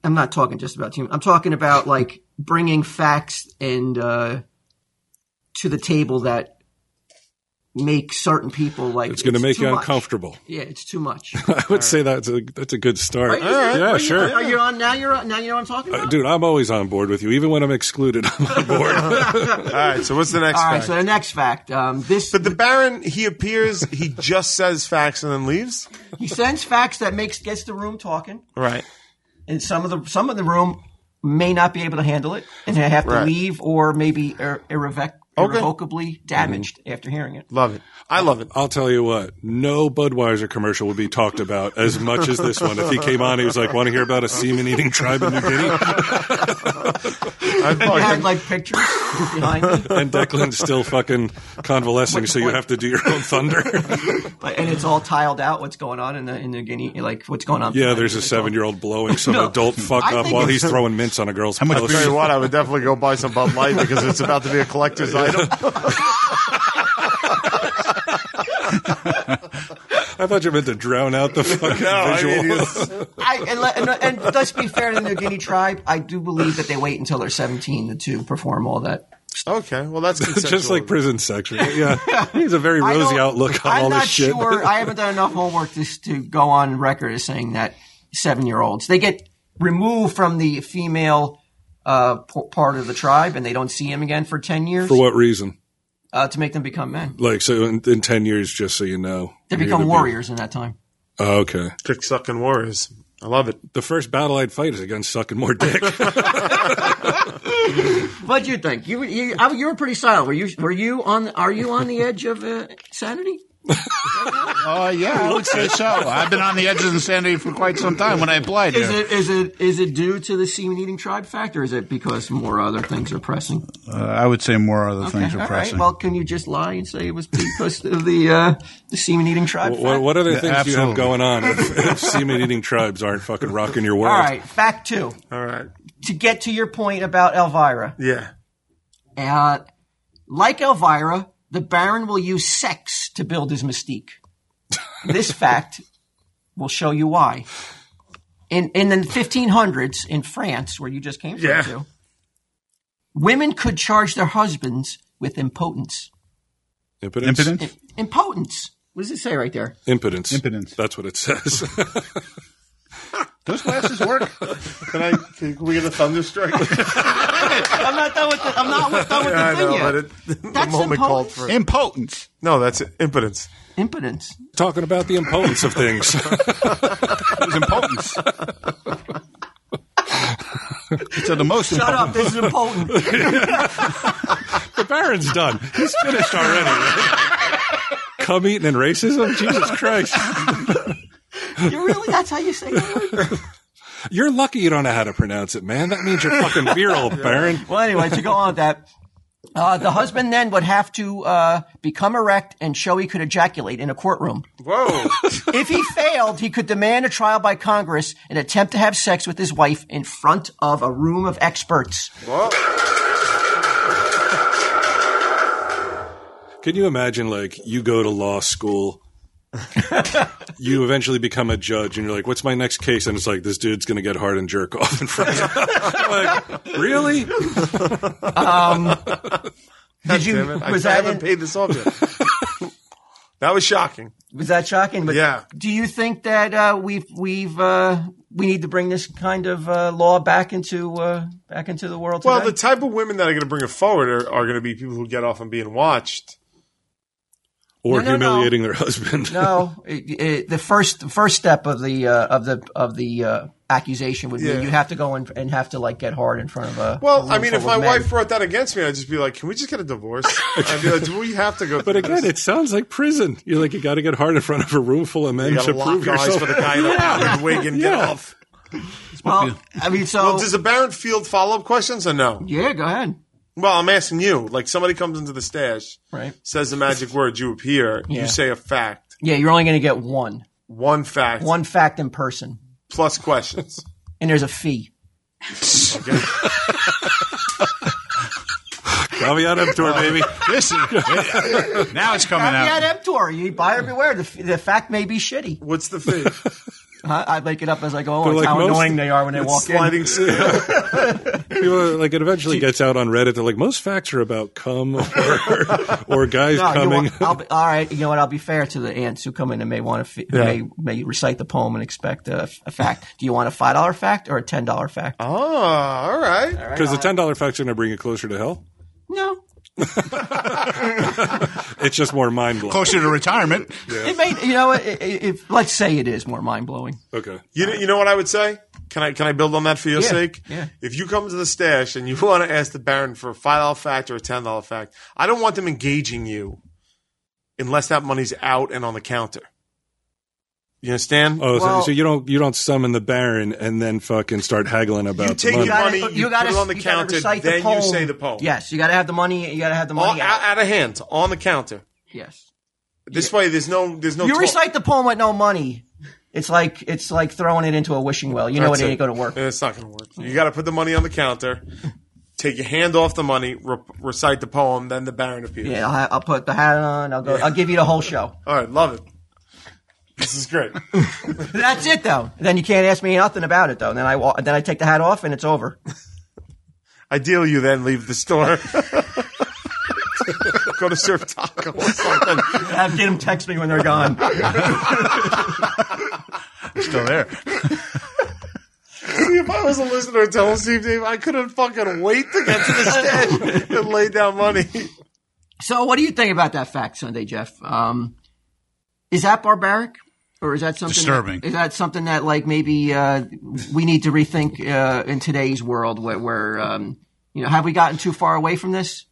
Speaker 1: I'm not talking just about human. I'm talking about like bringing facts and uh, to the table that make certain people like
Speaker 3: It's going to make
Speaker 1: too
Speaker 3: you
Speaker 1: much.
Speaker 3: uncomfortable. <laughs>
Speaker 1: Yeah, it's too much.
Speaker 3: I would say that's a, that's a good start.
Speaker 1: Are you- are
Speaker 3: Yeah,
Speaker 1: you-
Speaker 3: sure. Uh,
Speaker 1: Are you on now? You're on now. You know what I'm talking about.
Speaker 3: Dude, I'm always on board with you. Even when I'm excluded, <laughs> I'm
Speaker 1: <laughs>
Speaker 3: on board.
Speaker 2: all right. So what's the next?
Speaker 1: All right.
Speaker 2: fact?
Speaker 1: So the next fact. Um, this
Speaker 2: But the Baron, he appears, he just says facts and then leaves.
Speaker 1: he sends facts that makes gets the room talking,
Speaker 2: Right.
Speaker 1: and some of the some of the room may not be able to handle it, and they have to
Speaker 2: Right.
Speaker 1: leave or maybe ir- irrevec-
Speaker 2: Okay.
Speaker 1: irrevocably damaged after hearing it.
Speaker 2: Love it. I love it.
Speaker 3: I'll tell you what, no Budweiser commercial would be talked about as much as this one. If he came on, he was like, want to hear about a semen eating tribe in New Guinea?
Speaker 1: I
Speaker 2: I
Speaker 1: had
Speaker 2: fucking,
Speaker 1: like pictures behind me.
Speaker 3: and Declan's still fucking convalescing, so you have to do your
Speaker 1: <laughs>
Speaker 3: own thunder.
Speaker 1: But, and it's all tiled out. What's going on in the in the Guinea? Like what's going on?
Speaker 3: yeah, there's a seven year old blowing some
Speaker 1: No,
Speaker 3: adult fuck
Speaker 1: I
Speaker 3: up
Speaker 1: think
Speaker 3: while
Speaker 1: it's-
Speaker 3: he's throwing mints on a girl's
Speaker 5: much
Speaker 3: pelvis.
Speaker 2: tell you what, I would definitely go buy some Bud Light because it's about to be a collector's item.
Speaker 3: I thought you meant to drown
Speaker 1: <laughs>
Speaker 3: out the fucking visual. <laughs>
Speaker 1: I, and, let- and, and let's be fair to the New Guinea tribe. I do believe that they wait until they're 17 to perform all that.
Speaker 2: okay, well that's
Speaker 3: Just like prison sex.
Speaker 1: <laughs>
Speaker 3: right? Yeah. He has a very
Speaker 1: I don't-
Speaker 3: rosy outlook on
Speaker 1: I'm
Speaker 3: all
Speaker 1: not
Speaker 3: this shit.
Speaker 1: sure. I haven't done enough homework to, to go on record as saying that seven year olds they get removed from the female uh, p- part of the tribe and they don't see him again for 10 years
Speaker 3: <laughs> For what reason?
Speaker 1: uh, to make them become men.
Speaker 3: Like, so in, in 10 years, just so you know.
Speaker 1: They
Speaker 3: you're
Speaker 1: become
Speaker 3: gonna be-
Speaker 1: warriors in that time.
Speaker 3: Oh, okay.
Speaker 2: dick sucking warriors. I love it.
Speaker 3: The first battle I'd fight is against sucking more
Speaker 1: <laughs>
Speaker 3: dick.
Speaker 1: What'd you think? You you, I- you were pretty silent. Were you were you on? Are you on the edge of uh, sanity?
Speaker 5: <laughs> Oh yeah, I would say so. I've been on the edge of insanity for quite some time when I applied.
Speaker 1: Is
Speaker 5: here.
Speaker 1: it is it is it due to the semen eating tribe fact, or is it because more other things are pressing?
Speaker 5: Uh, I would say more other
Speaker 1: Okay,
Speaker 5: things are
Speaker 1: all right.
Speaker 5: pressing.
Speaker 1: Well, can you just lie and say it was because of the uh, the semen eating tribe?
Speaker 3: What,
Speaker 1: fact?
Speaker 3: what, what other
Speaker 5: Yeah,
Speaker 3: things do you have
Speaker 5: absolutely.
Speaker 1: <laughs>
Speaker 3: going on if, if semen eating tribes aren't fucking rocking your world?
Speaker 1: All right, fact two.
Speaker 2: All right.
Speaker 1: To get to your point about Elvira,
Speaker 2: Yeah.
Speaker 1: uh, like Elvira, the Baron will use sex to build his mystique.
Speaker 3: <laughs>
Speaker 1: This fact will show you why. In in the 1500s in France, where you just came from,
Speaker 2: Yeah.
Speaker 1: too, women could charge their husbands with impotence.
Speaker 3: Impotence?
Speaker 5: Impotence.
Speaker 1: Impotence. What does it say right there?
Speaker 3: Impotence.
Speaker 5: Impotence.
Speaker 3: That's what it says.
Speaker 5: <laughs>
Speaker 3: <laughs>
Speaker 5: Those glasses work.
Speaker 2: Can I? Can we get a thunder strike? <laughs>
Speaker 1: I'm not done with the, I'm not done with the
Speaker 2: I
Speaker 1: thing
Speaker 2: know,
Speaker 1: yet.
Speaker 2: but it, <laughs> the
Speaker 1: That's
Speaker 2: moment
Speaker 1: impo-
Speaker 2: called for it.
Speaker 5: <laughs> Impotence.
Speaker 2: No, that's it. impotence.
Speaker 1: Impotence.
Speaker 3: Talking about the impotence of things.
Speaker 5: <laughs> It was impotence. it's the most
Speaker 1: Shut
Speaker 5: impotent.
Speaker 1: up. This is impotent.
Speaker 3: the Baron's done. He's finished already. <laughs> Come eating and racism? Jesus Christ.
Speaker 1: You really? That's how you say that word?
Speaker 3: You're lucky you don't know how to pronounce it, man. That means you're fucking virile, Baron.
Speaker 1: Well, anyway, to go on with that, uh, the husband then would have to uh, become erect and show he could ejaculate in a courtroom.
Speaker 2: <laughs> Whoa.
Speaker 1: If he failed, he could demand a trial by Congress and attempt to have sex with his wife in front of a room of experts.
Speaker 3: Can you imagine, like, you go to law
Speaker 5: <laughs>
Speaker 3: school, you eventually become a judge, and you're like, what's my next case? And it's like, this dude's going to get hard and jerk off in front of you. <laughs> like, really?
Speaker 1: Did you?
Speaker 2: Damn it. I
Speaker 1: Was that
Speaker 2: haven't
Speaker 1: in-
Speaker 2: paid this off yet. <laughs> that was shocking.
Speaker 1: Was that shocking? But
Speaker 2: Yeah.
Speaker 1: Do you think that uh, we've we've uh, we need to bring this kind of uh, law back into uh, back into the world?
Speaker 2: Well,
Speaker 1: today?
Speaker 2: the type of women that are going to bring it forward are, are going to be people who get off on being watched.
Speaker 3: Or
Speaker 1: No, no, no.
Speaker 3: humiliating their husband.
Speaker 1: no, it, it, the first the first step of the uh, of the of the uh, accusation would be
Speaker 2: Yeah.
Speaker 1: you have to go and, and have to like get hard in front of a. a
Speaker 2: Well,
Speaker 1: room
Speaker 2: I mean,
Speaker 1: full
Speaker 2: if
Speaker 1: of
Speaker 2: my
Speaker 1: men.
Speaker 2: wife brought that against me, I'd just be like, "Can we just get a <laughs> divorce?" I'd be like, "Do we have to go?"
Speaker 3: But again, it sounds like prison. You're like, you got to get hard in front of a room full of men
Speaker 2: you got
Speaker 3: to
Speaker 2: to lock
Speaker 3: prove
Speaker 2: eyes
Speaker 3: yourself.
Speaker 2: for the guy in the <laughs> yeah. wig and get
Speaker 3: Yeah.
Speaker 2: off.
Speaker 1: well, I mean, so
Speaker 2: Well, does the Baron field follow up questions or no?
Speaker 1: yeah, go ahead.
Speaker 2: Well, I'm asking you. Like somebody comes into the stash,
Speaker 1: Right.
Speaker 2: says the magic word, you appear,
Speaker 1: Yeah.
Speaker 2: you say a fact,
Speaker 1: Yeah, you're only going to get one
Speaker 2: one fact,
Speaker 1: one fact in person, <laughs>
Speaker 2: plus questions.
Speaker 1: and there's a fee.
Speaker 3: Caveat
Speaker 2: Oh.
Speaker 3: emptor, baby.
Speaker 2: <laughs>
Speaker 5: Listen, now it's coming
Speaker 1: Caveat
Speaker 5: out.
Speaker 1: emptor. You buyer beware. The, f- the fact may be shitty.
Speaker 2: What's
Speaker 1: <laughs>
Speaker 2: the fee?
Speaker 1: Huh? I make it up as I go
Speaker 3: But
Speaker 1: along.
Speaker 3: like
Speaker 1: how
Speaker 3: most-
Speaker 1: annoying they are when they walk in.
Speaker 2: Sliding scale.
Speaker 3: People are- like it eventually gets out on Reddit. They're like, most facts are about cum or, <laughs> or guys
Speaker 1: No, you
Speaker 3: coming.
Speaker 1: want, I'll be, all right, you know what? I'll be fair to the ants who come in and may want to, f- may, may recite the poem and expect a, a fact. Do you want a five dollar fact or a ten dollar fact?
Speaker 2: oh, all right.
Speaker 3: Because the ten dollar fact's going to bring you closer to hell.
Speaker 1: No,
Speaker 3: It's just more mind blowing.
Speaker 5: Closer to retirement.
Speaker 1: it may. You know, i- i- if let's say it is more mind blowing.
Speaker 3: Okay.
Speaker 2: You know, you know what I would say? Can I can I build on that for your
Speaker 1: Yeah,
Speaker 2: sake?
Speaker 1: yeah.
Speaker 2: If you come to the stash and you <laughs> want to ask the Baron for a five dollar fact or a ten dollar fact, I don't want them engaging you unless that money's out and on the counter. You understand?
Speaker 3: Oh, so-
Speaker 1: Well-
Speaker 3: so, you don't you don't summon the Baron and then fucking start haggling about
Speaker 2: You
Speaker 3: the
Speaker 2: take
Speaker 3: money.
Speaker 2: your money, you put it on the
Speaker 1: gotta
Speaker 2: counter,
Speaker 1: recite
Speaker 2: then you say the poem.
Speaker 1: Yes, you got to have the money. You got to have the
Speaker 2: All,
Speaker 1: money.
Speaker 2: out,
Speaker 1: out.
Speaker 2: out of hand, on the counter.
Speaker 1: Yes,
Speaker 2: This way, there's no, there's no.
Speaker 1: you
Speaker 2: talk.
Speaker 1: recite the poem with no money. It's like it's like throwing it into a wishing well. You know
Speaker 2: That's
Speaker 1: it ain't going to work.
Speaker 2: Yeah, It's not going to work. You got to put the money on the counter. Take your hand off the money, re- recite the poem, then the Baron appears.
Speaker 1: Yeah, I'll, ha- I'll put the hat on. I'll go. I'll give you the whole show.
Speaker 2: All right, love it. This
Speaker 1: <laughs>
Speaker 2: is great.
Speaker 1: That's it, though. Then you can't ask me nothing about it, though. Then I wa- then I take the hat off and it's over. <laughs>
Speaker 2: Ideally, you then leave the store. Go to serve taco or something.
Speaker 1: Have get them text me when they're gone.
Speaker 5: Still there.
Speaker 2: See, if I was a listener to Tell Steve Dave, I couldn't fucking wait to get to the stand and lay down money.
Speaker 1: so, what do you think about that fact, Sunday, Jeff? Um, is that barbaric, or is that something
Speaker 5: Disturbing.
Speaker 1: Is that something that like maybe uh, we need to rethink uh, in today's world, where, where um, you know have we gotten too far away from this?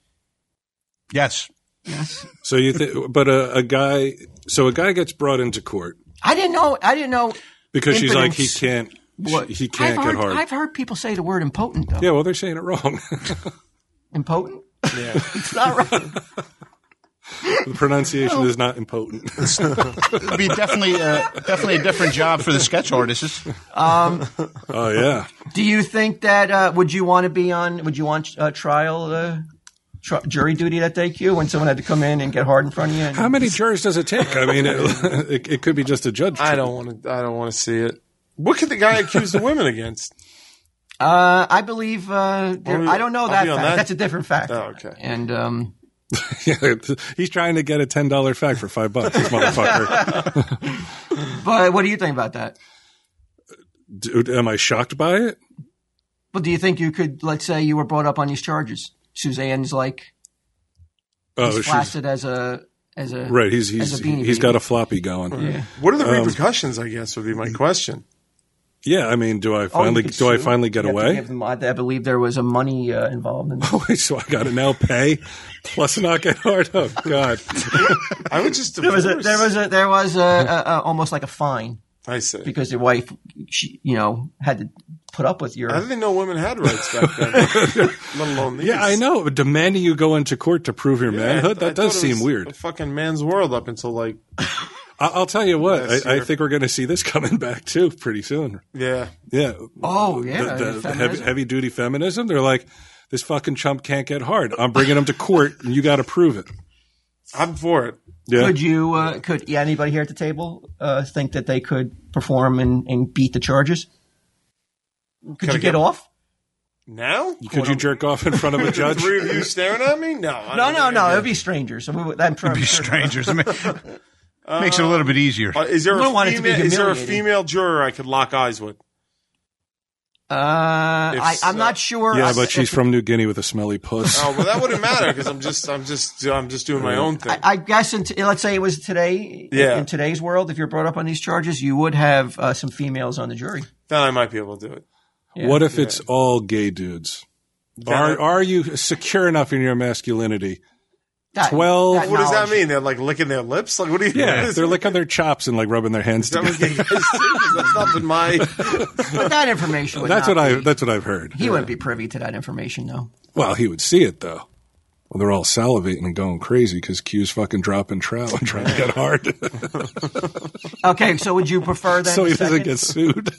Speaker 5: Yes.
Speaker 1: Yes.
Speaker 3: So you think, but a, a guy So a guy gets brought into court
Speaker 1: I didn't know. I didn't know.
Speaker 3: because she's like, he
Speaker 1: Impotence.
Speaker 3: can't, he
Speaker 1: I've
Speaker 3: can't
Speaker 1: heard,
Speaker 3: get hard.
Speaker 1: I've heard people say the word impotent though.
Speaker 3: yeah, well, they're saying it wrong.
Speaker 1: Impotent. Yeah, <laughs> it's not right.
Speaker 3: <laughs> the pronunciation is not <laughs> impotent.
Speaker 5: It'd be definitely uh, definitely a different job for the sketch artists.
Speaker 3: oh yeah,
Speaker 1: Do you think that uh, would you want to be on? Would you want uh, trial uh, tri- jury duty that day, Q? When someone had to come in and get hard in front of you? And,
Speaker 3: how many jurors does it take? I mean, it, <laughs> it, it could be just a judge. <laughs>
Speaker 2: I don't want to. I don't want to see it. What could the guy accuse the women against?
Speaker 1: uh, I believe. Uh, there-
Speaker 2: Well,
Speaker 1: I don't know
Speaker 2: I'll
Speaker 1: that
Speaker 2: be on
Speaker 1: fact.
Speaker 2: that.
Speaker 1: That's a different fact.
Speaker 2: Oh, okay.
Speaker 1: And um,
Speaker 3: He's trying to get a ten dollar fact for five bucks. This <laughs> motherfucker.
Speaker 1: but what do you think about that?
Speaker 3: Dude, am I shocked by it?
Speaker 1: Well, do you think you could? Let's say you were brought up on these charges. Suzanne's like
Speaker 3: Oh,
Speaker 1: he's
Speaker 3: she's,
Speaker 1: flaccid as a as a
Speaker 3: right. He's
Speaker 1: as
Speaker 3: he's
Speaker 1: a beanie
Speaker 3: he's
Speaker 1: baby.
Speaker 3: got a floppy going.
Speaker 2: What are the repercussions? I guess would be <laughs> my question.
Speaker 3: Yeah, I mean, do I
Speaker 1: Oh, you
Speaker 3: finally
Speaker 1: could
Speaker 3: do I
Speaker 1: sue.
Speaker 3: finally get
Speaker 1: You have to
Speaker 3: away? <laughs>
Speaker 1: give them- I I believe there was a money uh, involved in that.
Speaker 3: so I got to now pay plus not get hard. Oh
Speaker 1: <laughs>
Speaker 3: God,
Speaker 2: I would just
Speaker 1: There was a,
Speaker 2: divorce.
Speaker 1: there was a, there
Speaker 3: <laughs>
Speaker 1: was a, a, a almost like a fine
Speaker 2: I see.
Speaker 1: because your wife, she, you know, had to put up with your.
Speaker 2: I didn't know women had rights back then, <laughs> let alone these.
Speaker 3: yeah, I know. But demanding you go into court to prove your
Speaker 2: Yeah, I th-
Speaker 3: manhood
Speaker 2: I
Speaker 3: that does
Speaker 2: thought it
Speaker 3: seem
Speaker 2: was A
Speaker 3: weird.
Speaker 2: fucking man's world up until like
Speaker 3: I- I'll tell you
Speaker 2: Yes,
Speaker 3: what, I, I
Speaker 2: you're-
Speaker 3: think we're going to see this <laughs> coming back too pretty soon.
Speaker 2: yeah.
Speaker 3: Yeah.
Speaker 1: Oh, yeah,
Speaker 3: The- The, heavy,
Speaker 1: feminism.
Speaker 3: heavy duty feminism. They're like, this fucking chump can't get hard. I'm bringing him to court, <laughs> and you got to prove it.
Speaker 2: I'm for it.
Speaker 3: Yeah.
Speaker 1: Could you? Uh, could yeah, anybody here at the table uh, think that they could perform and, and beat the charges? Could
Speaker 2: I
Speaker 1: you get
Speaker 2: go-
Speaker 1: off?
Speaker 2: Now?
Speaker 3: Could you jerk off in front of a
Speaker 2: The
Speaker 3: judge?
Speaker 2: three of you staring at me? No. I
Speaker 1: No,
Speaker 2: don't
Speaker 1: no,
Speaker 2: think
Speaker 1: no.
Speaker 2: I
Speaker 1: It'd
Speaker 2: do.
Speaker 1: be strangers. So we would, I'm
Speaker 5: Be strangers. I mean, makes it a little bit easier.
Speaker 2: Uh, Is there,
Speaker 1: I
Speaker 2: a
Speaker 1: wouldn't want it to be
Speaker 2: female, is there a
Speaker 1: humiliating.
Speaker 2: female juror I could lock eyes with?
Speaker 1: Uh, I, I'm
Speaker 2: so-
Speaker 1: not sure.
Speaker 3: Yeah,
Speaker 1: I-
Speaker 3: but she's from New Guinea with a smelly puss.
Speaker 2: Oh, well, that wouldn't matter because I'm just, I'm just, I'm just doing my own thing.
Speaker 1: I, I guess in t- let's say it was today. in-
Speaker 2: Yeah.
Speaker 1: In today's world, if you're brought up on these charges, you would have uh, some females on the jury.
Speaker 2: then I might be able to do it.
Speaker 3: What if it's all gay dudes? Are are you secure enough in your masculinity?
Speaker 1: That-
Speaker 3: 12
Speaker 2: What does that
Speaker 1: knowledge-
Speaker 2: mean? They're like licking their lips. Like, what do you? <laughs> what
Speaker 3: Yeah,
Speaker 2: is-
Speaker 3: they're licking their chops and like rubbing their hands
Speaker 2: Is that what
Speaker 3: together.
Speaker 2: gay guys do? 'Cause That's not been my.
Speaker 1: But that information. Would
Speaker 3: That's
Speaker 1: not
Speaker 3: what I.
Speaker 1: be-
Speaker 3: That's what I've heard.
Speaker 1: He wouldn't be privy to that information, though.
Speaker 3: Well, he would see it though. Well, they're all salivating and going crazy because Q's fucking dropping trout and trying to get hard,
Speaker 1: Okay, so would you prefer then?
Speaker 3: <laughs> so he
Speaker 1: the
Speaker 3: doesn't
Speaker 1: second-
Speaker 3: get sued.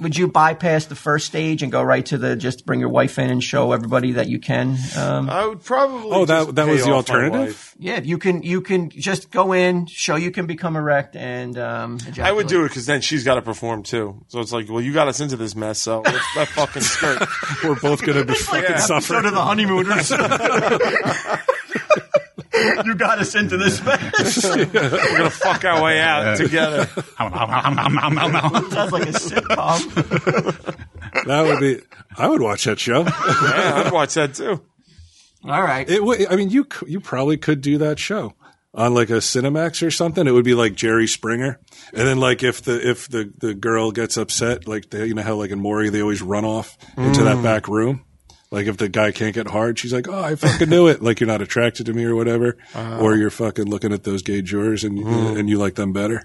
Speaker 1: would you bypass the first stage and go right to the just bring your wife in and show everybody that you can? Um,
Speaker 2: I would probably.
Speaker 3: Oh, that-
Speaker 2: just
Speaker 3: that was
Speaker 2: pay
Speaker 3: the
Speaker 2: off my
Speaker 3: alternative?
Speaker 2: wife.
Speaker 1: yeah, you can. You can just go in, show you can become erect, and um,
Speaker 2: I would do it because then she's got to perform too. So it's like, well, you got us into this mess, so lift that fucking skirt.
Speaker 3: <laughs> We're both gonna be <laughs> fucking
Speaker 2: Yeah.
Speaker 1: Go
Speaker 3: suffering.
Speaker 1: to the honeymooners. you got us into this mess.
Speaker 2: We're gonna fuck our way out together.
Speaker 1: Sounds like a
Speaker 2: <laughs>
Speaker 1: sitcom.
Speaker 3: That would be. I would watch that show.
Speaker 2: Yeah, I'd watch that too.
Speaker 1: All right.
Speaker 3: It would. I mean, you c- you probably could do that show on like a Cinemax or something. It would be like Jerry Springer, and then like if the if the the girl gets upset, like they, you know how like in Maury they always run off into that back room. Like if the guy can't get hard, she's like, "Oh, I fucking knew it." Like you're not attracted to me or whatever, or you're fucking looking at those gay jurors and and you like them better.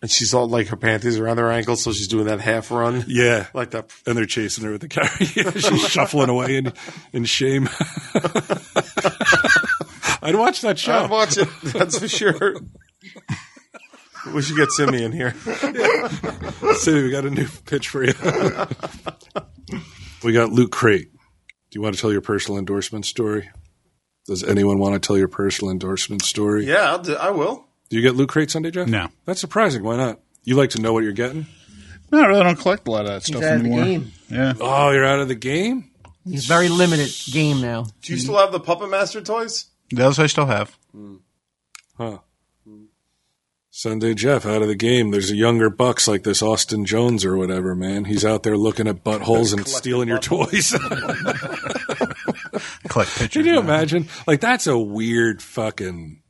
Speaker 2: And she's all like, her panties around her ankles, so she's doing that half run.
Speaker 3: Yeah,
Speaker 2: Like that.
Speaker 3: and they're chasing her with the car. <laughs> She's shuffling away in in shame. <laughs> I'd watch that show.
Speaker 2: I'd watch it. That's for sure. We should get Simi in here.
Speaker 3: City, we got a new pitch for you. we got Luke Crate. Do you want to tell your personal endorsement story? Does anyone want to tell your personal endorsement story?
Speaker 2: Yeah, I'll do, I will.
Speaker 3: Do you get Luke Crate Sunday, Jeff?
Speaker 5: No.
Speaker 3: That's surprising. Why not? You like to know what you're getting?
Speaker 5: No, I really don't collect a lot of that stuff
Speaker 1: out of the
Speaker 5: anymore.
Speaker 1: game.
Speaker 5: Yeah,
Speaker 3: Oh, you're out of the game?
Speaker 1: He's very limited game now.
Speaker 2: Do
Speaker 3: Mm-hmm.
Speaker 2: you still have the Puppet Master toys?
Speaker 5: those I still have.
Speaker 3: Huh. Sunday Jeff out of the game. There's a younger bucks like this Austin Jones or whatever, man. He's out there looking at buttholes and stealing your toys. <laughs>
Speaker 5: Collect
Speaker 3: Can
Speaker 5: pictures.
Speaker 3: you
Speaker 5: now.
Speaker 2: Mm-hmm.
Speaker 3: imagine? Like that's a weird fucking.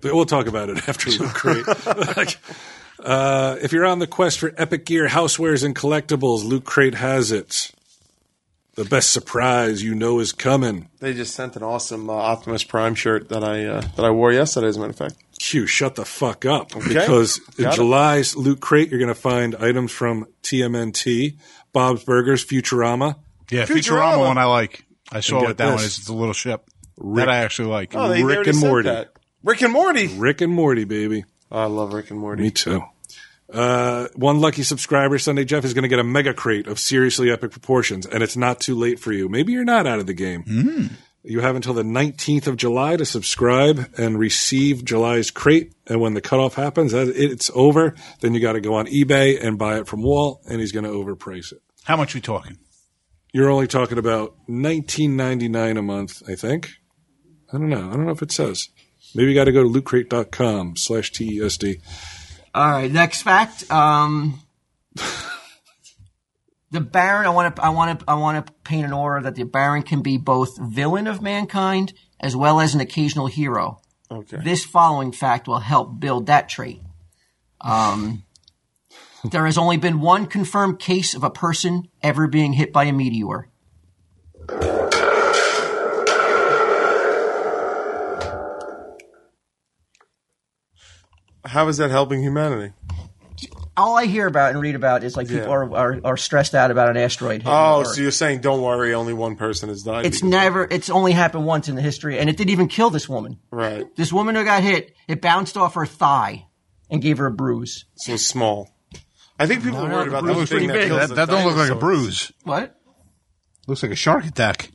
Speaker 3: but We'll talk about it <laughs> after Loot Crate. like, uh, if you're on the quest for epic gear, housewares, and collectibles, Loot Crate has it. The best surprise you know is coming.
Speaker 2: They just sent an awesome uh, Optimus Prime shirt that I uh, that I wore yesterday. As a matter of fact,
Speaker 3: Q, shut the fuck up. Because in
Speaker 2: Got it.
Speaker 3: July's Loot Crate, you're going to find items from TMNT, Bob's Burgers, Futurama.
Speaker 5: Yeah,
Speaker 2: Futurama.
Speaker 5: Futurama, one I like. I saw
Speaker 3: get
Speaker 5: what that one
Speaker 3: this.
Speaker 5: is. It's a little ship that I actually like.
Speaker 2: Oh, they, they
Speaker 3: Rick
Speaker 2: already
Speaker 3: and
Speaker 2: said
Speaker 3: Morty.
Speaker 2: that. Rick and Morty.
Speaker 3: Rick and Morty, baby.
Speaker 2: Oh, I love Rick and Morty.
Speaker 3: Me too. Uh, one lucky subscriber Sunday Jeff is going to get a mega crate of seriously epic proportions, and it's not too late for you. Maybe you're not out of the game. You have until the 19th of July to subscribe and receive July's crate. And when the cutoff happens, that- it's over. Then you got to go on eBay and buy it from Walt, and he's going to overprice it.
Speaker 5: How much we talking?
Speaker 3: You're only talking about 19.99 a month, I think. I don't know. I don't know if it says. Maybe you got to go to lootcrate.com slash E TESD.
Speaker 1: All right, next fact. Um, the Baron. I want to. I want to. I want to paint an aura that the Baron can be both villain of mankind as well as an occasional hero.
Speaker 2: Okay.
Speaker 1: This following fact will help build that trait. Um, there has only been one confirmed case of a person ever being hit by a meteor.
Speaker 2: How is that helping humanity?
Speaker 1: All I hear about and read about is like people
Speaker 2: Yeah.
Speaker 1: are, are are stressed out about an asteroid. hitting
Speaker 2: Oh,
Speaker 1: Earth.
Speaker 2: so you're saying don't worry, only one person has died.
Speaker 1: It's
Speaker 2: because-
Speaker 1: never. It's only happened once in the history, and it didn't even kill this woman.
Speaker 2: right.
Speaker 1: This woman who got hit, it bounced off her thigh and gave her a bruise.
Speaker 2: So small. I think people are worried about
Speaker 1: the
Speaker 2: the
Speaker 1: bruise
Speaker 2: thing
Speaker 1: pretty
Speaker 2: that
Speaker 1: big.
Speaker 2: kills
Speaker 5: That,
Speaker 2: the
Speaker 5: that don't look like a
Speaker 2: dinosaurs.
Speaker 5: bruise.
Speaker 1: What?
Speaker 5: Looks like a shark attack.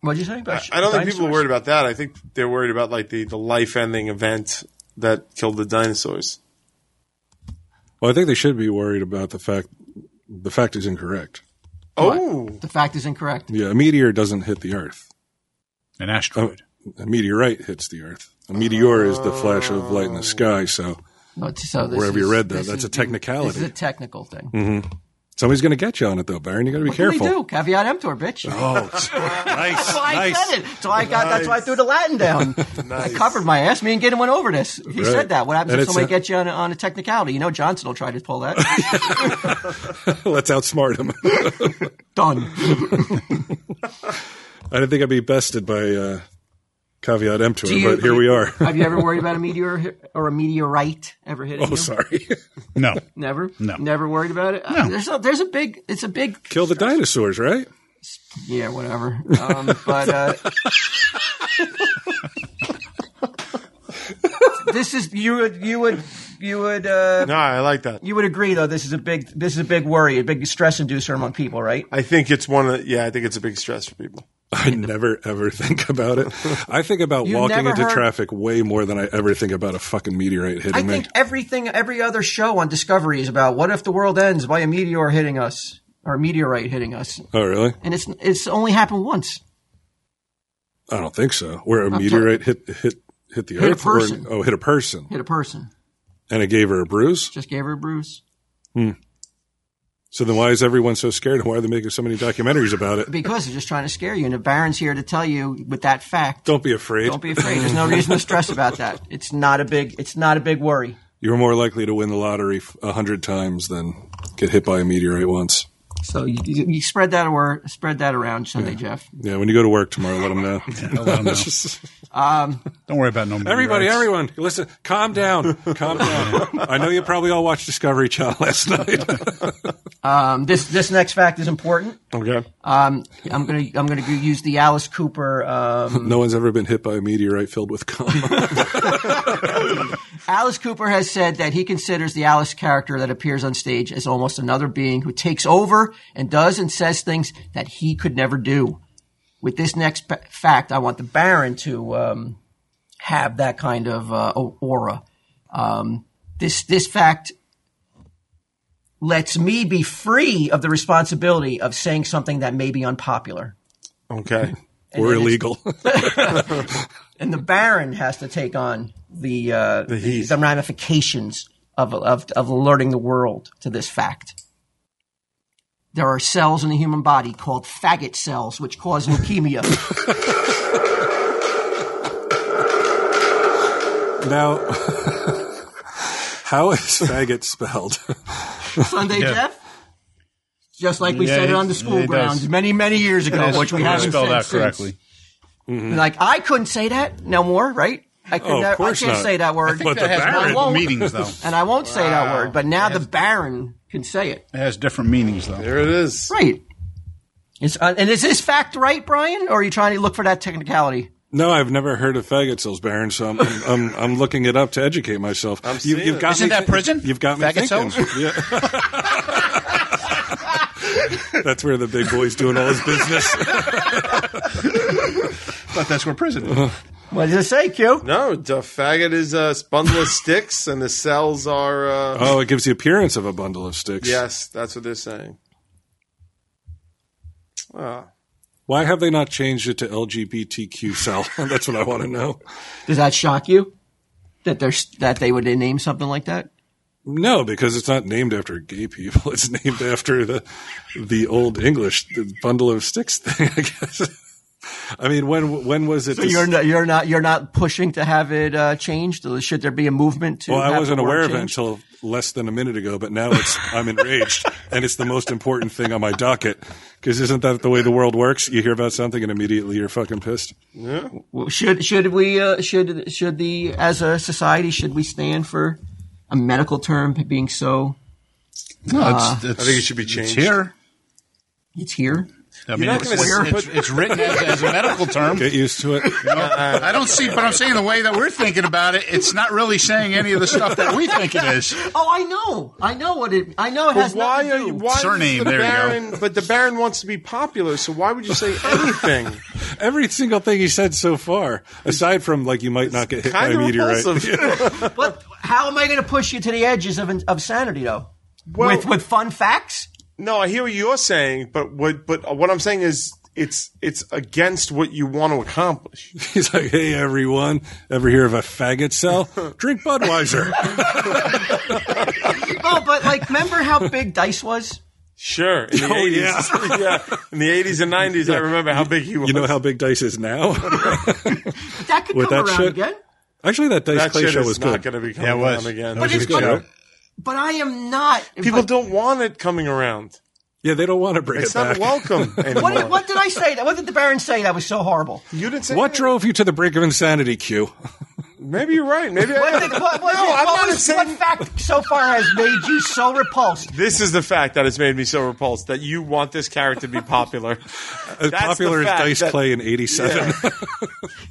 Speaker 1: What'd you say? About sh-
Speaker 2: I don't think
Speaker 1: dinosaurs?
Speaker 2: people are worried about that. I think they're worried about like the, the life ending event that killed the dinosaurs.
Speaker 3: Well, I think they should be worried about the fact the fact is incorrect.
Speaker 2: Oh,
Speaker 1: The fact is incorrect.
Speaker 3: Yeah, a meteor doesn't hit the Earth. Oh,
Speaker 5: An asteroid.
Speaker 3: A meteorite hits the Earth. A meteor is the flash of light in the sky. So
Speaker 1: No, it's- so this
Speaker 3: Wherever you
Speaker 1: is-
Speaker 3: read that,
Speaker 1: this
Speaker 3: that's
Speaker 1: is
Speaker 3: a
Speaker 1: the-
Speaker 3: technicality.
Speaker 1: This is a technical thing.
Speaker 3: somebody's going to get you on it, though, Baron. You got to be
Speaker 1: What
Speaker 3: careful.
Speaker 1: Can we do? Caveat emptor, bitch.
Speaker 3: Oh, <laughs> nice,
Speaker 1: That's why I said
Speaker 3: nice.
Speaker 1: it. So I got. That's why I threw the Latin down.
Speaker 3: <laughs>
Speaker 1: I covered my ass. Me and Gideon went over this. He
Speaker 3: Right.
Speaker 1: said that. What happens
Speaker 3: And
Speaker 1: if
Speaker 3: it's
Speaker 1: somebody
Speaker 3: a-
Speaker 1: gets you on a, on a technicality? You know, Johnson will try to pull that. <laughs>
Speaker 3: <laughs> Let's outsmart him.
Speaker 1: Done.
Speaker 3: I didn't think I'd be bested by uh, caveat emptor,
Speaker 1: Do you-
Speaker 3: but here we are.
Speaker 1: Have you ever worried about a meteor hit- or a meteorite ever hitting
Speaker 3: <laughs> oh,
Speaker 1: you?
Speaker 3: sorry. <laughs>
Speaker 5: No.
Speaker 1: Never.
Speaker 5: No.
Speaker 1: Never worried about it. Uh, there's a there's a big. It's a big
Speaker 3: Kill the dinosaurs, right?
Speaker 1: Yeah, whatever. Um,
Speaker 3: <laughs>
Speaker 1: but uh, this is you would you would you would uh,
Speaker 2: no, I like that.
Speaker 1: you would agree though. This is a big this is a big worry, a big stress inducer among people, right?
Speaker 2: I think it's one of the, yeah. I think it's a big stress for people.
Speaker 3: I never ever think about
Speaker 1: <laughs>
Speaker 3: it. I think about
Speaker 1: You've
Speaker 3: walking
Speaker 1: never
Speaker 3: into
Speaker 1: heard-
Speaker 3: traffic way more than I ever think about a fucking meteorite hitting
Speaker 1: I
Speaker 3: me.
Speaker 1: think everything, every other show on Discovery is about what if the world ends by a meteor hitting us or a meteorite hitting us,
Speaker 3: oh, really?
Speaker 1: and it's it's only happened once.
Speaker 3: I don't think so. Where a meteorite hit hit hit the
Speaker 1: a
Speaker 3: earth, or
Speaker 1: person.
Speaker 3: oh, hit a person,
Speaker 1: Hit a person,
Speaker 3: and it gave her a bruise.
Speaker 1: just gave her a bruise
Speaker 3: So then, why is everyone so scared? <laughs> And why are they making so many documentaries about it?
Speaker 1: because they're just trying to scare you. And the Baron's here to tell you with that fact.
Speaker 3: Don't be afraid.
Speaker 1: Don't be afraid. There's no reason to stress about that. It's not a big. It's not a big worry.
Speaker 3: You're more likely to win the lottery f- a hundred times than get hit by a meteorite once.
Speaker 1: So you, you you spread that or spread that around Sunday, Jeff.
Speaker 3: Yeah, when you go to work tomorrow, let them know.
Speaker 5: let 'em know. Don't worry about no
Speaker 3: <laughs> Everybody,
Speaker 5: meteorites.
Speaker 3: everyone, listen, calm down, calm down. I know you probably all watched Discovery Channel <laughs> last night.
Speaker 1: Um, this this next fact is important.
Speaker 2: Okay,
Speaker 1: Um, I'm gonna I'm gonna use the Alice Cooper um,
Speaker 3: no one's ever been hit by a meteorite filled with cum.
Speaker 1: Alice Cooper has said that he considers the Alice character that appears on stage as almost another being who takes over and does and says things that he could never do. With this next pa- fact, I want the Baron to um, have that kind of uh, o- aura. Um, this this fact lets me be free of the responsibility of saying something that may be unpopular.
Speaker 2: <laughs> okay.
Speaker 3: or illegal.
Speaker 1: and the Baron has to take on the uh, the,
Speaker 2: heat.
Speaker 1: the ramifications of, of of alerting the world to this fact. There are cells in the human body called faggot cells, which cause leukemia.
Speaker 3: <laughs> Now, <laughs> how is faggot spelled? <laughs>
Speaker 1: Sunday, Jeff. Just like we
Speaker 5: Yeah,
Speaker 1: said it
Speaker 5: he-
Speaker 1: on the school
Speaker 5: yeah, he does.
Speaker 1: grounds many, many years ago, which we
Speaker 5: Yeah,
Speaker 1: haven't
Speaker 5: spelled
Speaker 1: said
Speaker 5: out
Speaker 1: since.
Speaker 5: correctly.
Speaker 1: Like I couldn't say that no more, right? I, could
Speaker 3: Oh, of
Speaker 1: never, I
Speaker 3: course
Speaker 1: can't
Speaker 3: not.
Speaker 1: say that word.
Speaker 3: But the
Speaker 5: that has
Speaker 3: Baron-
Speaker 5: multiple meanings, though.
Speaker 1: and I won't say that
Speaker 5: Wow.
Speaker 1: word, but now
Speaker 5: Yes.
Speaker 1: the Baron can say it.
Speaker 5: <laughs> It has different meanings, though.
Speaker 2: There it is.
Speaker 1: Right. It's, uh, and is this fact right, Brian? Or are you trying to look for that technicality?
Speaker 3: No, I've never heard of faggot cells, Baron. So I'm, I'm, I'm, I'm looking it up to educate myself.
Speaker 2: I'm
Speaker 3: you,
Speaker 2: seeing
Speaker 3: you've
Speaker 2: it.
Speaker 3: got
Speaker 5: Isn't
Speaker 3: me
Speaker 5: that
Speaker 3: thi-
Speaker 5: prison?
Speaker 3: You've got me
Speaker 5: Faggot
Speaker 3: thinking. <laughs>
Speaker 5: cells?
Speaker 3: Yeah. That's where the big boy's doing all his business. <laughs>
Speaker 5: But that's where prison is.
Speaker 1: What does it say, Q?
Speaker 2: No, the faggot is uh, spundle of sticks, and the cells are. Uh,
Speaker 3: Oh, it gives the appearance of a bundle of sticks.
Speaker 2: Yes, that's what they're saying. Ah.
Speaker 3: Why have they not changed it to LGBTQ cell? <laughs> That's what I want to know.
Speaker 1: Does that shock you? That there's that they would name something like that?
Speaker 3: No, because it's not named after gay people. <laughs> It's named after the the old English the bundle of sticks thing. I guess. <laughs> I mean, when when was it?
Speaker 1: So
Speaker 3: dis-
Speaker 1: you're not, you're not you're not pushing to have it uh, changed. Should there be a movement to?
Speaker 3: well,
Speaker 1: have
Speaker 3: I
Speaker 1: the
Speaker 3: wasn't
Speaker 1: word
Speaker 3: aware of it
Speaker 1: changed?
Speaker 3: until less than a minute ago, but now it's I'm enraged, and it's the most important thing on my docket. Because isn't that the way the world works? You hear about something, and immediately you're fucking pissed.
Speaker 1: Well, Should should we uh, should should the as a society should we stand for a medical term being so
Speaker 5: No, it's, it's, I
Speaker 2: think it should be changed.
Speaker 5: Uh-huh. It's here.
Speaker 1: it's here?
Speaker 5: I mean,
Speaker 2: not
Speaker 5: it's,
Speaker 2: gonna
Speaker 5: it's- it's- it's written as, as a medical term.
Speaker 3: Get used
Speaker 1: <laughs>
Speaker 3: to it.
Speaker 5: I don't see, but I'm saying the way that we're thinking about it, it's not really saying any of the stuff that we think it is.
Speaker 1: Oh, I know, I know what it. I know it
Speaker 2: But
Speaker 1: has
Speaker 2: why
Speaker 1: nothing to
Speaker 2: are you?
Speaker 1: do-
Speaker 2: Why is
Speaker 5: Surname,
Speaker 2: the
Speaker 5: there you go.
Speaker 2: Baron, But the Baron wants to be popular, so why would you
Speaker 3: <laughs>
Speaker 2: say anything?
Speaker 3: Every single thing he said so far, aside from like you might not get hit by
Speaker 2: kind
Speaker 3: a
Speaker 2: of
Speaker 3: meteorite. <laughs>
Speaker 2: repulsive.
Speaker 1: But how am I going to push you to the edges of of sanity though?
Speaker 2: Well-
Speaker 1: with with fun facts.
Speaker 2: No, I hear what you're saying, but what but what I'm saying is it's it's against what you want to accomplish.
Speaker 3: He's like, hey, everyone, ever hear of a faggot cell? Drink Budweiser.
Speaker 1: No, but like, remember how big Dice was?
Speaker 2: Sure. In the
Speaker 3: <laughs> Oh,
Speaker 2: 80s. <laughs> Yeah. In the 80s and 90s, I remember how big he was.
Speaker 3: you know how big Dice is now? <laughs>
Speaker 1: That could
Speaker 3: With
Speaker 1: come
Speaker 3: that
Speaker 1: around
Speaker 3: shit?
Speaker 1: again.
Speaker 3: Actually, that Dice
Speaker 2: that
Speaker 3: Clay
Speaker 2: shit
Speaker 3: show
Speaker 2: is
Speaker 3: was
Speaker 2: not
Speaker 3: good.
Speaker 2: going to be coming
Speaker 5: Yeah, it was.
Speaker 2: around again.
Speaker 5: That was
Speaker 1: But
Speaker 5: a
Speaker 1: it's
Speaker 5: good
Speaker 1: gonna-
Speaker 5: show.
Speaker 1: But I am not.
Speaker 2: People
Speaker 1: but-
Speaker 2: don't want it coming around.
Speaker 3: Yeah, they don't want to bring
Speaker 2: It's
Speaker 3: it
Speaker 2: not
Speaker 3: back. <laughs>
Speaker 2: welcome anymore.
Speaker 1: What did, what did I say? That What did the Baron say that was so horrible?
Speaker 2: you didn't say
Speaker 3: What
Speaker 2: that.
Speaker 3: drove you to the brink of insanity, <laughs> Q?
Speaker 2: Maybe you're right. Maybe I
Speaker 1: What, did, what, what,
Speaker 2: No, I'm
Speaker 1: what
Speaker 2: not
Speaker 1: was-
Speaker 2: saying-
Speaker 1: what fact so far has made you so repulsed?
Speaker 2: This is the fact that has made me so repulsed that you want this character to be
Speaker 3: <laughs>
Speaker 2: popular.
Speaker 3: As
Speaker 2: That's
Speaker 3: popular
Speaker 2: the
Speaker 3: as
Speaker 2: fact
Speaker 3: Dice
Speaker 2: that-
Speaker 3: Clay
Speaker 2: <laughs>
Speaker 3: in 87. <laughs>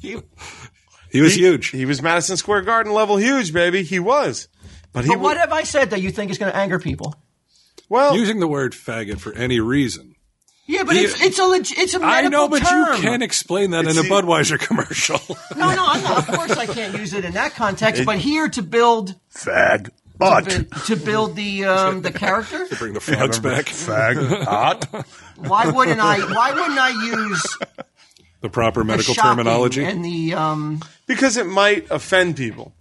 Speaker 3: he was huge.
Speaker 2: He was Madison Square Garden level huge, baby. He was. But he
Speaker 1: But what
Speaker 2: wa-
Speaker 1: have I said that you think is going to anger people?
Speaker 2: well,
Speaker 3: Using the word faggot for any reason.
Speaker 1: Yeah, but it's it's a leg- it's a medical
Speaker 3: I know, but
Speaker 1: term.
Speaker 3: you can't explain that
Speaker 2: It's
Speaker 3: in a
Speaker 2: the-
Speaker 3: Budweiser <laughs> commercial.
Speaker 1: No, no, I'm not, of course I can't use it in that context. but here to build
Speaker 5: Fag.
Speaker 1: to,
Speaker 5: But.
Speaker 1: to build the um, the character,
Speaker 3: bring <laughs> the frogs back.
Speaker 5: Fag. Hot.
Speaker 1: why wouldn't I? Why wouldn't I use
Speaker 3: The proper
Speaker 1: the
Speaker 3: medical
Speaker 1: shocking
Speaker 3: terminology.
Speaker 1: and the um?
Speaker 2: because it might offend people.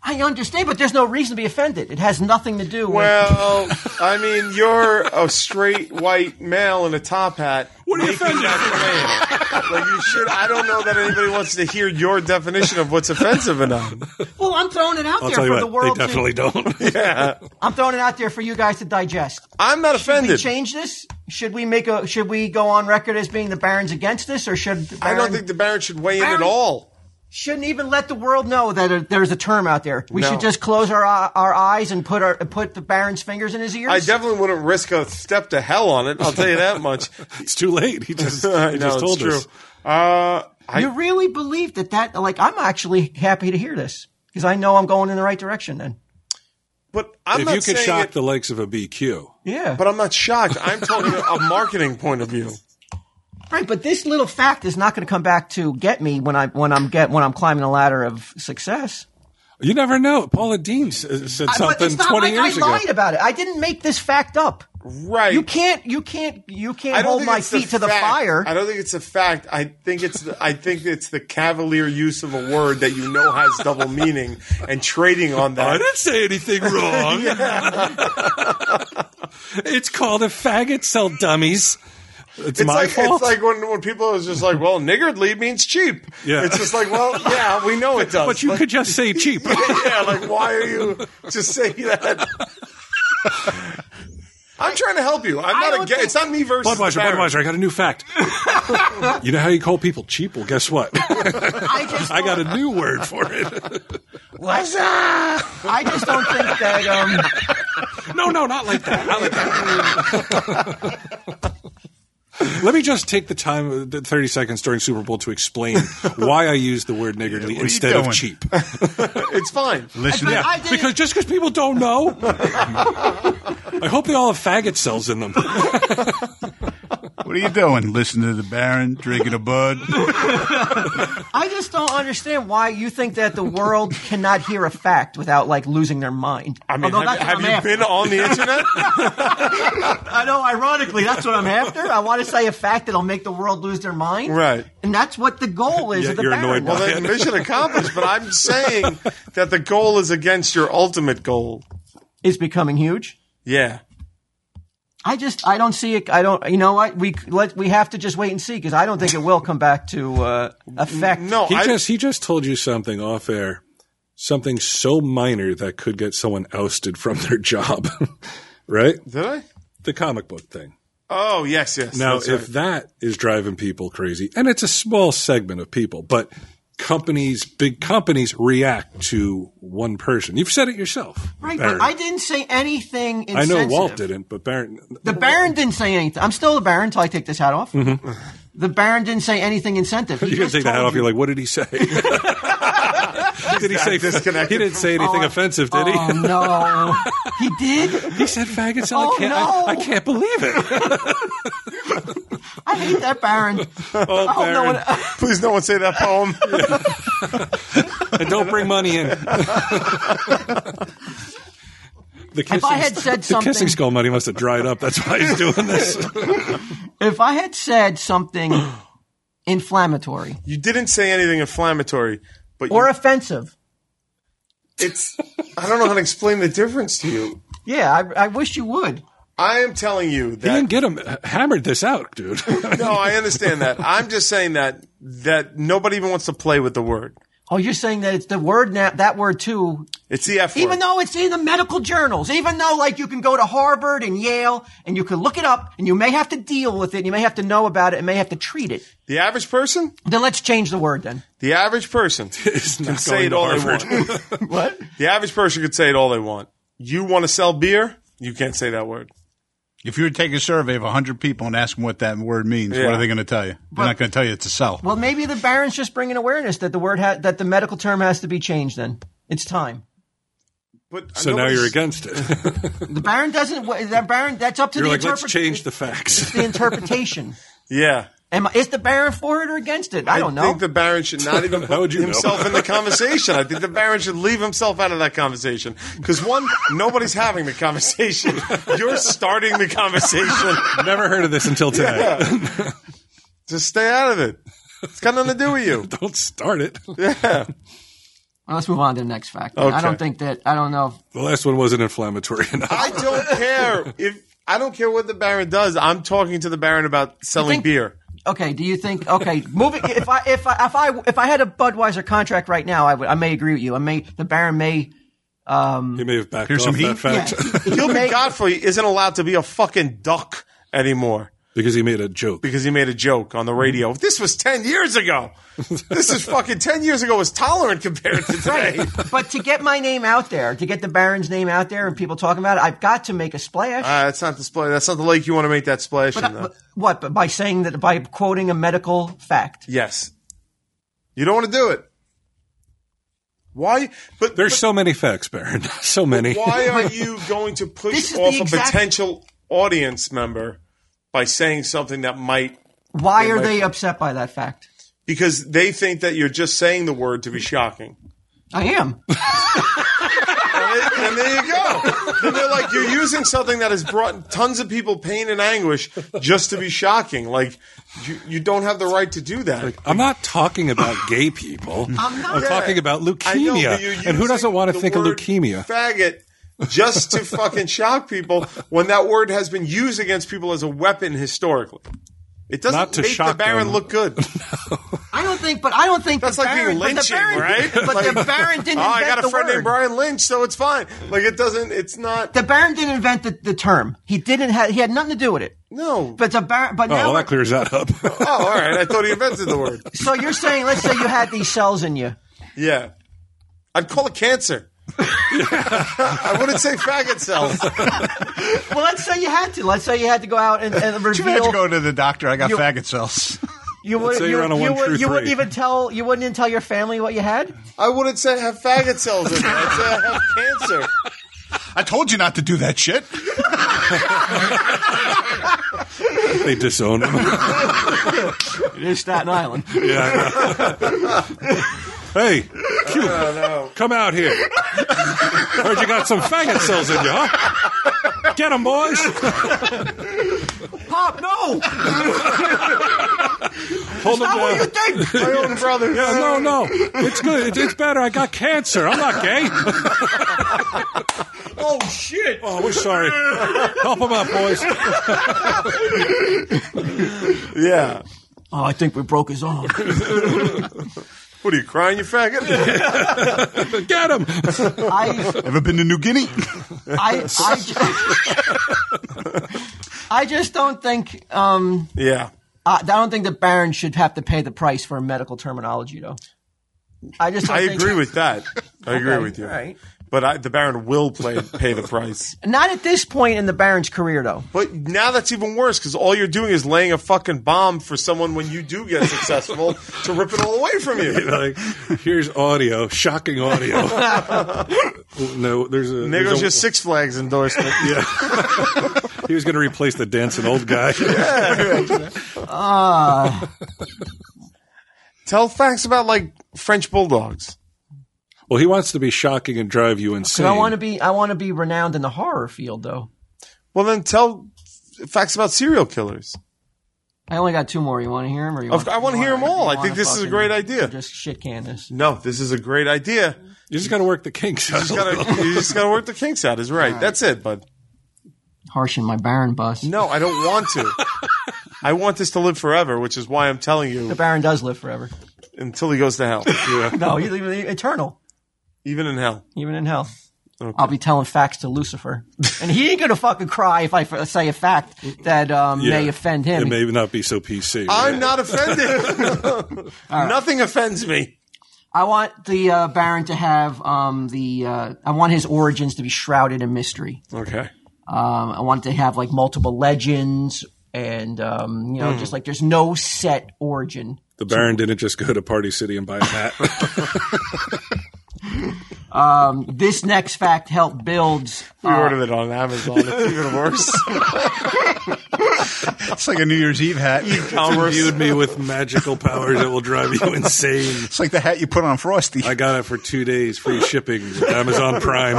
Speaker 1: I understand, but there's no reason to be offended. It has nothing to do with.
Speaker 2: Well, I mean, you're a straight white male in a top hat.
Speaker 3: What are you
Speaker 2: making
Speaker 3: offended
Speaker 2: that claim. Like you should. I don't know that anybody wants to hear your definition of what's offensive or not.
Speaker 1: Well, I'm throwing it out
Speaker 3: I'll
Speaker 1: there
Speaker 3: tell you
Speaker 1: for the
Speaker 3: what,
Speaker 1: world.
Speaker 3: they definitely
Speaker 1: to,
Speaker 3: don't.
Speaker 1: <laughs> I'm throwing it out there for you guys to digest.
Speaker 2: I'm not
Speaker 1: Should we
Speaker 2: offended.
Speaker 1: change this? Should we make a? Should we go on record as being the Barons against this, or should the
Speaker 2: I
Speaker 1: Baron,
Speaker 2: don't think the Baron should weigh in
Speaker 1: Baron-
Speaker 2: at all.
Speaker 1: shouldn't even let the world know that uh, there's a term out there? We
Speaker 2: No.
Speaker 1: should just close our our eyes and put our put the Baron's fingers in his ears.
Speaker 2: I definitely wouldn't risk a step to hell on it. I'll tell you that much.
Speaker 3: <laughs> It's too late. He just,
Speaker 2: <laughs>
Speaker 3: he
Speaker 2: I know,
Speaker 3: just
Speaker 2: it's
Speaker 3: told
Speaker 2: true.
Speaker 3: us.
Speaker 2: Uh, I,
Speaker 1: you really believe that that like I'm actually happy to hear this because I know I'm going in the right direction. Then
Speaker 2: but I'm
Speaker 3: if
Speaker 2: not
Speaker 3: you could
Speaker 2: saying
Speaker 3: shock
Speaker 2: it,
Speaker 3: the likes of a BQ,
Speaker 1: yeah,
Speaker 2: But I'm not shocked. I'm talking a marketing point of view.
Speaker 1: Right, but this little fact is not going to come back to get me when I when I'm get when I'm climbing the ladder of success.
Speaker 3: you never know. Paula Dean s- uh, said
Speaker 1: I- but
Speaker 3: something
Speaker 1: it's not
Speaker 3: 20
Speaker 1: like I
Speaker 3: years ago.
Speaker 1: lied about it. I didn't make this fact up.
Speaker 2: Right.
Speaker 1: You can't you can't you
Speaker 2: I
Speaker 1: can't
Speaker 2: don't
Speaker 1: hold
Speaker 2: think
Speaker 1: my
Speaker 2: it's
Speaker 1: feet to the
Speaker 2: fact.
Speaker 1: fire.
Speaker 2: I don't think it's a fact. I think it's the, I think it's the cavalier use of a word that you know has double meaning and trading on
Speaker 3: I
Speaker 2: that.
Speaker 3: didn't say
Speaker 1: <laughs>
Speaker 3: anything wrong. <laughs> it's called a faggot cell dummies. It's,
Speaker 2: It's
Speaker 3: my
Speaker 2: like
Speaker 3: fault.
Speaker 2: it's like when, when people are just like, well, niggardly means cheap.
Speaker 3: Yeah.
Speaker 2: It's just like, well, yeah, we know it does.
Speaker 3: but you
Speaker 2: Like, <laughs>
Speaker 3: could just say cheap. <laughs>
Speaker 2: yeah, like why are you just saying that? I'm trying to help you. I'm not
Speaker 1: don't
Speaker 2: a. ga-
Speaker 1: think-
Speaker 2: It's not me versus
Speaker 3: Budweiser,
Speaker 2: Barry.
Speaker 3: Budweiser, I got a
Speaker 2: <laughs>
Speaker 3: new fact. you know how you call people cheap? Well, guess what? <laughs>
Speaker 1: I
Speaker 2: <laughs>
Speaker 1: just
Speaker 3: I got
Speaker 1: don't-
Speaker 3: a new word for it. <laughs>
Speaker 1: What's up? I just don't think that. Um,
Speaker 3: no, no, not like that. Not like that. Let me just take the time, the 30 seconds during Super Bowl to explain why I used the word niggardly
Speaker 5: what are you
Speaker 3: instead of
Speaker 5: doing?
Speaker 3: cheap.
Speaker 2: It's fine.
Speaker 5: Listen,
Speaker 1: but
Speaker 5: yeah.
Speaker 1: I didn't-
Speaker 3: Because just because people don't know, I hope they all have faggot cells in them.
Speaker 5: what are you doing? Listen to the Baron drinking a bud.
Speaker 1: I just don't understand why you think that the world cannot hear a fact without like losing their mind.
Speaker 2: I mean,
Speaker 1: Although that's
Speaker 2: have,
Speaker 1: what
Speaker 2: have
Speaker 1: I'm
Speaker 2: you
Speaker 1: after.
Speaker 2: been on the internet?
Speaker 1: <laughs> I know, ironically, that's what I'm after. I want to say a fact that'll make the world lose their mind.
Speaker 2: Right.
Speaker 1: And that's what the goal is
Speaker 3: Yeah,
Speaker 1: of the
Speaker 3: you're
Speaker 1: Baron.
Speaker 3: annoyed by
Speaker 2: well, then mission accomplished. But I'm saying that the goal is against your ultimate goal.
Speaker 1: It's becoming huge.
Speaker 2: Yeah.
Speaker 1: I just, I don't see it. I don't, you know what? We, let, we have to just wait and see because I don't think it will come back to uh, affect.
Speaker 2: No,
Speaker 3: He
Speaker 2: I
Speaker 3: just he just told you something off air, something so minor that could get someone ousted from their job, <laughs> right?
Speaker 2: did. I.
Speaker 3: The comic book thing.
Speaker 2: Oh yes, yes.
Speaker 3: Now,
Speaker 2: that's
Speaker 3: if
Speaker 2: right.
Speaker 3: that is driving people crazy, and it's a small segment of people, but companies, big companies, react to one person. You've said it yourself,
Speaker 1: Right,
Speaker 3: Barron.
Speaker 1: but I didn't say anything
Speaker 3: I
Speaker 1: insensitive.
Speaker 3: know Walt didn't, but Baron.
Speaker 1: The Baron didn't say anything. I'm still the Baron until I take this hat off. The Baron didn't say anything insensitive. He
Speaker 3: Mm-hmm. <laughs> You can
Speaker 1: just
Speaker 3: take the hat
Speaker 1: told
Speaker 3: off.
Speaker 1: you.
Speaker 3: You're like, what did he
Speaker 1: <laughs>
Speaker 3: say? did he say
Speaker 2: disconnected
Speaker 3: He didn't say anything
Speaker 1: Oh,
Speaker 3: offensive, did he?
Speaker 1: Oh no, he did.
Speaker 3: He said faggots.
Speaker 1: Oh,
Speaker 3: I, can't,
Speaker 1: no.
Speaker 3: I, I can't believe
Speaker 1: <laughs>
Speaker 3: it.
Speaker 1: I hate that Baron.
Speaker 3: Oh,
Speaker 1: I hope no
Speaker 3: Baron.
Speaker 1: one-
Speaker 2: <laughs> please, no one say that poem. <laughs>
Speaker 3: and don't bring money
Speaker 1: <laughs>
Speaker 3: in. the kissing,
Speaker 1: I had said
Speaker 3: the
Speaker 1: something-
Speaker 3: kissing skull money must have dried up. That's why he's doing this.
Speaker 1: <laughs> if I had said <gasps> something inflammatory
Speaker 2: you didn't say anything inflammatory, but
Speaker 1: or
Speaker 2: you,
Speaker 1: offensive,
Speaker 2: <laughs> it's. I don't know how to explain the difference to you.
Speaker 1: yeah, I, I wish you would.
Speaker 2: I am telling you
Speaker 3: He
Speaker 2: that
Speaker 3: didn't get him hammered this out, dude.
Speaker 2: <laughs> No, I understand that. I'm just saying that that nobody even wants to play with the word.
Speaker 1: Oh, you're saying that it's the word now, that word too.
Speaker 2: It's the F word.
Speaker 1: Even though it's in the medical journals, even though like you can go to Harvard and Yale and you can look it up and you may have to deal with it, and you may have to know about it and may have to treat it.
Speaker 2: the average person,
Speaker 1: Then let's change the word then.
Speaker 2: the average
Speaker 3: <laughs>
Speaker 2: person
Speaker 3: He's
Speaker 2: can
Speaker 3: not
Speaker 2: say it all
Speaker 3: going to
Speaker 2: they want. <laughs> what? The average person could say it all they want. You want to sell beer? You can't say that word.
Speaker 5: If you were to take a survey of 100 people and ask them what that word means,
Speaker 2: Yeah.
Speaker 5: what are they going to tell you? They're not going to tell you it's a cell.
Speaker 1: Well, maybe the Baron's just bringing awareness that the word ha- that the medical term has to be changed. Then it's time.
Speaker 2: But
Speaker 3: <laughs> So now
Speaker 2: nobody's-
Speaker 3: you're
Speaker 2: <laughs>
Speaker 3: against it.
Speaker 1: The Baron doesn't. wha- That Baron. That's up to
Speaker 3: You're
Speaker 1: the
Speaker 3: like, let's
Speaker 1: interpret-
Speaker 3: change
Speaker 2: <laughs>
Speaker 3: the facts.
Speaker 1: the interpretation.
Speaker 2: Yeah.
Speaker 1: Am I, is the Baron for it or against it? I don't know.
Speaker 2: think the Baron should <laughs> not even
Speaker 3: How
Speaker 2: put
Speaker 3: would you know?
Speaker 2: himself <laughs> in the conversation. I think the Baron should leave himself out of that conversation. Because, one, nobody's having the conversation. <laughs> You're starting the <laughs> conversation.
Speaker 3: <laughs> Never heard of this until today. <laughs>
Speaker 2: <laughs> Just stay out of it. It's got nothing to do with you.
Speaker 3: Don't start it.
Speaker 1: Well, let's move on to the next fact. I
Speaker 2: Okay.
Speaker 1: don't think that. I don't know.
Speaker 3: The last one wasn't inflammatory <laughs> enough.
Speaker 2: I don't care if I don't care what the Baron does. I'm talking to the Baron about selling
Speaker 1: think-
Speaker 2: beer.
Speaker 1: Okay. Do you think? Okay. Moving. If I if I if I if I had a Budweiser contract right now, I would. I may agree with you. I may. The Baron may.
Speaker 3: He may have backed
Speaker 5: Here's
Speaker 3: off
Speaker 5: some
Speaker 3: that
Speaker 5: heat.
Speaker 3: fact
Speaker 1: he may-
Speaker 2: Gilbert Godfrey isn't allowed to be a fucking duck anymore
Speaker 3: <laughs> because he made a joke.
Speaker 2: because he made a joke on the radio. This was ten years ago. This is fucking ten years ago. Was tolerant
Speaker 1: <laughs>
Speaker 2: compared to today.
Speaker 1: But to get my name out there, to get the Baron's name out there, and people talking about it, I've got to make a splash.
Speaker 2: Uh, that's not the splash. That's not the lake you want to make that splash
Speaker 1: But,
Speaker 2: in.
Speaker 1: I-
Speaker 2: Though.
Speaker 1: but what? But by saying that by quoting a medical fact.
Speaker 2: Yes, you don't want to do it. Why? But
Speaker 3: There's so many facts, Baron. <laughs> So many.
Speaker 2: Why are you going
Speaker 1: <laughs>
Speaker 2: to
Speaker 1: This
Speaker 2: push
Speaker 1: is the
Speaker 2: off a
Speaker 1: exact-
Speaker 2: potential audience member by saying something that might
Speaker 1: Why are
Speaker 2: might-
Speaker 1: they upset by that fact?
Speaker 2: because they think that you're just saying the word to be shocking.
Speaker 1: I am.
Speaker 2: And, it- and there you go. And they're like, you're using something that has brought tons of people pain and anguish just to be shocking. Like, you, you don't have the right to do that.
Speaker 3: <laughs> I'm not talking about gay people. I'm,
Speaker 1: not-
Speaker 3: talking about
Speaker 2: I know, but
Speaker 3: leukemia.
Speaker 2: you're
Speaker 3: and who
Speaker 2: using
Speaker 3: doesn't want to
Speaker 2: the
Speaker 3: think of
Speaker 2: word
Speaker 3: leukemia?
Speaker 2: Faggot. Just to fucking shock people when that word has been used against people as a weapon historically. It doesn't
Speaker 3: Not to
Speaker 2: make the
Speaker 3: shock <laughs>
Speaker 2: Baron
Speaker 3: them.
Speaker 2: look good.
Speaker 1: I don't think, but I don't think
Speaker 2: That's
Speaker 1: the
Speaker 2: like
Speaker 1: Baron,
Speaker 2: being
Speaker 1: but the
Speaker 2: lynching,
Speaker 1: Baron,
Speaker 2: right?
Speaker 1: But
Speaker 2: like,
Speaker 1: the Baron didn't
Speaker 2: <laughs> Oh, I
Speaker 1: invent
Speaker 2: got a
Speaker 1: the
Speaker 2: friend
Speaker 1: word.
Speaker 2: named Brian Lynch, so it's fine. Like it doesn't. It's not.
Speaker 1: The Baron didn't invent the, the term. He didn't have. He had nothing to do with it.
Speaker 2: no.
Speaker 1: But the Baron. But
Speaker 3: Oh,
Speaker 1: now,
Speaker 3: well, that clears that up.
Speaker 2: <laughs> oh, all right. I thought he invented the word.
Speaker 1: so you're saying, let's say you had these cells in you.
Speaker 2: Yeah. I'd call it cancer. <laughs> I wouldn't say faggot cells.
Speaker 1: Well, let's say you had to. Let's say you had to go out and, and
Speaker 5: Too bad
Speaker 1: reveal.
Speaker 5: to go to the doctor. I got
Speaker 1: You-
Speaker 5: faggot cells.
Speaker 1: you would,
Speaker 3: say
Speaker 1: you,
Speaker 3: you're on a
Speaker 1: you
Speaker 3: one
Speaker 1: would-
Speaker 3: true
Speaker 1: you wouldn't
Speaker 3: three.
Speaker 1: even tell. You wouldn't even tell your family what you had.
Speaker 2: I wouldn't say I have faggot cells in me. I'd say I have cancer.
Speaker 5: I told you not to do that shit.
Speaker 3: <laughs> they disown
Speaker 2: <laughs>
Speaker 3: him.
Speaker 1: In Staten Island.
Speaker 3: yeah. I know. <laughs> hey, Q, come out here. Heard you got some faggot cells in you, huh? Get them, boys.
Speaker 1: Pop, no!
Speaker 3: Hold them
Speaker 1: Not what
Speaker 3: down.
Speaker 1: you think.
Speaker 2: My own brother.
Speaker 3: Yeah, no, no. It's good. It's, it's better. I got cancer. I'm not gay.
Speaker 1: <laughs>
Speaker 2: Oh shit.
Speaker 3: Oh, we're sorry. Help him out, <laughs> boys.
Speaker 2: Yeah.
Speaker 1: <laughs> Oh, I think we broke his arm.
Speaker 2: What are you crying, you faggot?
Speaker 3: Get <laughs> him.
Speaker 1: I,
Speaker 5: Ever been to New Guinea?
Speaker 1: I, I, ju- I just don't think. Um,
Speaker 2: yeah.
Speaker 1: I, I don't think the Baron should have to pay the price for medical terminology, though. I just. Don't
Speaker 2: I
Speaker 1: think-
Speaker 2: agree with that. I agree
Speaker 1: Okay,
Speaker 2: with you.
Speaker 1: all right.
Speaker 2: But I, the Baron will play, pay the price.
Speaker 1: Not at this point in the Baron's career,
Speaker 2: <laughs>
Speaker 1: though.
Speaker 2: But now that's even worse because all you're doing is laying a fucking bomb for someone when you do get successful to rip it all away from you.
Speaker 3: Like, here's audio. Shocking audio. <laughs> no, there's a.
Speaker 2: There
Speaker 3: there's
Speaker 2: goes
Speaker 3: a-
Speaker 2: your Six Flags endorsement.
Speaker 3: <laughs> He was going to replace the dancing old <laughs> guy.
Speaker 2: Tell facts about like French bulldogs.
Speaker 3: Well, he wants to be shocking and drive you insane.
Speaker 1: Because I want to be, I want to be renowned in the horror field, though.
Speaker 2: Well, then tell facts about serial killers.
Speaker 1: I only got two more. You want to hear them, or you?
Speaker 2: Of-
Speaker 1: Want,
Speaker 2: I wanna
Speaker 1: you
Speaker 2: hear 'em all. I
Speaker 1: you
Speaker 2: think
Speaker 1: wanna
Speaker 2: this is a
Speaker 1: fucking
Speaker 2: great idea.
Speaker 1: Just shit can this.
Speaker 2: No, this is a great idea.
Speaker 3: You just got to work the kinks. out a
Speaker 2: You just
Speaker 3: little.
Speaker 2: <laughs> gotta, you just gotta work the kinks out. Is right. That's it, bud.
Speaker 1: Harsh in my Baron bus.
Speaker 2: No, I don't want to. <laughs> I want this to live forever, which is why I'm telling
Speaker 1: The
Speaker 2: <laughs> you
Speaker 1: Baron does live forever.
Speaker 2: until he goes to <laughs> hell,
Speaker 1: No, he's even eternal,
Speaker 2: even in hell.
Speaker 1: even in hell. I'll be telling facts to Lucifer, and he ain't gonna fucking cry if I f- say a fact that um,
Speaker 3: Yeah.
Speaker 1: may offend
Speaker 3: It
Speaker 1: him.
Speaker 3: may not be so PC.
Speaker 2: I'm not <laughs> offended. Nothing offends me.
Speaker 1: I want the uh, Baron to have um, the. Uh, I want his origins to be shrouded in mystery.
Speaker 2: Okay.
Speaker 1: Um, I want to have like multiple legends, and um, you know, just like there's no set origin.
Speaker 3: The Baron didn't just go to Party City and buy a <laughs> hat.
Speaker 1: This next fact helped builds.
Speaker 2: We ordered it on Amazon. It's even <laughs> worse.
Speaker 5: It's like a New Year's Eve hat.
Speaker 2: Commerce.
Speaker 3: Viewed me with magical powers that will drive you insane.
Speaker 5: It's like the hat you put on Frosty.
Speaker 3: I got it for two days, free shipping, Amazon <laughs> Prime.
Speaker 5: <laughs>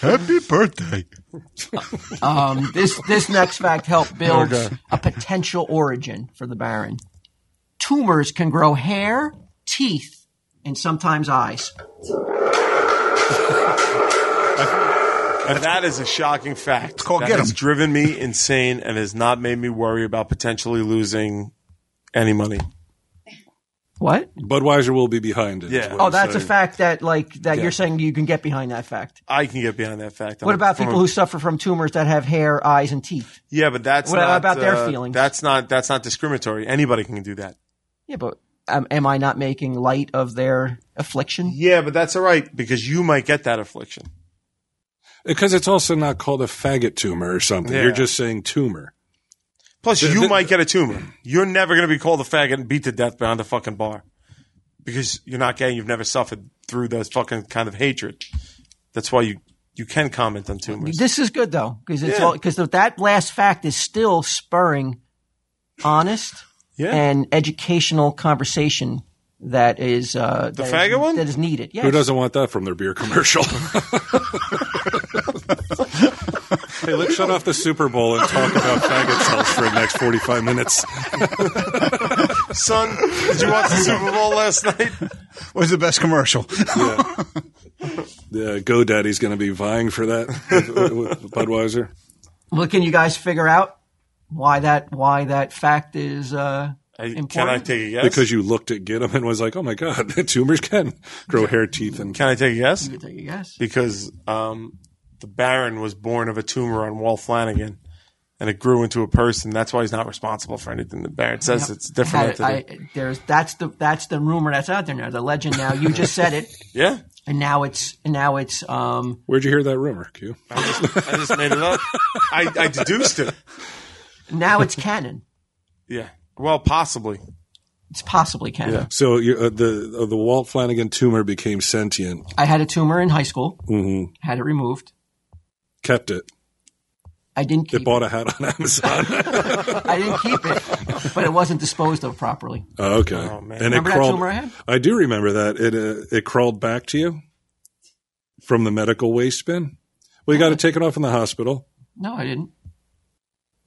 Speaker 5: Happy birthday.
Speaker 1: <laughs> Um, this this next fact helped build
Speaker 2: Okay.
Speaker 1: a potential origin for the Baron. Tumors can grow hair, teeth, and sometimes eyes.
Speaker 2: And that is a shocking fact. It's
Speaker 5: called
Speaker 2: that
Speaker 5: get 'em.
Speaker 2: has driven
Speaker 1: <laughs>
Speaker 2: me insane and has not made me worry about potentially losing any money.
Speaker 1: What?
Speaker 3: Budweiser will be behind it. is
Speaker 2: Yeah.
Speaker 3: what
Speaker 1: Oh,
Speaker 3: I'm
Speaker 1: that's a
Speaker 3: saying.
Speaker 1: fact that like that
Speaker 3: Yeah.
Speaker 1: you're saying you can get behind that fact.
Speaker 2: I can get behind that fact.
Speaker 1: What about people who suffer from tumors that have hair, eyes, and teeth?
Speaker 2: Yeah, but that's
Speaker 1: What
Speaker 2: not,
Speaker 1: about their
Speaker 2: uh,
Speaker 1: feelings?
Speaker 2: That's not that's not discriminatory. Anybody can do that.
Speaker 1: Yeah, but um, am I not making light of their affliction?
Speaker 2: Yeah, but that's all right because you might get that affliction.
Speaker 3: Because it's also not called a faggot tumor or something.
Speaker 2: Yeah.
Speaker 3: You're just saying tumor.
Speaker 2: Plus,
Speaker 3: The-
Speaker 2: you
Speaker 3: the-
Speaker 2: might get a tumor. You're never going to be called a faggot and beat to death behind a fucking bar because you're not gay. and You've never suffered through those fucking kind of hatred. That's why you you can comment on tumors.
Speaker 1: This is good though because it's
Speaker 2: Yeah.
Speaker 1: all because that last fact is still spurring honest
Speaker 2: Yeah.
Speaker 1: and educational conversation that is uh, the
Speaker 2: faggot one?
Speaker 1: that is needed. Yes.
Speaker 3: Who doesn't want that from their beer commercial? hey, let's shut off the Super Bowl and talk about faggot cells for the next 45 minutes.
Speaker 2: Son, did you
Speaker 3: <laughs>
Speaker 2: watch the Super Bowl last night?
Speaker 5: What was the best commercial?
Speaker 3: Uh, GoDaddy's going to be vying for that with, with Budweiser.
Speaker 1: Well, can you guys figure out why that why that fact is uh,
Speaker 2: I, can I
Speaker 1: Important?
Speaker 2: take a guess?
Speaker 3: because you looked at Ginnam and was like, oh my God, <laughs> tumors can grow hair, teeth, and.
Speaker 2: can I take a guess?
Speaker 1: You take a guess.
Speaker 2: Because um, the Baron was born of a tumor on Wall Flanagan, and it grew into a person. That's why he's not responsible for anything. The Baron says it's a different.
Speaker 1: Had- I,
Speaker 2: entity.
Speaker 1: there's that's the that's the rumor that's out there now. The legend now. You just said it, <laughs>
Speaker 2: yeah,
Speaker 1: and now it's and now it's um
Speaker 3: Where'd you hear that rumor, Q?
Speaker 2: I just, I just made it up. <laughs> I, I deduced it.
Speaker 1: now it's canon.
Speaker 2: Yeah. Well, possibly.
Speaker 1: It's possibly canon.
Speaker 2: Yeah.
Speaker 3: So you, uh, the uh, the Walt Flanagan tumor became sentient,
Speaker 1: I had a tumor in high school.
Speaker 3: hmm
Speaker 1: Had it removed.
Speaker 3: kept it.
Speaker 1: I didn't
Speaker 3: It
Speaker 1: keep. It
Speaker 3: bought a hat on Amazon.
Speaker 1: I didn't keep it, but it wasn't disposed of properly.
Speaker 3: Oh, okay.
Speaker 2: man.
Speaker 3: And
Speaker 1: Remember that
Speaker 3: it crawled,
Speaker 1: tumor I had?
Speaker 3: do remember that. It uh, it crawled back to you from the medical waste bin. Well,
Speaker 1: Oh.
Speaker 3: you got to take it off in the hospital.
Speaker 1: No, I didn't.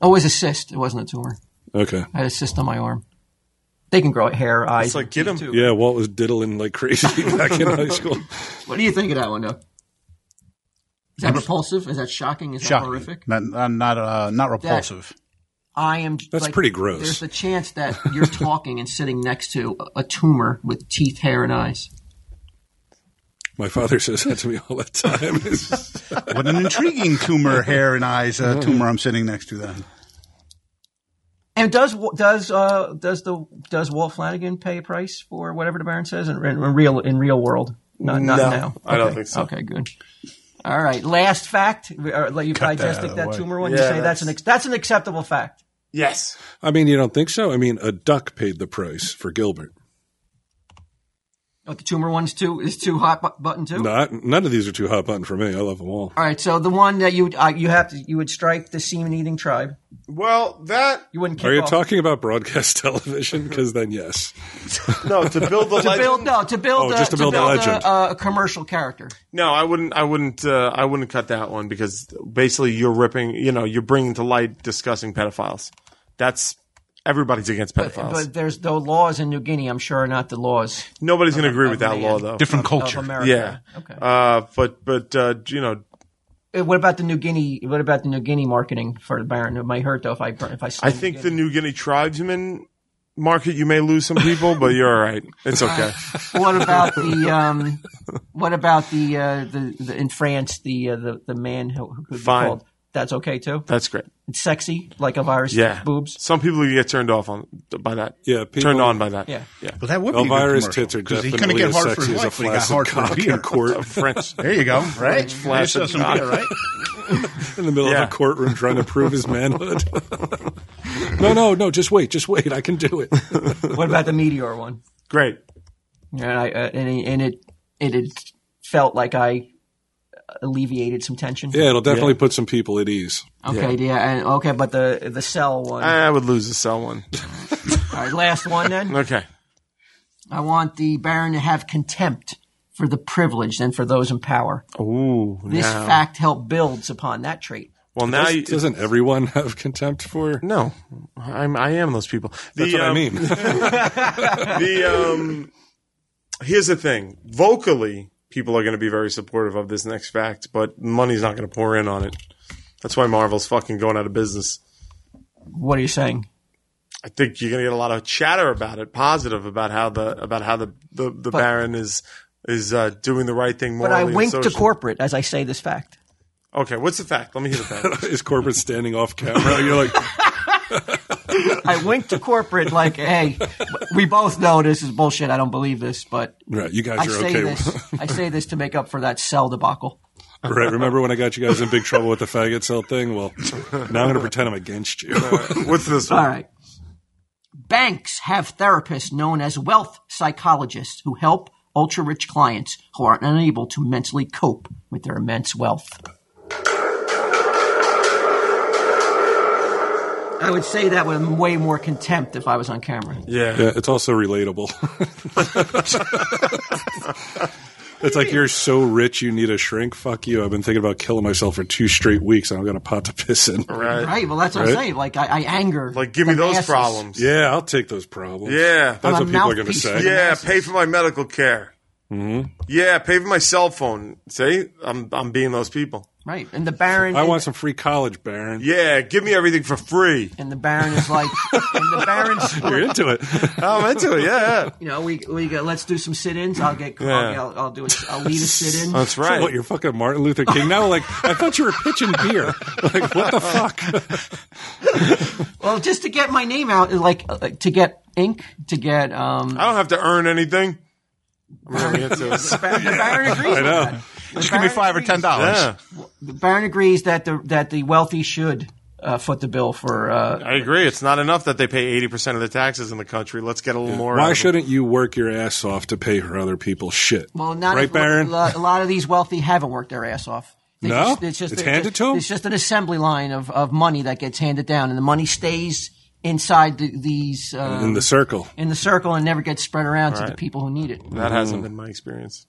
Speaker 1: Oh, it was a cyst. It wasn't a tumor.
Speaker 3: Okay.
Speaker 1: I had a cyst on my arm. They can grow hair, eyes.
Speaker 2: It's like get him.
Speaker 1: too.
Speaker 3: Yeah, Walt was diddling like crazy <laughs> back in high school.
Speaker 1: What do you think of that one, though? Is that repulsive? Is that shocking? Is
Speaker 5: Shocking.
Speaker 1: that horrific?
Speaker 5: Not not not, uh, not repulsive.
Speaker 1: I am.
Speaker 3: That's
Speaker 1: like,
Speaker 3: pretty gross.
Speaker 1: There's the chance that you're talking and sitting next to a- a tumor with teeth, hair, and eyes.
Speaker 3: My father says that to me all the time. <laughs> It's just-
Speaker 5: What an intriguing tumor, hair and eyes uh,
Speaker 3: Mm.
Speaker 5: tumor I'm sitting next to. Then
Speaker 1: And does does uh, does the does Walt Flanagan pay a price for whatever the Baron says in, in, real in real world? Not, not
Speaker 2: No,
Speaker 1: now.
Speaker 2: I don't
Speaker 1: Okay.
Speaker 2: think so.
Speaker 1: Okay, good. All right. Last fact. Or, like, you
Speaker 5: out
Speaker 1: digested
Speaker 5: of the
Speaker 1: that
Speaker 5: way.
Speaker 1: tumor one.
Speaker 2: Yeah,
Speaker 1: you say that's
Speaker 2: that's-
Speaker 1: an ex- that's an acceptable fact.
Speaker 2: Yes.
Speaker 3: I mean, you don't think so? I mean, a duck paid the price for Gilbert.
Speaker 1: But the tumor one's too is too hot bu- button too.
Speaker 3: Not, none of these are too hot button for me. I love them all.
Speaker 1: All right, so the one that you would- uh, you have to you would strike the semen eating tribe.
Speaker 2: Well, that
Speaker 1: You wouldn't. Kick
Speaker 3: Are you
Speaker 1: off.
Speaker 3: talking about broadcast <laughs> television? Because then, yes.
Speaker 2: no <laughs> to build the
Speaker 1: to
Speaker 2: legend.
Speaker 1: build? No, to build.
Speaker 3: Oh,
Speaker 1: a,
Speaker 3: just to build a legend.
Speaker 1: A, uh, a commercial character.
Speaker 2: No, I wouldn't. I wouldn't. Uh, I wouldn't cut that one because basically you're ripping. You know, you're bringing to light discussing pedophiles. That's everybody's against pedophiles.
Speaker 1: But there's the laws in New Guinea. I'm sure are not the laws
Speaker 2: Nobody's going to agree with that
Speaker 1: man.
Speaker 2: law, though.
Speaker 5: different
Speaker 1: of
Speaker 5: culture.
Speaker 1: America.
Speaker 2: Yeah.
Speaker 1: Okay.
Speaker 2: Uh, but but uh, you know,
Speaker 1: Uh, what about the New Guinea? What about the New Guinea marketing for the Baron? It might hurt though if I if I.
Speaker 2: I think the New Guinea tribesmen market you may lose some people, but you're all right. It's okay.
Speaker 1: What about the um? What about the uh the, the in France the uh, the the man who, who could be
Speaker 2: Fine.
Speaker 1: called? That's okay too.
Speaker 2: That's great.
Speaker 1: It's sexy like a virus.
Speaker 2: Yeah.
Speaker 1: Boobs.
Speaker 2: Some people get turned off on by that.
Speaker 3: Yeah, people-
Speaker 2: turned on by that.
Speaker 1: Yeah.
Speaker 2: Yeah.
Speaker 5: But that would be a good
Speaker 3: Elvira's
Speaker 5: commercial,
Speaker 3: tits are
Speaker 5: 'cause
Speaker 3: definitely
Speaker 5: he couldn't get
Speaker 3: as
Speaker 5: hard for
Speaker 3: sexy as a
Speaker 5: his wife, but he got
Speaker 3: flaccid
Speaker 5: hard for
Speaker 3: cock
Speaker 5: his
Speaker 3: in
Speaker 5: beer.
Speaker 3: court
Speaker 2: French.
Speaker 5: <laughs> There you go. Right,
Speaker 2: Flash
Speaker 5: There's
Speaker 2: of
Speaker 5: some beer,
Speaker 2: cock.
Speaker 5: right?
Speaker 3: in the middle
Speaker 2: Yeah.
Speaker 3: of a courtroom trying to prove his manhood. <laughs> no, no, no. Just wait. Just wait. I can do it.
Speaker 1: What about the meteor one?
Speaker 2: Great.
Speaker 1: and I uh, and, it- and it it had felt like I alleviated some tension.
Speaker 3: Yeah, it'll definitely put some people at ease.
Speaker 1: Okay. Yeah. and, okay. But the the cell one.
Speaker 2: I would lose the cell one.
Speaker 1: All right. Last one
Speaker 2: <laughs>
Speaker 1: then.
Speaker 2: Okay.
Speaker 1: I want the Baron to have contempt for the privileged and for those in power.
Speaker 2: Ooh.
Speaker 1: This
Speaker 2: now.
Speaker 1: fact help builds upon that trait.
Speaker 2: Well, now you,
Speaker 3: Doesn't everyone have contempt for?
Speaker 2: no, I'm I am those people. The,
Speaker 3: That's what I
Speaker 2: um,
Speaker 3: mean. <laughs>
Speaker 2: the um here's the thing vocally people are going to be very supportive of this next fact but money's not going to pour in on it that's why marvel's fucking going out of business
Speaker 1: What are you saying?
Speaker 2: i think you're going to get a lot of chatter about it positive about how the about how the the, the baron is is uh, doing the right thing
Speaker 1: But
Speaker 2: morally
Speaker 1: I
Speaker 2: and
Speaker 1: wink to
Speaker 2: socially.
Speaker 1: corporate as I say this fact.
Speaker 2: okay what's the fact let me hear the
Speaker 1: <laughs>
Speaker 2: fact
Speaker 3: Is corporate standing off camera? You're like,
Speaker 1: I wink to corporate like, hey, we both know this is bullshit. I don't believe this, but
Speaker 3: right, you guys
Speaker 1: I
Speaker 3: are
Speaker 1: say
Speaker 3: okay.
Speaker 1: this. I say this to make up for that cell debacle.
Speaker 3: right, remember when I got you guys in big trouble with the faggot cell thing? Well, now I'm going to pretend I'm against you.
Speaker 2: <laughs> what's this one
Speaker 1: All right. Banks have therapists known as wealth psychologists who help ultra rich clients who are unable to mentally cope with their immense wealth. I would say that with way more contempt if I was on camera.
Speaker 2: yeah,
Speaker 3: Yeah, it's also relatable. it's like you're so rich you need a shrink. Fuck you. I've been thinking about killing myself for two straight weeks and I've got a pot to piss in.
Speaker 2: Right.
Speaker 1: Right. Well, that's what I'm
Speaker 3: Right.
Speaker 1: saying. Like, I, I anger.
Speaker 2: like give me
Speaker 1: the
Speaker 2: those
Speaker 1: masses.
Speaker 2: problems
Speaker 3: Yeah, I'll take those problems.
Speaker 2: yeah
Speaker 3: That's
Speaker 1: I'm
Speaker 3: what
Speaker 1: a
Speaker 3: people are going to
Speaker 1: mouthpiece
Speaker 3: say.
Speaker 1: for the
Speaker 2: Yeah,
Speaker 1: masses.
Speaker 2: pay for my medical care. Mm-hmm. Yeah, pay for my cell phone. See, I'm I'm being those people.
Speaker 1: Right. And the Baron.
Speaker 3: I want some free college, Baron.
Speaker 2: Yeah, give me everything for free.
Speaker 1: And the Baron is like, and the Baron's
Speaker 3: You're into
Speaker 2: <laughs>
Speaker 3: it.
Speaker 2: I'm into it. Yeah, yeah.
Speaker 1: you know, we we go, let's do some sit-ins. I'll get,
Speaker 2: Yeah. Uh,
Speaker 1: I'll, I'll, I'll do, a, I'll lead a
Speaker 2: <laughs>
Speaker 1: sit-in.
Speaker 2: <laughs> that's right.
Speaker 3: So what, you're fucking Martin Luther King now? Like, I thought you were pitching beer. <laughs> Like, what the fuck?
Speaker 1: Well, just to get my name out, like uh, to get ink, to get um,
Speaker 2: <laughs> I don't have to earn anything. I'm really into it.
Speaker 1: the Baron, the Baron agrees. I
Speaker 3: know.
Speaker 5: Just give me five or ten dollars.
Speaker 2: Yeah,
Speaker 1: The Baron agrees that the that the wealthy should uh, foot the bill for. Uh,
Speaker 2: I agree. It's not enough that they pay 80% of the taxes in the country. Let's get a little more. out
Speaker 3: Why
Speaker 2: of
Speaker 3: shouldn't you work your ass off to pay for other people's shit?
Speaker 1: well, not
Speaker 3: right,
Speaker 1: if-
Speaker 3: Baron.
Speaker 1: A lot, a lot of these wealthy haven't worked their ass off. They
Speaker 3: No?
Speaker 1: just, it's just
Speaker 3: It's handed to 'em?
Speaker 1: It's just an assembly line of, of money that gets handed down, and the money stays inside the, these uh,
Speaker 3: in the circle.
Speaker 1: in the circle and never gets spread around to the people who need it.
Speaker 2: them. That hasn't been my experience.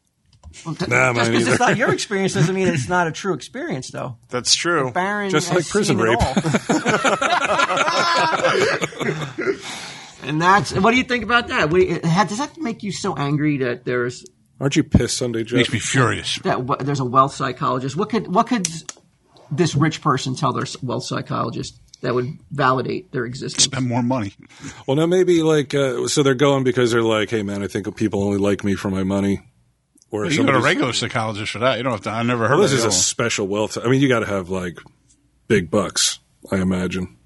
Speaker 1: Well, th- just
Speaker 3: Nah, mine
Speaker 1: because
Speaker 3: either.
Speaker 1: it's not
Speaker 3: <laughs>
Speaker 1: your experience doesn't mean it's not a true experience, though.
Speaker 2: That's true.
Speaker 1: Baron,
Speaker 3: Just
Speaker 1: has
Speaker 3: like prison
Speaker 1: seen it
Speaker 3: rape. <laughs>
Speaker 1: all. <laughs> and that's what do you think about that? What do you, ha- does that make you so angry that there's
Speaker 3: Aren't you pissed someday, Jeff?
Speaker 5: Makes me furious.
Speaker 1: that w- there's a wealth psychologist? What could what could this rich person tell their s- wealth psychologist that would validate their existence?
Speaker 5: Spend more money.
Speaker 3: Well, now maybe like uh, so they're going because they're like, hey man, I think people only like me for my money. Or
Speaker 5: You can go to a
Speaker 3: somebody's-
Speaker 5: regular psychologist for that. You don't have to. I never heard
Speaker 3: Well, this
Speaker 5: of
Speaker 3: is
Speaker 5: that
Speaker 3: a
Speaker 5: one.
Speaker 3: special wealth. I mean, you got to have like big bucks, I imagine.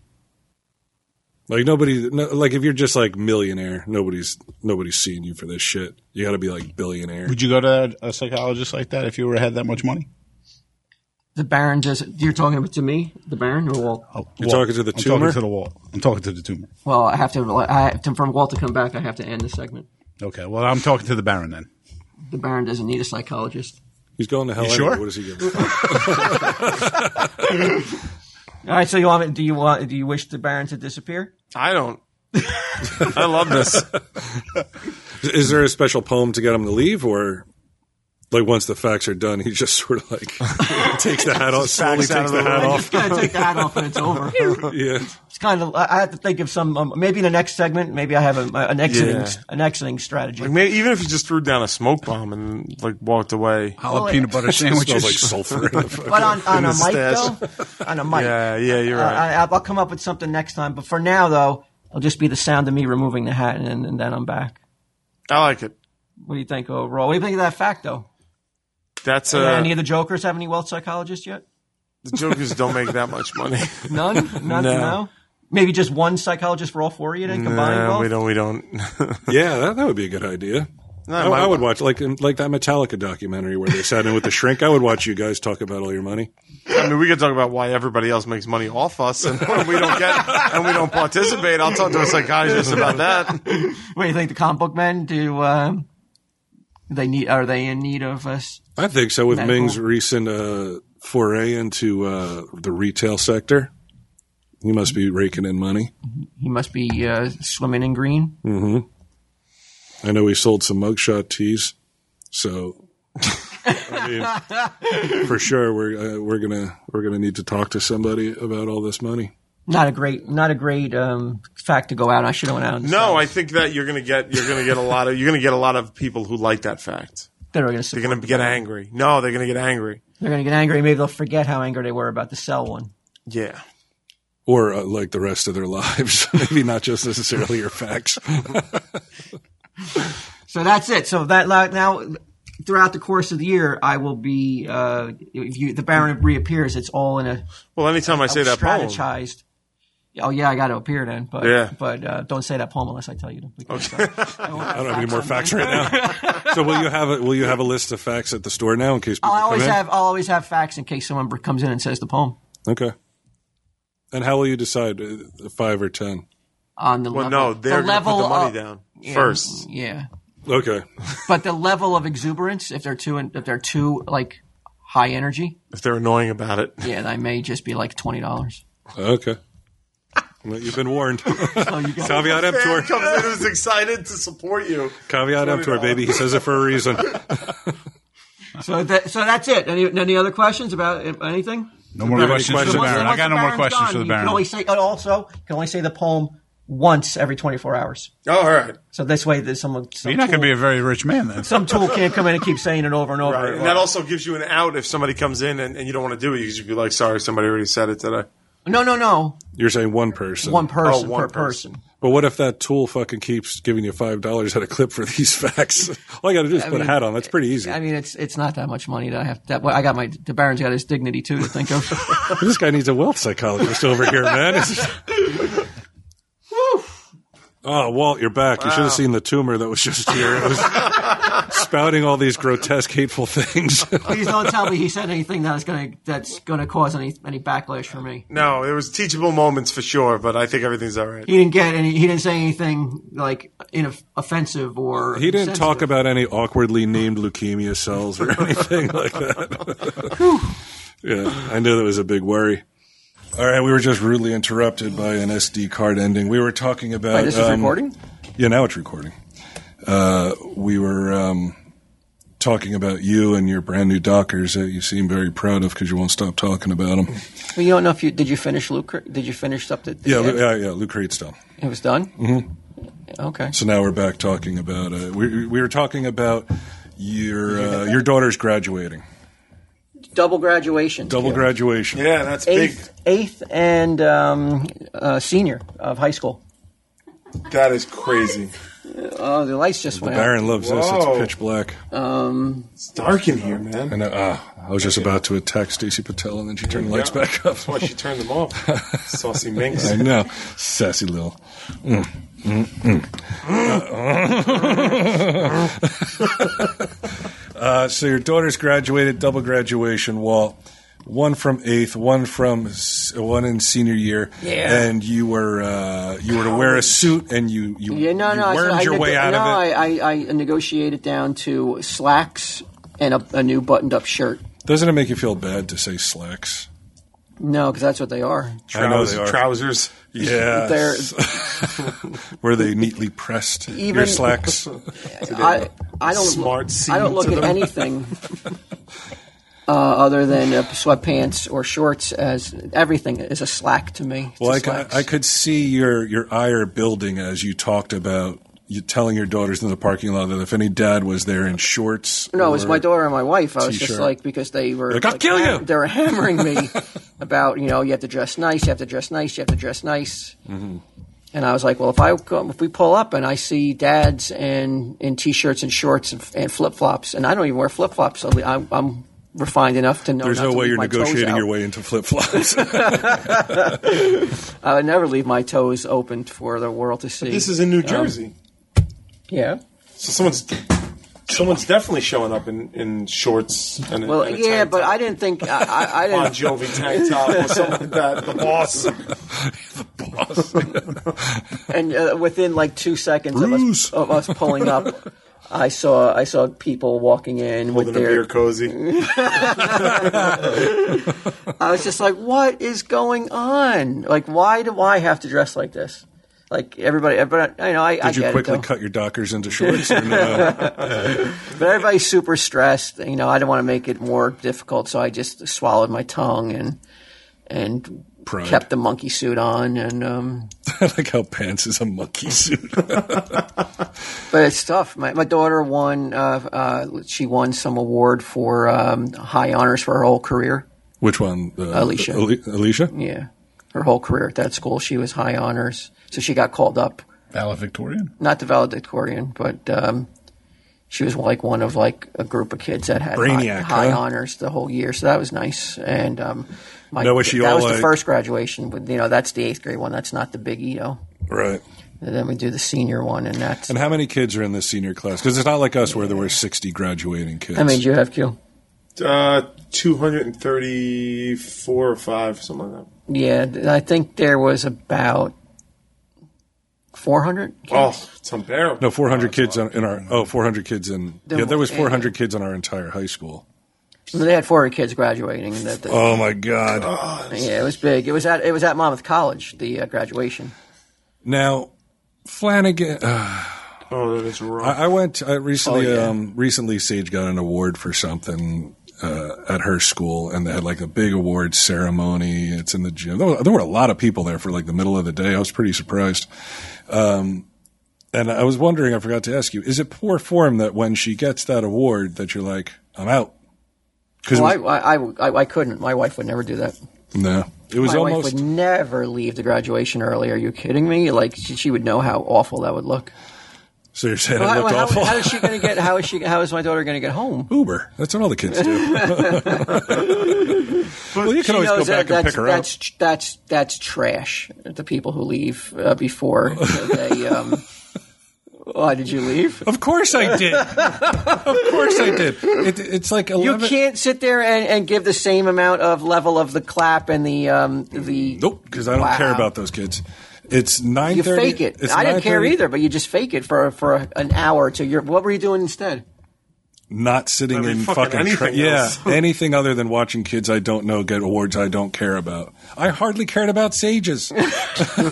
Speaker 3: Like nobody, no, like if you're just like millionaire, nobody's nobody's seeing you for this shit. You got to be like billionaire.
Speaker 5: Would you go to a psychologist like that if you were had that much money?
Speaker 1: The Baron does. You're talking about to me, the Baron, or Walt?
Speaker 5: Oh,
Speaker 3: You're talking to the
Speaker 5: I'm
Speaker 3: tumor?
Speaker 5: Talking to the wall. I'm talking to the tumor.
Speaker 1: Well, I have to. I have to from Walt to come back. I have to end the segment.
Speaker 5: Okay. Well, I'm talking to the Baron then.
Speaker 1: The Baron doesn't need a psychologist.
Speaker 3: He's going to hell.
Speaker 5: You
Speaker 3: anyway.
Speaker 5: sure?
Speaker 3: What does he
Speaker 5: <laughs>
Speaker 3: give? a fuck?
Speaker 1: All right. So you want? Do you want? Do you wish the Baron to disappear?
Speaker 2: I don't. I love this.
Speaker 3: <laughs> Is there a special poem to get him to leave, or like once the facts are done, he just sort of like <laughs> takes the hat off, slowly
Speaker 2: Facts
Speaker 3: takes
Speaker 2: out of the
Speaker 3: the hat
Speaker 2: way.
Speaker 1: I
Speaker 3: off.
Speaker 1: just gotta take the hat off and it's over. It's
Speaker 3: Yeah.
Speaker 1: kind of. I I have to think of some. Um, maybe in the next segment. Maybe I have a, an exiting
Speaker 2: Yeah.
Speaker 1: an exiting strategy.
Speaker 2: Like, maybe, even if you just threw down a smoke bomb and like walked away.
Speaker 5: Hollow peanut <laughs> butter
Speaker 3: It
Speaker 5: sandwiches.
Speaker 3: smells like <laughs> sulfur. in the fucking-
Speaker 1: But on, on a
Speaker 2: the
Speaker 1: mic
Speaker 2: stash.
Speaker 1: though, on a mic.
Speaker 2: <laughs> Yeah, yeah, you're right.
Speaker 1: I, I, I'll come up with something next time. But for now though, it'll just be the sound of me removing the hat and, and then I'm back.
Speaker 2: I like it.
Speaker 1: What do you think overall? What do you think of that fact though?
Speaker 2: That's
Speaker 1: Do any
Speaker 2: uh,
Speaker 1: of the jokers have any wealth psychologists yet?
Speaker 2: the jokers don't make that
Speaker 1: <laughs>
Speaker 2: much money. <laughs>
Speaker 1: None. None.
Speaker 2: No.
Speaker 1: no. Maybe just one psychologist for all four of you then combined.
Speaker 2: Nah,
Speaker 1: wealth?
Speaker 2: we don't. We don't.
Speaker 3: Yeah, that, that would be a good idea. I,
Speaker 2: my-
Speaker 3: I would watch like like that Metallica documentary where they sat in with the shrink. I would watch you guys talk about all your money.
Speaker 2: I mean, we could talk about why everybody else makes money off us, and <laughs> we don't get, and we don't participate. I'll talk to a <laughs> psychiatrist about that.
Speaker 1: What do you think? The comic book men do? um they need? Are they in need of us?
Speaker 3: I think so. With
Speaker 1: Medical.
Speaker 3: Ming's recent uh, foray into uh, the retail sector, he must be raking in money.
Speaker 1: He must be uh, swimming in green.
Speaker 3: I know he sold some mugshot tees, so <laughs> I mean, for sure we're uh, we're gonna we're gonna need to talk to somebody about all this money.
Speaker 1: Not a great, not a great um, fact to go out. I should have went out. And
Speaker 2: No, I think that you're gonna get you're gonna get a lot of you're gonna get a lot of people who like that fact.
Speaker 1: they're going
Speaker 2: They're
Speaker 1: to
Speaker 2: gonna get angry. No, they're gonna get angry.
Speaker 1: they're going to get angry. Maybe they'll forget how angry they were about the cell one.
Speaker 2: Yeah.
Speaker 3: Or uh, like the rest of their <laughs> lives, maybe not just necessarily your facts.
Speaker 1: So that's it. So that like, now, throughout the course of the year, I will be. Uh, if you, the Baron reappears, it's all in a
Speaker 2: Well, anytime I say that poem,
Speaker 1: strategized. Oh yeah, I got to appear then. But
Speaker 2: Yeah.
Speaker 1: but uh, don't say that poem unless I tell you
Speaker 2: <laughs>
Speaker 1: to. because, uh,
Speaker 3: I don't have any more facts right now. So will you have a will you have a list of facts at the store now in case people
Speaker 1: I'll Oh, always
Speaker 3: come in?
Speaker 1: have I'll always have facts in case someone br- comes in and says the poem
Speaker 3: Okay. And how will you decide uh, five or ten?
Speaker 1: on the
Speaker 2: well,
Speaker 1: level.
Speaker 2: no,
Speaker 1: the
Speaker 2: they're gonna
Speaker 1: level
Speaker 2: put the money
Speaker 1: of-
Speaker 2: down
Speaker 1: yeah,
Speaker 2: first.
Speaker 1: Yeah,
Speaker 3: Okay.
Speaker 1: but the level of exuberance if they're too if they're too like high energy,
Speaker 2: If they're annoying about it,
Speaker 1: yeah, they may just be like twenty
Speaker 2: <laughs>
Speaker 1: dollars.
Speaker 3: Okay. Well, you've
Speaker 1: <laughs>
Speaker 3: been warned.
Speaker 1: Oh, you got
Speaker 3: Caveat emptor.
Speaker 2: man <laughs> comes in who's excited to support you.
Speaker 3: Caveat emptor, baby. He says it for a reason.
Speaker 1: so that, so that's it. Any any other questions about if- anything?
Speaker 5: no more
Speaker 3: Any
Speaker 5: questions for
Speaker 3: questions?
Speaker 5: the
Speaker 3: Once-
Speaker 5: Baron. I
Speaker 1: once
Speaker 5: got
Speaker 1: the
Speaker 5: no more
Speaker 1: Baron's
Speaker 5: questions
Speaker 1: done,
Speaker 5: for the
Speaker 1: You can
Speaker 5: Baron.
Speaker 1: only say and also you can only say the poem once every 24 hours.
Speaker 2: Oh, all right.
Speaker 1: So this way, there's someone. Some
Speaker 5: You're not going
Speaker 1: tool-
Speaker 5: to be a very rich man then.
Speaker 1: some tool can't come in and keep saying it over and over.
Speaker 2: And that also gives you an out if somebody comes in and, and you don't want to do it. You should be like, sorry, somebody already said it today.
Speaker 1: no, no, no.
Speaker 3: You're saying one person.
Speaker 1: One person
Speaker 2: Oh, one
Speaker 1: per person.
Speaker 3: But what if that tool fucking keeps giving you five dollars at a clip for these <laughs> facts? All I got to do is put a
Speaker 1: mean,
Speaker 3: hat on. That's pretty easy.
Speaker 1: I mean, it's it's not that much money that I have. That well, I got my the Baron's got his dignity too to think of. <laughs>
Speaker 3: this guy needs a wealth psychologist over here, man. It's- oh, Walt, you're back. You should have seen the tumor that was just here. It was spouting all these grotesque, hateful things.
Speaker 1: Please don't tell me he said anything that's gonna that's gonna cause any any backlash for me.
Speaker 2: No, there was teachable moments for sure, but I think everything's all right.
Speaker 1: He didn't get any. He didn't say anything like inoff- offensive or
Speaker 3: he didn't talk
Speaker 1: insensitive.
Speaker 3: about any awkwardly named leukemia cells or anything like that. yeah, I knew that was a big worry. All right, we were just rudely interrupted by an SD card ending. We were talking about.
Speaker 1: Wait, this is
Speaker 3: um,
Speaker 1: recording.
Speaker 3: Yeah, now it's recording. Uh, we were um, talking about you and your brand new Dockers that you seem very proud of because you won't stop talking about them.
Speaker 1: Well, you don't know if you did you finish Luke? Did you finish up the? the
Speaker 3: Yeah,
Speaker 1: end?
Speaker 3: Lu- yeah, yeah, Luke Creed's done.
Speaker 1: it was done. Mm-hmm. Okay.
Speaker 3: So now we're back talking about. Uh, we, we were talking about your uh, your daughter's graduating,
Speaker 1: Double graduation.
Speaker 3: double graduation.
Speaker 2: Yeah, that's
Speaker 1: Eighth, eighth, and um, uh, senior of high school.
Speaker 2: big. That is crazy.
Speaker 1: Oh, the lights just went out.
Speaker 3: Baron loves this. It's
Speaker 2: Whoa.
Speaker 3: pitch black.
Speaker 2: It's dark in here, man.
Speaker 3: And uh, ah, I was just about to attack Stacy Patel, and then she turned the lights back up.
Speaker 2: That's why she turned them
Speaker 3: <laughs>
Speaker 2: off. Saucy minx.
Speaker 3: I know, sassy little. Mm, mm, mm. uh, so your daughter's graduated, double graduation, Walt. One from eighth, one from s- one in senior year,
Speaker 1: Yeah.
Speaker 3: and you were uh, you were to wear a suit, and you you,
Speaker 1: Yeah, no,
Speaker 3: you
Speaker 1: no.
Speaker 3: wormed
Speaker 1: I,
Speaker 3: your
Speaker 1: neg-
Speaker 3: way out
Speaker 1: no,
Speaker 3: of it.
Speaker 1: I, I, I negotiated down to slacks and a, a new buttoned-up shirt.
Speaker 3: Doesn't it make you feel bad to say slacks?
Speaker 1: No, because that's what they are.
Speaker 3: I know
Speaker 2: Trousers.
Speaker 3: they are.
Speaker 2: trousers.
Speaker 3: Yeah,
Speaker 1: They're-
Speaker 3: were they neatly pressed? your
Speaker 1: Even-
Speaker 3: slacks.
Speaker 1: I, I don't
Speaker 2: Smart
Speaker 1: I don't look
Speaker 2: seam
Speaker 1: at
Speaker 2: to them.
Speaker 3: <laughs>
Speaker 1: anything uh, other than uh, sweatpants or shorts as everything is a slack to me. It's a
Speaker 3: Well, I, could-
Speaker 1: slacks.
Speaker 3: I could see your, your ire building as you talked about you telling your daughters in the parking lot that if any dad was there in shorts,
Speaker 1: No, it was
Speaker 3: or-
Speaker 1: my daughter and my wife. I was
Speaker 3: T-shirt.
Speaker 1: just like because they were
Speaker 3: Like, "I'll kill you!"
Speaker 1: <laughs> They were hammering
Speaker 3: <laughs>
Speaker 1: me about you know you have to dress nice, you have to dress nice, you have to dress nice.
Speaker 3: Mm-hmm.
Speaker 1: And I was like, well, if I come, if we pull up and I see dads and in t-shirts and shorts and, and flip flops, and I don't even wear flip flops, so I'm, I'm refined enough to know.
Speaker 3: There's
Speaker 1: not
Speaker 3: no
Speaker 1: to
Speaker 3: way
Speaker 1: leave
Speaker 3: you're
Speaker 1: my toes
Speaker 3: negotiating
Speaker 1: out.
Speaker 3: your way into
Speaker 1: <laughs>
Speaker 3: flip flops.
Speaker 1: I would never leave my toes open for the world to see.
Speaker 2: This is in New Jersey.
Speaker 1: yeah.
Speaker 2: So someone's someone's definitely showing up in, in shorts and a-
Speaker 1: Well,
Speaker 2: and a
Speaker 1: yeah,
Speaker 2: tank
Speaker 1: but
Speaker 2: top.
Speaker 1: I didn't think I, I, I
Speaker 2: Bon
Speaker 1: didn't.
Speaker 2: Jovi tank top or something like that. The boss.
Speaker 1: and uh, within like two seconds of us,
Speaker 3: Bruce.
Speaker 1: of us pulling up, I saw I saw people walking in with
Speaker 2: Holding a beer
Speaker 1: their.
Speaker 2: cozy.
Speaker 1: I was just like, "What is going on? Like, why do I have to dress like this? Like everybody, everybody, I know I, I
Speaker 3: Did you
Speaker 1: get it,
Speaker 3: quickly
Speaker 1: though.
Speaker 3: cut your dockers into shorts? uh,
Speaker 1: <laughs>
Speaker 3: Or no?
Speaker 1: but everybody's super stressed. You know, I don't want to make it more difficult, so I just swallowed my tongue and and
Speaker 3: Pride.
Speaker 1: kept the monkey suit on. And um,
Speaker 3: I <laughs> like how pants is a monkey suit.
Speaker 1: but it's tough. My my daughter won. Uh, uh, she won some award for um, high honors for her whole career.
Speaker 3: Which one? Uh,
Speaker 1: Alicia.
Speaker 3: Ali- Alicia.
Speaker 1: Yeah. Her whole career at that school, she was high honors. So she got called up,
Speaker 5: Valedictorian.
Speaker 1: not the valedictorian, but um, she was like one of like a group of kids that had high,
Speaker 3: Brainiac,
Speaker 1: high
Speaker 3: huh?
Speaker 1: honors the whole year. So that was nice. And um, my,
Speaker 3: Now, was she
Speaker 1: that
Speaker 3: all
Speaker 1: was
Speaker 3: like-
Speaker 1: the first graduation. But, you know, that's the eighth grade one. That's not the big Edo.
Speaker 3: Right.
Speaker 1: And then we do the senior one, and that's.
Speaker 3: And how many kids are in this senior class? Because it's not like us where there were 60 graduating kids.
Speaker 1: I mean, you have Q.
Speaker 2: Uh, 234 or 5, something like that.
Speaker 1: Yeah, th- I think there was about 400
Speaker 2: Oh, it's unbearable.
Speaker 3: no, 400 kids in, in our. Oh, 400 kids in.
Speaker 1: Then
Speaker 3: yeah, there was
Speaker 1: what-
Speaker 3: 400 kids in our entire high school.
Speaker 1: They had 400 kids graduating. and That, that,
Speaker 3: Oh my God.
Speaker 1: Yeah, it was big. It was at it was at Monmouth College, the uh, graduation.
Speaker 3: Now, Flanagan.
Speaker 2: Oh, that is rough.
Speaker 3: I, I went I recently.
Speaker 1: Uh, Oh, yeah.
Speaker 3: um, recently, Sage got an award for something. uh, at her school, and they had like a big awards ceremony. It's in the gym. There were, there were a lot of people there for like the middle of the day. I was pretty surprised. Um, and I was wondering, I forgot to ask you, is it poor form that when she gets that award that you're like, I'm out? Because
Speaker 1: Well, I, I, I, I couldn't. My wife would never do that.
Speaker 3: no, it was
Speaker 1: My
Speaker 3: almost
Speaker 1: wife would never leave the graduation early. Are you kidding me? Like she, she would know how awful that would look.
Speaker 3: So you're saying
Speaker 1: Well,
Speaker 3: it
Speaker 1: how,
Speaker 3: looked
Speaker 1: how-
Speaker 3: awful?
Speaker 1: how is she going to get? How is she? How is my daughter going to get
Speaker 3: <laughs>
Speaker 1: home?
Speaker 3: Uber. That's what all
Speaker 1: <laughs>
Speaker 3: the kids do. well, you can always go
Speaker 1: knows
Speaker 3: back and
Speaker 1: that's,
Speaker 3: pick her up.
Speaker 1: that's, That's that's trash. The people who leave uh,
Speaker 3: <laughs>
Speaker 1: before they. Um, why did you leave?
Speaker 3: Of course I did. of course I did. It, it's like
Speaker 1: You
Speaker 3: 11.
Speaker 1: can't sit there and, and give the same amount of level of the clap and the um, the.
Speaker 3: Nope, because I don't
Speaker 1: Wow.
Speaker 3: care about those kids. It's nine
Speaker 1: You
Speaker 3: thirty.
Speaker 1: fake it. I didn't care either, but you just fake it for for an hour to your. What were you doing instead?
Speaker 3: Not sitting
Speaker 2: I mean,
Speaker 3: in
Speaker 2: fucking
Speaker 3: fucking. tra-
Speaker 2: anything
Speaker 3: yeah,
Speaker 2: else. <laughs>
Speaker 3: anything other than watching kids I don't know get awards I don't care about. I hardly cared about sages. <laughs> I'm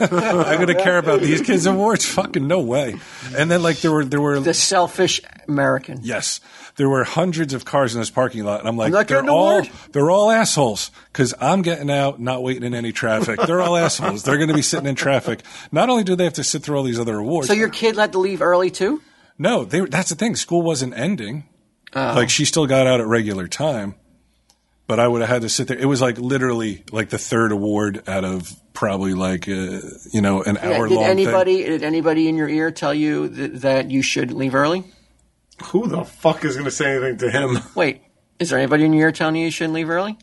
Speaker 3: going to care about these kids' awards? Fucking no way. And then like there were there were
Speaker 1: The selfish American.
Speaker 3: Yes, there were hundreds of cars in this parking lot, and I'm like,
Speaker 1: not
Speaker 3: they're
Speaker 1: getting an
Speaker 3: all
Speaker 1: award.
Speaker 3: they're all assholes because I'm getting out, not waiting in any traffic. They're all assholes. They're going to be sitting in traffic. Not only do they have to sit through all these other awards,
Speaker 1: So your kid had to leave early too.
Speaker 3: no, they were- that's the thing. School wasn't ending.
Speaker 1: Oh.
Speaker 3: Like she still got out at regular time, but I would have had to sit there. It was like literally like the third award out of probably like uh, you know an hour
Speaker 1: did
Speaker 3: long.
Speaker 1: anybody did anybody in your ear tell you th- that you should leave early?
Speaker 2: Who the fuck is going to say anything to <laughs> him?
Speaker 1: Wait, is there anybody in your ear telling you you shouldn't leave early?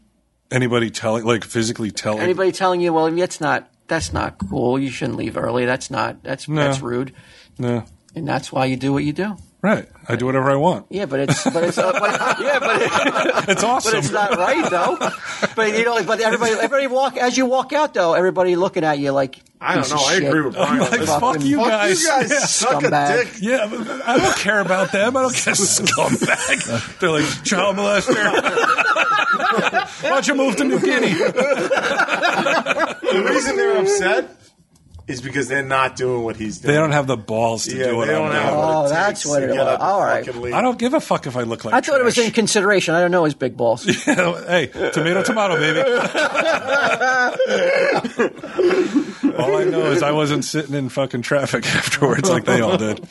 Speaker 3: Anybody telling like physically telling?
Speaker 1: Anybody telling you, well, that's not that's not cool. You shouldn't leave early. That's not that's that's rude,
Speaker 3: No.
Speaker 1: and that's why you do what you do.
Speaker 3: Right. I do whatever I want.
Speaker 1: Yeah, but it's but it's uh, but, yeah, but it,
Speaker 3: It's awesome.
Speaker 1: but it's not right though. But you know, but everybody everybody walk as you walk out though. Everybody looking at you like
Speaker 2: I don't
Speaker 1: piece
Speaker 2: know.
Speaker 1: of
Speaker 2: I
Speaker 1: shit.
Speaker 2: agree with Brian. on
Speaker 3: like,
Speaker 2: this.
Speaker 3: fuck you
Speaker 2: fuck
Speaker 3: guys.
Speaker 2: You guys
Speaker 3: Yeah.
Speaker 1: <laughs>
Speaker 2: suck a
Speaker 1: Scumbag.
Speaker 2: dick.
Speaker 3: <laughs> Yeah, but I don't care about them. I don't care scumbag. <laughs> They're like child molester. <laughs> Why don't you move to New Guinea?
Speaker 2: The reason they're upset is because they're not doing what he's doing.
Speaker 3: They don't have the balls to
Speaker 2: Yeah,
Speaker 3: do
Speaker 2: they
Speaker 3: what I'm
Speaker 2: don't
Speaker 3: doing.
Speaker 2: have.
Speaker 1: Oh,
Speaker 2: what it
Speaker 1: that's
Speaker 2: takes
Speaker 1: what
Speaker 2: to
Speaker 1: it
Speaker 2: get
Speaker 1: was.
Speaker 2: out the
Speaker 1: All right.
Speaker 2: fucking league.
Speaker 3: I don't give a fuck if I look like.
Speaker 1: I thought it was in consideration. I don't know his big balls.
Speaker 3: <laughs> hey, tomato, tomato, baby. <laughs> all I know is I wasn't sitting in fucking traffic <laughs> afterwards like they all did.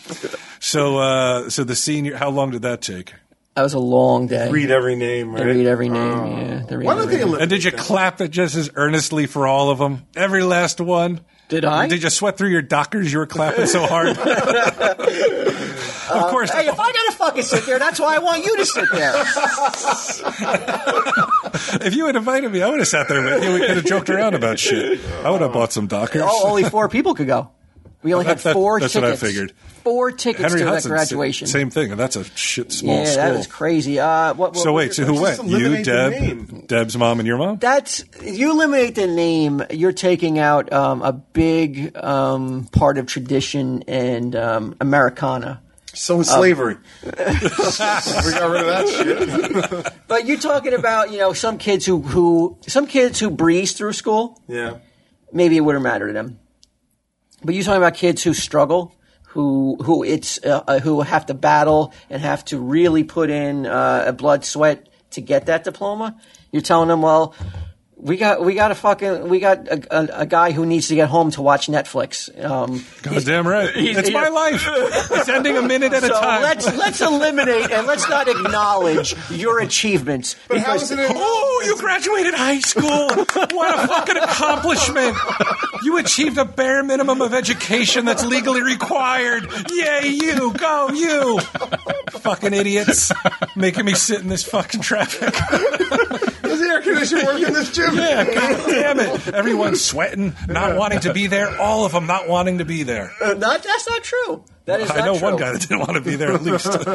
Speaker 3: So, uh, so the senior. How long did that take?
Speaker 1: That was a long day.
Speaker 2: read every name.
Speaker 1: They
Speaker 2: Right?
Speaker 1: read every name.
Speaker 3: Oh.
Speaker 1: yeah, they read
Speaker 2: Why don't
Speaker 1: every
Speaker 2: they?
Speaker 1: name.
Speaker 2: Let,
Speaker 3: And
Speaker 2: <laughs>
Speaker 3: did you clap it just as earnestly for all of them? Every last one?
Speaker 1: Did I?
Speaker 3: Did you sweat through your dockers? You were clapping so
Speaker 1: <laughs>
Speaker 3: hard. of course.
Speaker 1: Hey, if Um, I gotta fucking sit there, that's why I want you to sit there.
Speaker 3: <laughs> If you had invited me, I would have sat there with you. We could have joked around about shit. I would have bought some dockers.
Speaker 1: Oh, only four people could go. We only
Speaker 3: That-
Speaker 1: had
Speaker 3: that-
Speaker 1: four
Speaker 3: that's what I
Speaker 1: tickets.
Speaker 3: figured.
Speaker 1: Four tickets
Speaker 3: Henry
Speaker 1: to
Speaker 3: Hudson,
Speaker 1: that graduation.
Speaker 3: sa- Same thing, and that's a shit small
Speaker 1: yeah,
Speaker 3: school.
Speaker 1: that was crazy. Uh, what, what-
Speaker 3: So
Speaker 1: what-
Speaker 3: wait, so who
Speaker 2: Just
Speaker 3: went?
Speaker 2: eliminate
Speaker 3: You,
Speaker 2: the
Speaker 3: Deb,
Speaker 2: name.
Speaker 3: Deb's mom, and your mom.
Speaker 1: That's you eliminate the name. You're taking out um, a big um, part of tradition and um, Americana.
Speaker 2: so is slavery.
Speaker 1: Oh.
Speaker 2: <laughs> we got rid of that <laughs> shit.
Speaker 1: But you're talking about you know some kids who who some kids who breeze through school.
Speaker 2: Yeah.
Speaker 1: maybe it wouldn't matter to them. But you're talking about kids who struggle, who who it's uh, uh, who have to battle and have to really put in uh, a blood sweat to get that diploma. You're telling them, well, we got we got a fucking we got a, a, a guy who needs to get home to watch Netflix. Um,
Speaker 3: God damn right. It's
Speaker 1: he's-
Speaker 3: my life. It's ending a minute at a
Speaker 1: so
Speaker 3: time.
Speaker 1: let's let's eliminate and let's not acknowledge your achievements.
Speaker 2: But how
Speaker 1: because-
Speaker 2: is it? in-
Speaker 3: Oh, you graduated high school. What a fucking accomplishment. You achieved a bare minimum of education that's legally required. Yay, you. Go, you. Fucking idiots. Making me sit in this fucking traffic. <laughs>
Speaker 2: Does the air conditioner work in this gym?
Speaker 3: Yeah, God damn it. Everyone's sweating, not wanting to be there. All of them not wanting to be there.
Speaker 1: Not, that's not true. That is
Speaker 3: I
Speaker 1: not
Speaker 3: know one
Speaker 1: true.
Speaker 3: guy that didn't want to be there at least.
Speaker 1: <laughs>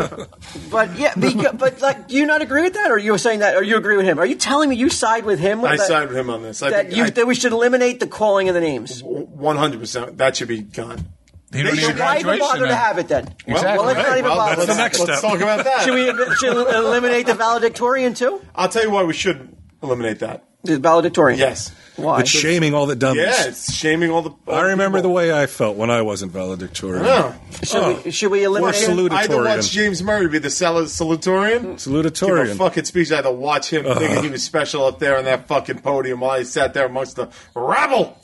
Speaker 1: But yeah, beca- but like, do you not agree with that, or you were saying that, or you agree with him? Are you telling me you side with him? With
Speaker 2: I
Speaker 1: that,
Speaker 2: side with him on this. I
Speaker 1: that
Speaker 2: think
Speaker 1: you
Speaker 2: I-
Speaker 1: that we should eliminate the calling of the names.
Speaker 2: One hundred percent. That should be gone.
Speaker 5: They don't
Speaker 2: They
Speaker 5: need a
Speaker 2: should-
Speaker 1: Why even
Speaker 5: graduation
Speaker 1: bother to
Speaker 5: then.
Speaker 1: have it then?
Speaker 5: Exactly.
Speaker 1: Well, let's not
Speaker 5: Right.
Speaker 1: even
Speaker 5: Well,
Speaker 1: bother.
Speaker 3: that's the
Speaker 1: with
Speaker 3: next
Speaker 2: Let's
Speaker 3: step.
Speaker 2: talk about that.
Speaker 1: that. Should we should we eliminate the valedictorian too?
Speaker 2: I'll tell you why we should eliminate that.
Speaker 1: The valedictorian.
Speaker 2: Yes.
Speaker 1: Why?
Speaker 3: It's shaming all the dummies.
Speaker 2: Yeah, it's shaming all the.
Speaker 3: I remember the way I felt when I wasn't valedictorian.
Speaker 2: Yeah.
Speaker 1: Should,
Speaker 2: Oh.
Speaker 1: we, should we eliminate
Speaker 3: We're
Speaker 1: it?
Speaker 3: salute-
Speaker 2: I had to
Speaker 3: Salutatorian.
Speaker 2: watch James Murray be the sal- salutatorian. Give a
Speaker 3: Salutatorian. Uh-huh.
Speaker 2: fucking speech. I had to watch him thinking he was special up there on that fucking podium while he sat there amongst the rabble.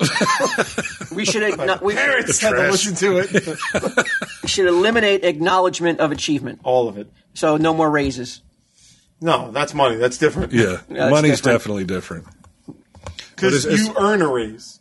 Speaker 1: We should igno- we
Speaker 2: Parents had to
Speaker 3: trash.
Speaker 2: listen to
Speaker 3: <laughs>
Speaker 2: it.
Speaker 1: should eliminate acknowledgement of achievement.
Speaker 2: All of it.
Speaker 1: So no more raises.
Speaker 2: No, that's money. That's different. <laughs>
Speaker 3: yeah.
Speaker 1: that's
Speaker 3: Money's
Speaker 1: different.
Speaker 3: definitely different. But
Speaker 2: Because
Speaker 3: it's- it's-
Speaker 2: you earn a raise.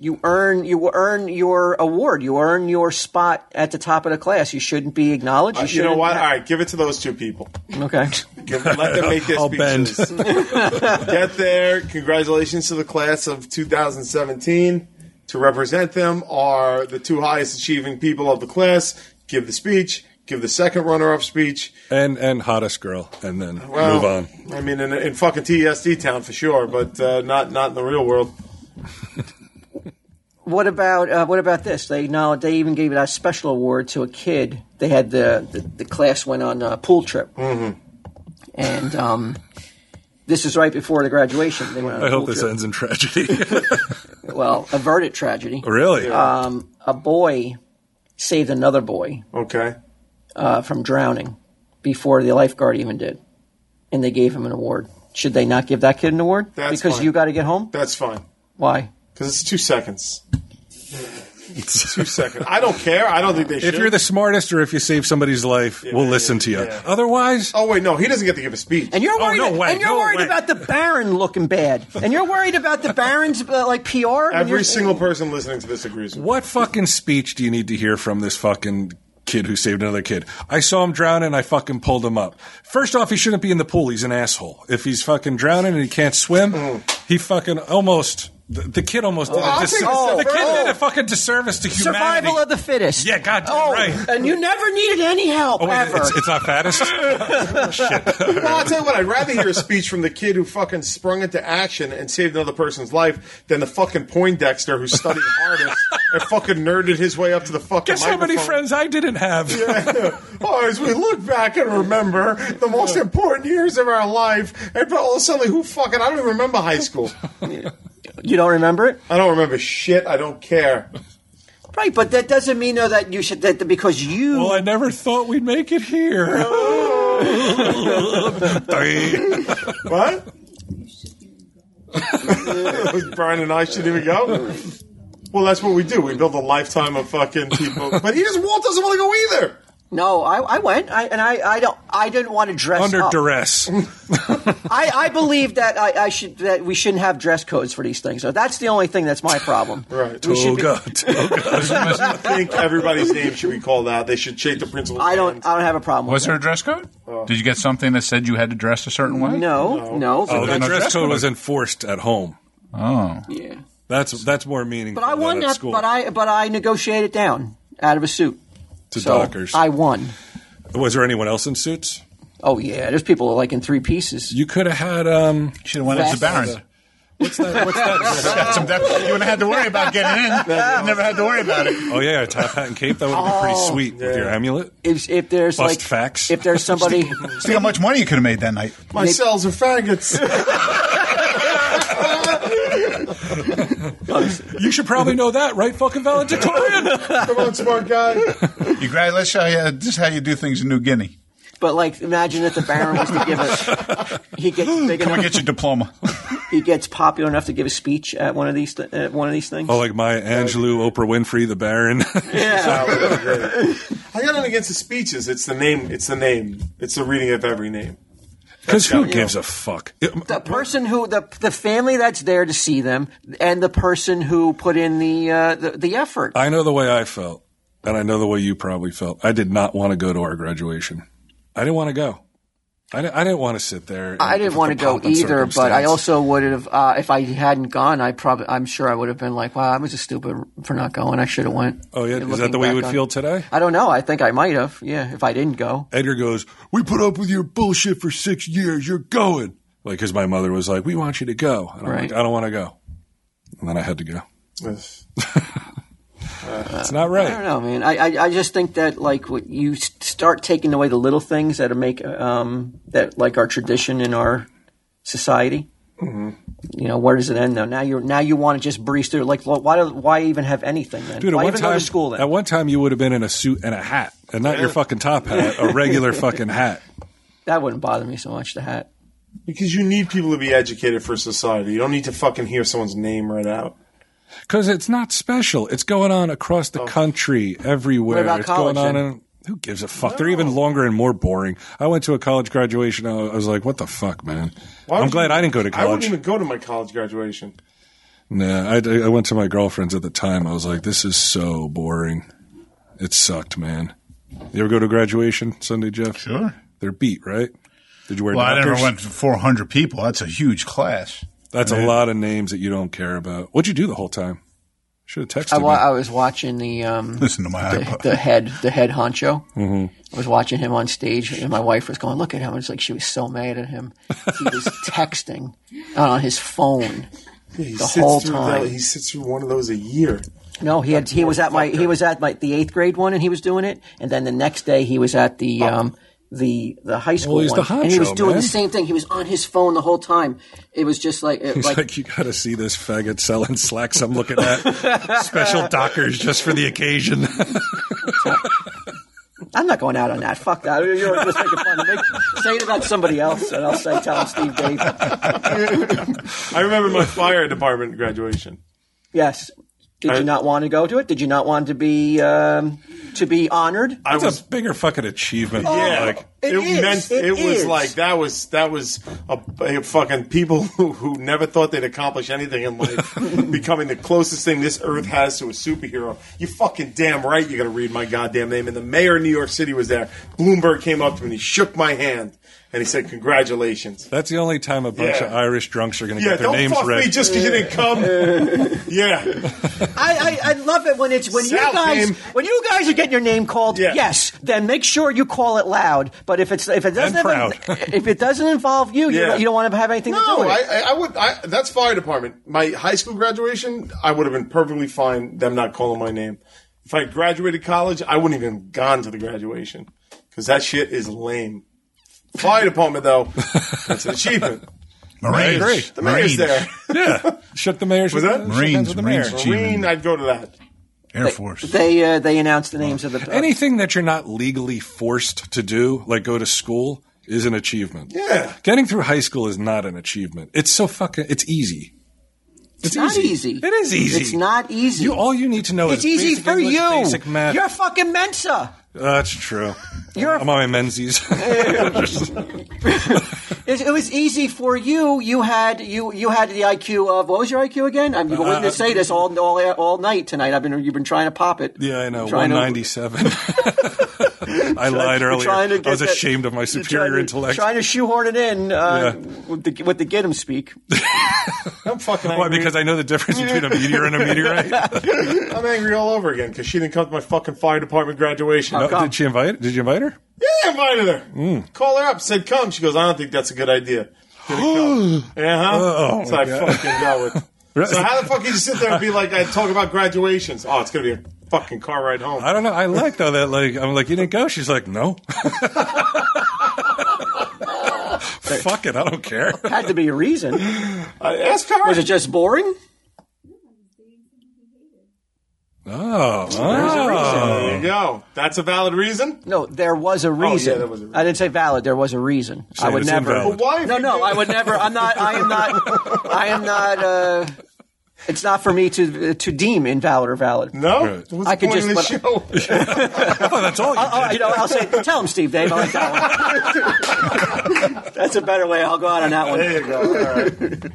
Speaker 1: You earn you earn your award. You earn your spot at the top of the class. You shouldn't be acknowledged.
Speaker 3: Uh,
Speaker 1: You,
Speaker 2: You know
Speaker 1: shouldn't-
Speaker 2: what? All right, give it to those two people.
Speaker 1: Okay.
Speaker 2: Give, let them make their
Speaker 3: I'll bend.
Speaker 2: speeches. <laughs> Get there. Congratulations to the class of 2017. To represent them are the two highest achieving people of the class. Give the speech. Give the second runner-up speech.
Speaker 3: And and hottest girl, and then
Speaker 2: Well,
Speaker 3: move on.
Speaker 2: I mean, in, in fucking TSD town for sure, but uh, not not in the real world.
Speaker 1: What about uh, what about this? They now they even gave a special award to a kid. They had the the, the class went on a pool trip,
Speaker 3: Mm-hmm.
Speaker 1: and um, this is right before the graduation. They went on a
Speaker 3: I
Speaker 1: pool
Speaker 3: hope this
Speaker 1: trip.
Speaker 3: ends in tragedy.
Speaker 1: Well, averted tragedy.
Speaker 3: <laughs> Oh, really?
Speaker 1: Um, a boy saved another boy
Speaker 2: Okay.
Speaker 1: uh, from drowning before the lifeguard even did, and they gave him an award. Should they not give that kid an award
Speaker 2: That's
Speaker 1: because
Speaker 2: fine.
Speaker 1: you got to get home?
Speaker 2: That's fine.
Speaker 1: Why?
Speaker 2: Because it's two
Speaker 3: <laughs>
Speaker 2: seconds. two seconds. I don't care. I don't think they should.
Speaker 3: if you're the smartest or if you save somebody's life, we'll listen to you.
Speaker 2: yeah.
Speaker 3: Otherwise,
Speaker 2: oh, wait, no. He doesn't get to give a speech.
Speaker 1: And you're
Speaker 3: Oh,
Speaker 1: worried,
Speaker 3: no way,
Speaker 1: and you're
Speaker 3: no
Speaker 1: worried
Speaker 3: way.
Speaker 1: about the Baron looking bad, and you're worried about the Baron's uh, like PR. and you're-
Speaker 2: Every single person listening to this agrees with me.
Speaker 3: what fucking speech do you need to hear from this fucking kid who saved another kid? I saw him drown and I fucking pulled him up. First off, he shouldn't be in the pool. He's an asshole. If he's fucking drowning and he can't swim, he fucking almost. The, the kid almost did a
Speaker 2: I'll
Speaker 3: dis-
Speaker 2: take a step
Speaker 3: The kid
Speaker 2: further.
Speaker 3: did a fucking disservice to humanity.
Speaker 1: survival of the fittest.
Speaker 3: Yeah, goddamn
Speaker 1: oh,
Speaker 3: right.
Speaker 1: And you never needed any help
Speaker 3: Oh, wait,
Speaker 1: ever.
Speaker 3: it's, it's not fattest. <laughs> Shit.
Speaker 2: Well, I'll tell you what, I'd rather hear a speech from the kid who fucking sprung into action and saved another person's life than the fucking Poindexter who studied hardest and fucking nerded his way up to the fucking
Speaker 3: Guess how many
Speaker 2: microphone.
Speaker 3: friends I didn't have?
Speaker 2: <laughs> Oh, as we look back and remember the most important years of our life, and all of a sudden, who fucking, I don't even remember high school.
Speaker 1: you don't remember it,
Speaker 2: I don't remember shit. I don't care.
Speaker 1: right? But that doesn't mean though that you should that because you
Speaker 3: <laughs> Well, I never thought we'd make it <laughs> here.
Speaker 2: What? <laughs> Brian and I shouldn't even go. Well, that's what we do. We build a lifetime of fucking people. But he just Walt doesn't want to go either.
Speaker 1: no, I, I went, I, and I, I don't, I didn't want to dress
Speaker 3: Under
Speaker 1: up.
Speaker 3: <laughs> duress. Oh,
Speaker 1: I, I believe that I, I should that we shouldn't have dress codes for these things. So that's the only thing that's my problem.
Speaker 2: Right.
Speaker 1: We should
Speaker 3: Oh
Speaker 1: be-
Speaker 3: god. <laughs> Oh
Speaker 2: I
Speaker 3: god.
Speaker 2: think everybody's name should be called out. They should shake the principal's
Speaker 1: I don't,
Speaker 2: hand.
Speaker 1: I don't have a problem.
Speaker 5: Was
Speaker 1: with
Speaker 5: there a dress code?
Speaker 3: Oh.
Speaker 5: Did you get something that said you had to dress a certain way?
Speaker 1: that. No, no.
Speaker 3: Oh, the
Speaker 5: no
Speaker 3: dress
Speaker 5: dress
Speaker 3: code
Speaker 5: code.
Speaker 3: was enforced at home.
Speaker 5: Oh.
Speaker 1: yeah.
Speaker 3: That's that's more meaningful.
Speaker 1: But I won
Speaker 3: than at
Speaker 1: that.
Speaker 3: school.
Speaker 1: But I but I negotiated down out of a suit.
Speaker 3: to
Speaker 1: So
Speaker 3: Dockers.
Speaker 1: I won.
Speaker 3: was there anyone else in suits?
Speaker 1: Oh yeah, there's people like in three pieces.
Speaker 3: You could have had um.
Speaker 5: Should have went as the Baron.
Speaker 3: What's that? What's that?
Speaker 5: Got some depth. <laughs> You wouldn't have had to worry about getting in. You never had to worry about it.
Speaker 3: oh yeah, a top hat and cape. That would have been
Speaker 1: Oh,
Speaker 3: pretty sweet with your amulet.
Speaker 1: If if there's
Speaker 3: Bust
Speaker 1: like
Speaker 3: facts.
Speaker 1: if there's somebody <laughs>
Speaker 5: See how much money you could have made that night.
Speaker 2: My cells are faggots.
Speaker 3: You should probably know that, right? Fucking <laughs> valedictorian.
Speaker 2: Come on, smart
Speaker 3: <laughs>
Speaker 2: guy.
Speaker 5: You guys, let's show you just how you do things in New Guinea.
Speaker 1: but like imagine if the Baron was to give a he gets big
Speaker 5: Come
Speaker 1: enough,
Speaker 5: and get your diploma.
Speaker 1: he gets popular enough to give a speech at one of these th- at one of these things.
Speaker 3: oh, like Maya Angelou, Oprah Winfrey, the Baron. <laughs>
Speaker 1: yeah.
Speaker 2: I got nothing against the speeches. It's the name. It's the name. It's the reading of every name.
Speaker 3: Because who gives a fuck? It-
Speaker 1: The person who the the family that's there to see them, and the person who put in the uh, the, the effort.
Speaker 3: I know the way I felt, and I know the way you probably felt. I did not want to go to our graduation. I didn't want to go. I didn't, I didn't want to sit there. and
Speaker 1: I didn't want to
Speaker 3: the
Speaker 1: go
Speaker 3: pomp and
Speaker 1: either, but I
Speaker 3: circumstance.
Speaker 1: also would have uh, if I hadn't gone. I probably, I'm sure I would have been like, "Wow, I was just stupid for not going. I should have went."
Speaker 3: Oh yeah, is that
Speaker 1: Looking
Speaker 3: the way you
Speaker 1: back
Speaker 3: would
Speaker 1: on-
Speaker 3: feel today?
Speaker 1: I don't know. I think I might have. Yeah, if I didn't go.
Speaker 3: Edgar goes, "We put up with your bullshit for six years. You're going." Like, because my mother was like, "We want you to go," and I'm like,
Speaker 1: Right.
Speaker 3: "I don't want to go," and then I had to go.
Speaker 2: Ugh.
Speaker 3: It's not
Speaker 1: I don't
Speaker 3: right.
Speaker 1: know, man. I, I, I just think that like what you s- start taking away the little things that make um that like our tradition in our society.
Speaker 3: Mm-hmm.
Speaker 1: You know, where does it end though? Now you now you want to just breeze through. Like, well, why do, why even have anything then?
Speaker 3: Dude, at
Speaker 1: why
Speaker 3: one
Speaker 1: even go
Speaker 3: time,
Speaker 1: to school then?
Speaker 3: at one time, you would have been in a suit and a hat, and not your fucking top hat,
Speaker 1: <laughs>
Speaker 3: a regular fucking hat.
Speaker 1: that wouldn't bother me so much. The hat.
Speaker 2: Because you need people to be educated for society. You don't need to fucking hear someone's name read out.
Speaker 3: Because it's not special. It's going on across the country, everywhere.
Speaker 1: Oh. What about
Speaker 3: it's
Speaker 1: college,
Speaker 3: going on
Speaker 1: then?
Speaker 3: in. Who gives a fuck? They're even longer and more boring. I went to a college graduation. I was like, "What the fuck, man?"
Speaker 2: Why
Speaker 3: I'm
Speaker 2: would
Speaker 3: glad
Speaker 2: you-
Speaker 3: I didn't go to
Speaker 2: I wouldn't
Speaker 3: college.
Speaker 2: even go to my college graduation.
Speaker 3: Nah, I, I went to my girlfriend's at the time. I was like, "This is so boring." It sucked, man. You ever go to graduation Sunday, Jeff?
Speaker 5: Sure.
Speaker 3: They're beat, right? Did you wear?
Speaker 5: Well, I
Speaker 3: knockers?
Speaker 5: never went to 400 people. That's a huge class.
Speaker 3: That's
Speaker 5: Man.
Speaker 3: a lot of names that you don't care about. What'd you do the whole time? Should have
Speaker 1: I,
Speaker 3: texted
Speaker 1: wa-
Speaker 3: me.
Speaker 1: I was watching the um
Speaker 5: Listen to my
Speaker 1: the,
Speaker 5: iPod.
Speaker 1: the head the head honcho.
Speaker 3: Mm-hmm.
Speaker 1: I was watching him on stage, and my wife was going, "Look at him!" It's like she was so mad at him. He
Speaker 3: <laughs>
Speaker 1: was texting on his phone.
Speaker 2: He
Speaker 1: The whole
Speaker 2: through
Speaker 1: time.
Speaker 2: the- he sits through one of those a year.
Speaker 1: No, he had he was at my he was at my the eighth grade one, and he was doing it. And then the next day, he was at the um the the high school
Speaker 3: Oh. he's
Speaker 1: one,
Speaker 3: the
Speaker 1: and he was
Speaker 3: honcho,
Speaker 1: doing
Speaker 3: man.
Speaker 1: the same thing. He was on his phone the whole time. It was just like it,
Speaker 3: He's like,
Speaker 1: like
Speaker 3: you got to see this faggot selling slacks I'm looking at. Special dockers just for the occasion.
Speaker 1: I'm not going out on that. Fuck
Speaker 3: <laughs>
Speaker 1: that. You're just making fun of me. Say it about somebody else, and I'll say, tell him Steve Dave.
Speaker 2: I remember my fire department graduation.
Speaker 1: Yes. Did you not want to go to it? Did you not want to be um, to be honored?
Speaker 2: I
Speaker 3: <laughs> That's
Speaker 2: was
Speaker 3: a bigger fucking achievement.
Speaker 2: Yeah,
Speaker 3: Like,
Speaker 1: it is,
Speaker 2: meant
Speaker 1: it
Speaker 2: it, was
Speaker 1: is.
Speaker 2: like that was that was a, a fucking people <laughs> who, who never thought they'd accomplish anything
Speaker 1: <laughs>
Speaker 2: in life becoming the closest thing this earth has to a superhero. You fucking damn right you're gonna read my goddamn name. And the mayor of New York City was there. Bloomberg came up to me and he shook my hand and he said, "Congratulations."
Speaker 3: that's the only time a bunch
Speaker 2: Yeah.
Speaker 3: of Irish drunks are going to
Speaker 2: Yeah,
Speaker 3: get their
Speaker 2: don't
Speaker 3: names
Speaker 2: fuck
Speaker 3: read.
Speaker 2: me just because you
Speaker 1: <laughs>
Speaker 2: didn't come. yeah,
Speaker 1: I, I, I love it when it's when you
Speaker 2: South
Speaker 1: guys
Speaker 2: name.
Speaker 1: when you guys are getting your name called.
Speaker 2: Yeah.
Speaker 1: Yes, then make sure you call it loud. But if it's if it doesn't
Speaker 3: And
Speaker 1: have- <laughs> if it doesn't involve you, you,
Speaker 2: Yeah.
Speaker 1: don't, you don't want to have anything to do
Speaker 2: No,
Speaker 1: with
Speaker 2: I,
Speaker 1: it.
Speaker 2: I- I would. I, that's fire department. My high school graduation, I would have been perfectly fine them not calling my name. If I graduated college, I wouldn't even have gone to the graduation because that shit is lame. Fire department, though, that's an
Speaker 3: <laughs>
Speaker 2: achievement.
Speaker 5: Marines.
Speaker 3: agree.
Speaker 2: The mayor's there.
Speaker 3: yeah. Shut the mayor's
Speaker 2: Was that-
Speaker 3: shut hands with the
Speaker 5: Marines,
Speaker 3: mayor.
Speaker 5: Marines.
Speaker 2: Marine, I'd go to that.
Speaker 5: Air Force.
Speaker 1: They uh, they announced the names of the
Speaker 3: Anything that you're not legally forced to do, like go to school, is an achievement.
Speaker 2: Yeah.
Speaker 3: Getting through high school is not an achievement. It's so fucking. It's easy. It's,
Speaker 1: It's not easy.
Speaker 3: It is easy.
Speaker 1: It's not easy.
Speaker 3: You all you need to know
Speaker 1: it's
Speaker 3: is
Speaker 1: easy
Speaker 3: basic
Speaker 1: for
Speaker 3: English,
Speaker 1: you.
Speaker 3: Basic math. Uh,
Speaker 1: You're fucking Mensa.
Speaker 3: That's true.
Speaker 1: You're-
Speaker 3: I'm on
Speaker 1: <laughs>
Speaker 3: my menzies. <laughs>
Speaker 1: It, it was easy for you. You had you you had the IQ of what was your IQ again? I've been
Speaker 3: Uh,
Speaker 1: waiting to say this all all all night tonight. I've been you've been trying to pop it.
Speaker 3: yeah, I know.
Speaker 1: Trying to-
Speaker 3: 197. <laughs> I lied
Speaker 1: You're
Speaker 3: earlier.
Speaker 1: trying to
Speaker 3: I
Speaker 1: get
Speaker 3: was
Speaker 1: that-
Speaker 3: ashamed of my
Speaker 1: you're
Speaker 3: superior
Speaker 1: trying to,
Speaker 3: intellect.
Speaker 1: Trying to shoehorn it in uh,
Speaker 3: Yeah.
Speaker 1: with the with the get 'em speak.
Speaker 2: I'm fucking angry.
Speaker 3: Why? Because I know the difference between a meteor and
Speaker 1: <laughs>
Speaker 3: a meteorite.
Speaker 2: I'm angry all over again because she didn't come to my fucking fire department graduation.
Speaker 3: No,
Speaker 1: come.
Speaker 3: did she invite? Did you invite her?
Speaker 2: Yeah, I invited her. Call her up. Said come. She goes, I don't think that's a good idea. Uh huh. So I fucking dealt with. So how the fuck you sit there and be like, I talk about graduations? Oh, it's gonna be a fucking car ride home.
Speaker 3: I don't know. I like though that like I'm like you didn't go. She's
Speaker 1: <laughs>
Speaker 3: like no. Fuck it, I don't care.
Speaker 1: Had to be a reason.
Speaker 2: I ask her.
Speaker 1: Was it just boring?
Speaker 3: Oh,
Speaker 1: <laughs>
Speaker 3: oh.
Speaker 2: there you go. That's a valid reason.
Speaker 1: No, there was a reason.
Speaker 2: Oh, there was a reason.
Speaker 1: I didn't say valid. There was a reason. I
Speaker 3: saying
Speaker 1: would
Speaker 3: it's
Speaker 1: never.
Speaker 3: invalid.
Speaker 2: But why? if
Speaker 1: No,
Speaker 2: you
Speaker 1: no,
Speaker 2: do-
Speaker 1: I would never. I'm not. I am not. I am not. Uh, it's not for me to to deem invalid or valid.
Speaker 2: No.
Speaker 3: Right.
Speaker 2: What's
Speaker 1: I
Speaker 2: the
Speaker 1: could
Speaker 2: point of
Speaker 1: just-
Speaker 2: this show?
Speaker 3: I thought that's all. You
Speaker 1: I'll, I'll- you know, I'll say, tell him, Steve Dave. I like that
Speaker 2: <laughs>
Speaker 1: one. That's a better way. I'll go out on that one.
Speaker 2: there you go. All right.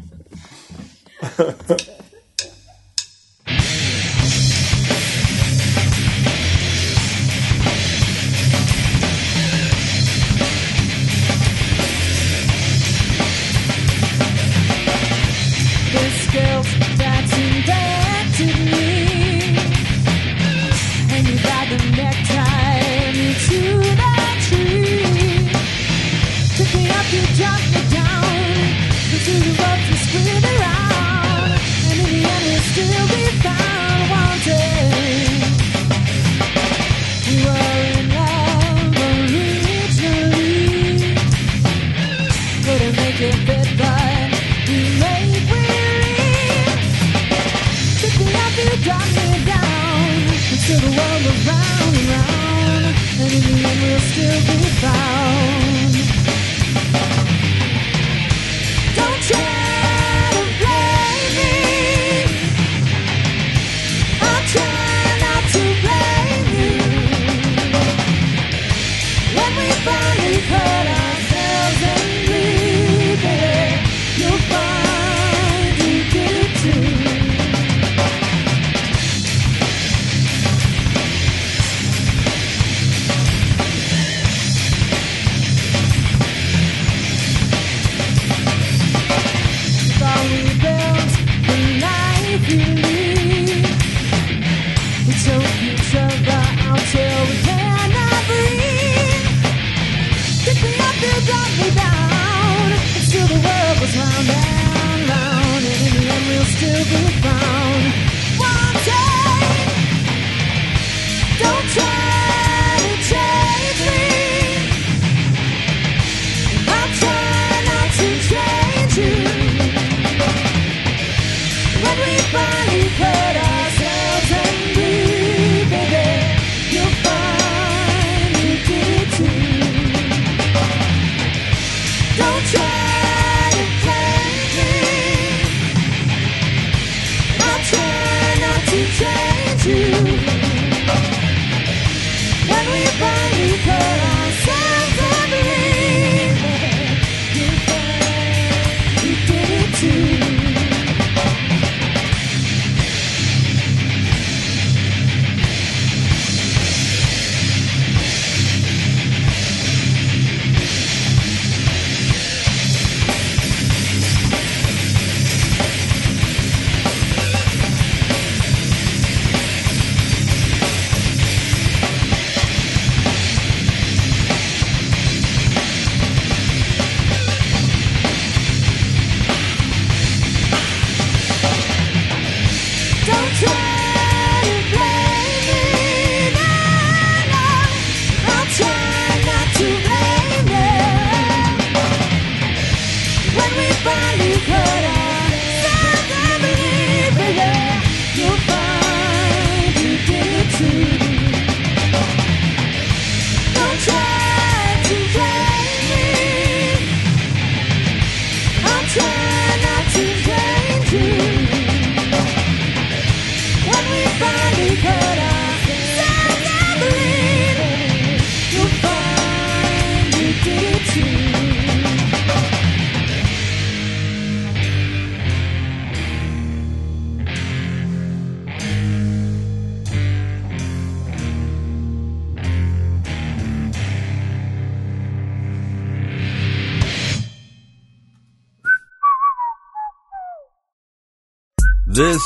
Speaker 6: This girl's dancing back to me. And you got the necktie me to that tree. Took me up, you jumped me down. Into the ropes, you spin around. And till the world goes round and round, and in the end we'll still be found. Don't try to blame me. I'll try not to blame you. When we finally cut ourselves and breathe, baby, you'll find you did it too. Thought we built the life we lead. We took each other out till we cannot breathe. Pick me up, you drop me down. Until the world goes round and round, and in the end we'll still be found. One day, don't try to change me. I'll try not to change you. When we finally cut ourselves and breathe, baby, you'll find you did it too. Don't try to change me. I'll try not to change you. When we finally cut ourselves and breathe, you find you did it too. Don't try to blame me, no, no. I'll try not to blame you. When we finally cut ourselves and believe in it, you'll find you did it too. Don't try to blame me. I'll try not to blame you. When we finally cut ourselves and believe, you'll find you did it too.
Speaker 7: This